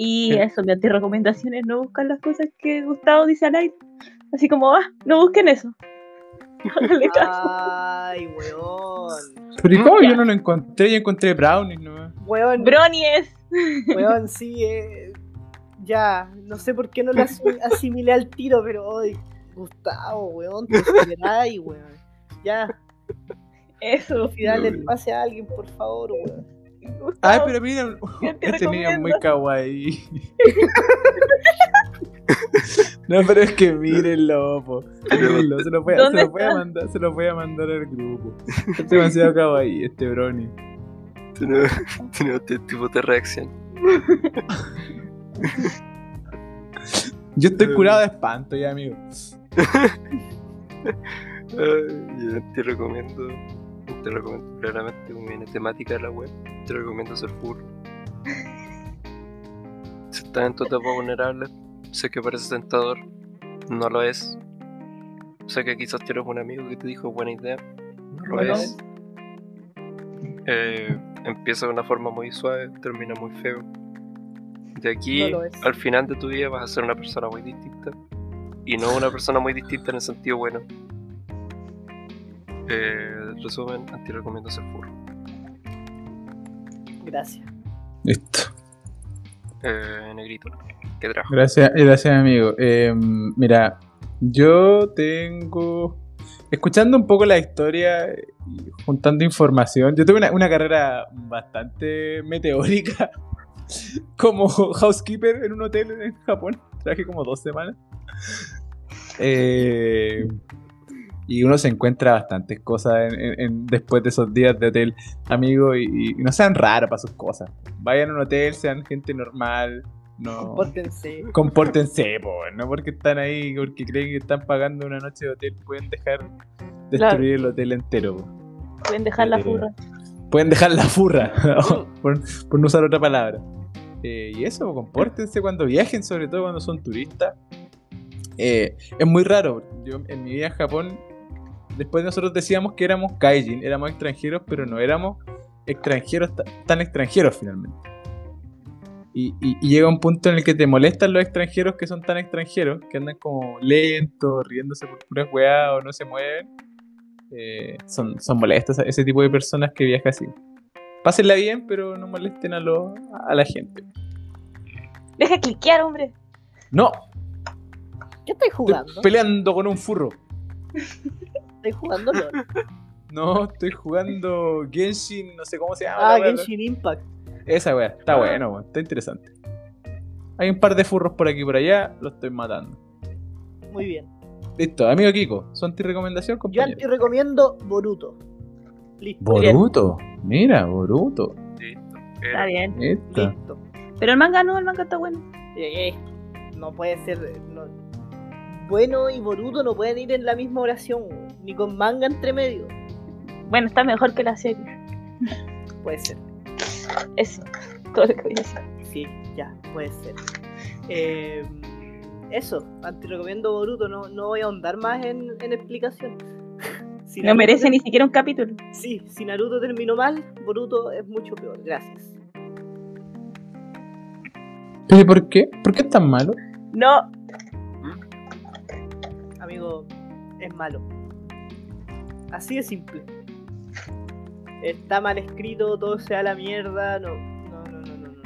C: Y eso, mi antirecomendación es no buscar las cosas que Gustavo dice al aire. Así como, ah, no busquen eso. Háganle caso.
B: Ah. Ay, weón.
D: Pero ¿y cómo
C: Ya.
D: yo no lo encontré? Yo encontré brownies, ¿no?
B: Weón,
C: Bronies.
B: weón, sí. eh, ya, no sé por qué no lo asim- asimilé al tiro, pero hoy. Gustavo, weón, te superáis, weón. Ya,
C: Eso.
B: y dale el pase a alguien, por favor, weón.
D: Ay,
C: Gustavo,
D: pero mira, un-
C: ¿qué te
D: este niño es muy
C: recomiendas?
D: kawaii. no, pero es que mírenlo, po. Mírenlo, se lo voy a, se
C: ¿Dónde
D: lo voy a mandar, se lo voy a mandar al grupo. Este es demasiado kawaii, este brony.
A: Tenemos tenemos este tipo de reacción.
D: Yo estoy curado de espanto ya, amigo.
A: Ay, yo te recomiendo. Te te recomiendo claramente como viene temática de la web. Te recomiendo ser furro. Si estás en tu etapa vulnerable, sé que parece tentador, no lo es. Sé que quizás tienes un amigo que te dijo buena idea, no lo
C: Bueno.
A: es. Eh, empieza de una forma muy suave, termina muy feo. De aquí
B: No lo es.
A: al final de tu vida vas a ser una persona muy distinta. Y no una persona muy distinta en el sentido bueno. Eh, resumen, anti recomiendo ser furro.
B: Gracias.
D: Listo.
A: Eh, negrito, ¿qué trajo?
D: Gracias, gracias amigo. Eh, mira, yo tengo... Escuchando un poco la historia y juntando información, yo tuve una, una carrera bastante meteórica como housekeeper en un hotel en Japón. Traje como dos semanas. Eh, y uno se encuentra bastantes cosas en- en- en- después de esos días de hotel, amigo, y, y no sean raros para sus cosas. Vayan a un hotel, sean gente normal. No
B: Compórtense.
D: compórtense, po, no porque están ahí, porque creen que están pagando una noche de hotel, pueden dejar destruir el hotel entero. po.
C: Pueden dejar la
D: Eh,
C: furra.
D: Pueden dejar la furra, por, por no usar otra palabra. Eh, y eso, po, compórtense cuando viajen, sobre todo cuando son turistas. Eh, es muy raro, yo en mi vida en Japón, después nosotros decíamos que éramos kaijin, éramos extranjeros, pero no éramos extranjeros ta- tan extranjeros finalmente. Y, y- y llega un punto en el que te molestan los extranjeros que son tan extranjeros, que andan como lentos, riéndose por puras weas o no se mueven. Eh, son, son molestas ese tipo de personas que viajan así. Pásenla bien, pero no molesten a, lo- a la gente.
C: Deja cliquear, hombre.
D: No,
B: ¿Qué estáis
D: estoy
B: jugando?
D: peleando con un furro.
B: ¿Estáis jugando LOL?
D: No, estoy jugando Genshin, no sé cómo se llama. la
B: Ah,
D: wea.
B: Genshin Ah. Impact.
D: Esa wea, está bueno, weón, está interesante. Hay un par de furros por aquí y por allá, los estoy matando.
B: Muy bien.
D: Listo, amigo Kiko, son tu recomendación,
B: Yo
D: compañero.
B: anti recomiendo Boruto. Listo.
D: Boruto, mira, Boruto.
A: Listo.
C: Está
A: Era.
C: bien.
D: Esta.
B: Listo.
C: Pero el manga no, el manga está bueno.
B: Eh, eh, No puede ser. eh, no- Bueno y Boruto no pueden ir en la misma oración, weón, ni con manga entre medio.
C: Bueno, está mejor que la serie.
B: Puede ser.
C: Eso. Todo lo que voy a decir.
B: Sí, ya, puede ser. Eh, eso, te recomiendo Boruto, no, no voy a ahondar más en, en explicación. Si
C: No
B: Naruto
C: merece
B: ter-
C: ni siquiera un capítulo.
B: Sí, si Naruto terminó mal, Boruto es mucho peor, gracias.
D: ¿Pero por qué? ¿Por qué es tan malo?
C: No,
B: Amigo, es malo. Así de simple. Está mal escrito, todo se da a la mierda, no, no, no, no, no, no, no.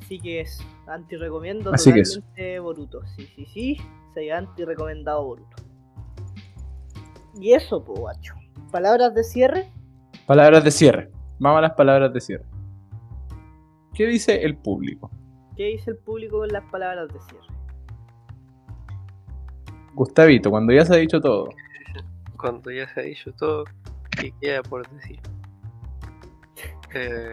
B: Así que es, anti recomiendo
D: Así que eso.
B: Boruto. Sí, sí, sí, se anti recomendado Boruto. Y eso, po, guacho. Palabras de cierre.
D: Palabras de cierre. Vamos a las palabras de cierre. ¿Qué dice el público?
B: ¿Qué dice el público con las palabras de cierre?
D: Gustavito, cuando ya se ha dicho todo.
A: Cuando ya se ha dicho todo, ¿qué queda por decir? Eh,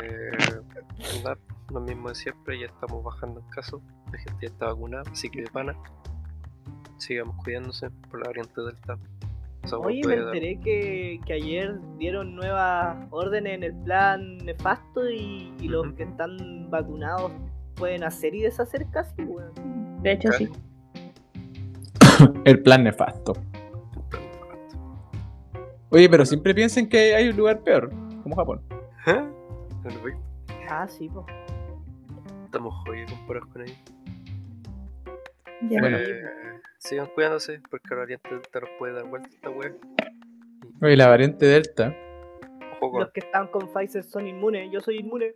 A: nada, lo mismo de siempre, ya estamos bajando el caso. La gente ya está vacunada, así que de pana. Sigamos cuidándose por la variante delta. Esa hueá
B: Oye, me
A: puede dar-
B: enteré que, que ayer dieron nuevas órdenes en el plan nefasto y, y los
A: Ujú.
B: que están vacunados pueden hacer y deshacer casi, weón.
C: de hecho sí.
D: El plan nefasto. Oye, pero siempre piensen que hay un lugar peor, como Japón.
A: ¿Eh? Perfecto,
B: Ah, sí, po.
A: Estamos jodidos comparados con ellos.
C: Ya.
D: Bueno.
A: Eh, sigan cuidándose porque la variante delta nos puede dar vuelta esta web.
D: Oye, la variante Delta.
A: Ojo con
B: Los que están con Pfizer son inmunes, yo soy inmune.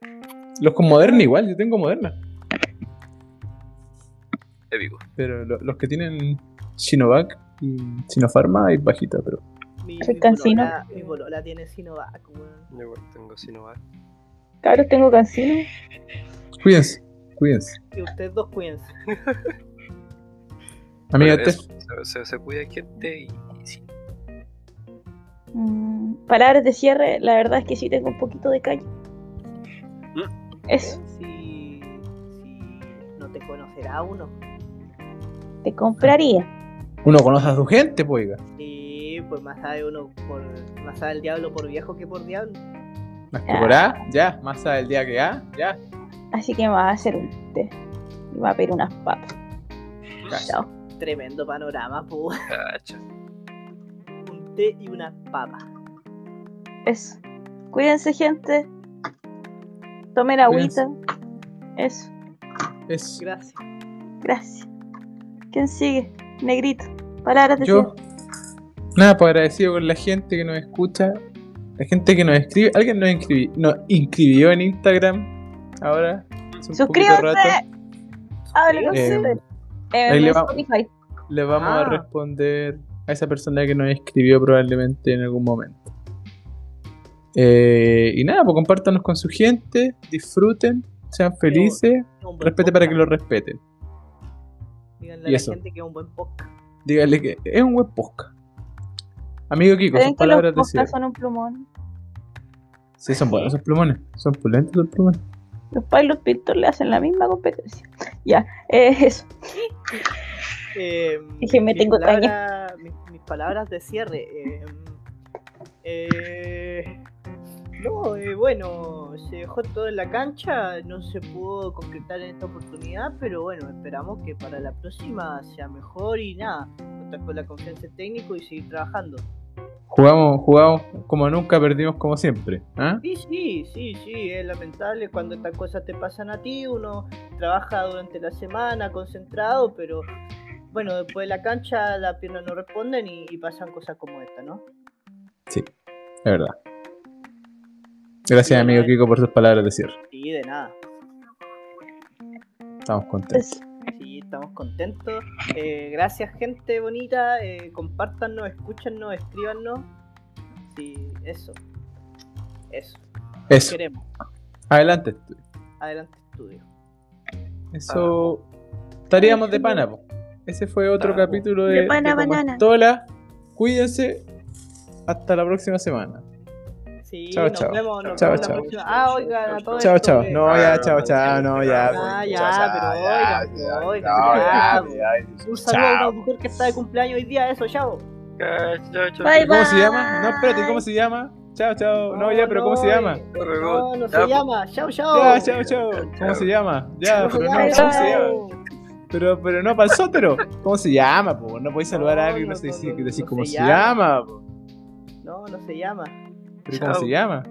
D: Los con Moderna igual, yo tengo Moderna.
A: épico.
D: Pero lo- los que tienen Sinovac y Sinopharma es bajita, pero...
B: Mi,
C: Soy
B: mi
C: cansino.
B: polola- mi polola tiene Sinovac, weón.
A: Yo igual tengo Sinovac.
C: Cabros, tengo cancino.
D: Cuídense, cuídense.
B: Y ustedes dos cuídense. ¿eh?
D: Amiga,
A: Pero
D: te-
A: eso, se, se- se cuida gente y, y sí.
C: Mm, palabras de cierre, la verdad es que sí tengo un poquito de calle.
D: Mm.
C: Eso,
B: Si, si no te conocerá uno.
C: te compraría.
D: uno conoce a su gente, pues, oiga.
B: Sí, pues más sabe uno por más sabe el diablo por viejo que por diablo.
D: Más que por A, ya. Más A del día que A, ya.
C: Así que me va a hacer un té. Y va a pedir unas papas.
D: Casi.
C: Chao.
B: Tremendo panorama, pues.
A: Cacha.
B: Un té y unas papas.
C: Eso. Cuídense, gente. Tomen agüita. Eso.
D: Es
B: Gracias.
C: Gracias. ¿Quién sigue? Negrito. Palabras de
D: yo. Nada, pues agradecido con la gente que nos escucha. La gente que nos escribe. Alguien nos, inscribi- nos inscribió en Instagram. Ahora. hace un poquito
C: Suscríbanse.
D: rato.
C: Hable con
D: Eh,
C: ustedes.
D: ahí
C: En
D: le vamos.
C: Spotify.
D: Le vamos a
B: Ah.
D: responder a esa persona que nos escribió probablemente en algún momento. Eh, y nada, pues compártanos con su gente. Disfruten. Sean felices.
B: Un buen
D: Respete para que lo
B: podcast.
D: respeten.
B: Díganle a
D: y
B: la
D: eso.
B: gente que es un buen podcast.
D: Díganle que es un buen podcast. Amigo Kiko, sus
C: ¿Creen que los
D: palabras de
C: podcasts
D: cierre.
C: son un plumón?
D: Sí, son buenos esos plumones. Son pulentos los plumones.
C: Los Pilot Pictures le hacen la misma competencia. Ya, eh, eso.
B: Eh,
C: Dije, me
B: mis
C: tengo
B: palabras- mis, mis palabras de cierre. eh, eh, no, eh, bueno, se dejó todo en la cancha, no se pudo concretar en esta oportunidad, pero bueno, esperamos que para la próxima sea mejor y nada, contar con la confianza del técnico y seguir trabajando.
D: Jugamos, jugamos como nunca, perdimos como siempre. ¿ah?
B: Sí, sí, sí, sí, es lamentable cuando estas cosas te pasan a ti, uno trabaja durante la semana concentrado, pero bueno, después de la cancha las piernas no responden y, y pasan cosas como esta, ¿no?
D: Es verdad. Gracias,
C: eh.
D: amigo Kiko, por sus palabras de cierre.
B: Sí, de nada.
D: Estamos contentos.
C: Eso.
B: Sí, estamos contentos. Eh, gracias, gente bonita. Eh, compártanos, escúchanos, escríbanos. Sí, eso. Eso.
D: Eso.
B: Queremos.
D: Adelante.
B: Adelante, estudio.
D: Eso. Estaríamos de pana, po. Ese fue otro
A: Ah.
D: capítulo de,
C: Ah. De pana
D: Como
C: banana.
D: Estola. Cuídense. Hasta la próxima semana.
B: Sí,
D: Chao,
B: nos
D: chao.
B: vemos. Nos
D: Chao,
B: vemos la
D: chao.
B: próxima. Ah, oigan, a
C: Pues,
B: todos.
D: Chao,
B: estos
D: chao.
B: que-
D: No, ya, chao, chao. No, ya.
B: Ah,
D: pues,
B: ya,
D: chao, chao,
B: pero
D: ya,
B: oigan,
D: ya,
B: oigan,
D: no, ya,
B: ya,
D: ya,
B: Un saludo a
D: chao.
B: una mujer que está de cumpleaños hoy día, eso, chao.
A: Cacha, chao, chao.
C: Bye,
D: ¿Cómo se llama? No, espérate, ¿cómo se llama? Chao, chao. No, ya, pero ¿cómo se
B: no,
D: llama?
B: eh,
A: Luego,
B: No, no
A: ya, pues.
B: se llama, chao, chao.
D: Ya, chao, chao. ¿Cómo se llama? Ya,
B: No se
D: pero no,
B: llama,
D: ¿cómo se
C: chao.
D: llama? Pero, pero no, pa'l sótero. ¿Cómo se llama, po? No podéis saludar a
B: No,
D: alguien y no,
B: no,
D: sé
B: no,
D: decir,
B: no,
D: decir
B: no
D: cómo se
B: se
D: llama, po.
B: No, no se llama.
D: Pero ¿cómo
A: Chao.
D: se llama?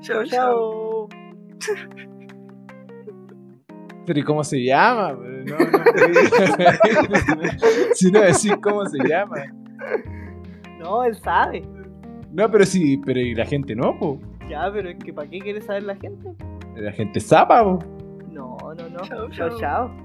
A: Chao, chao.
B: Chao.
D: Pero ¿y cómo se llama? Pero no, no Si no decir cómo se llama.
B: No, él sabe.
D: No, pero sí, pero ¿y la gente no, po?
B: Ya, pero es que ¿para qué quiere saber la gente?
D: La gente zapa, po.
B: No, no, no.
A: Chao,
B: chao.
A: chao.
B: chao.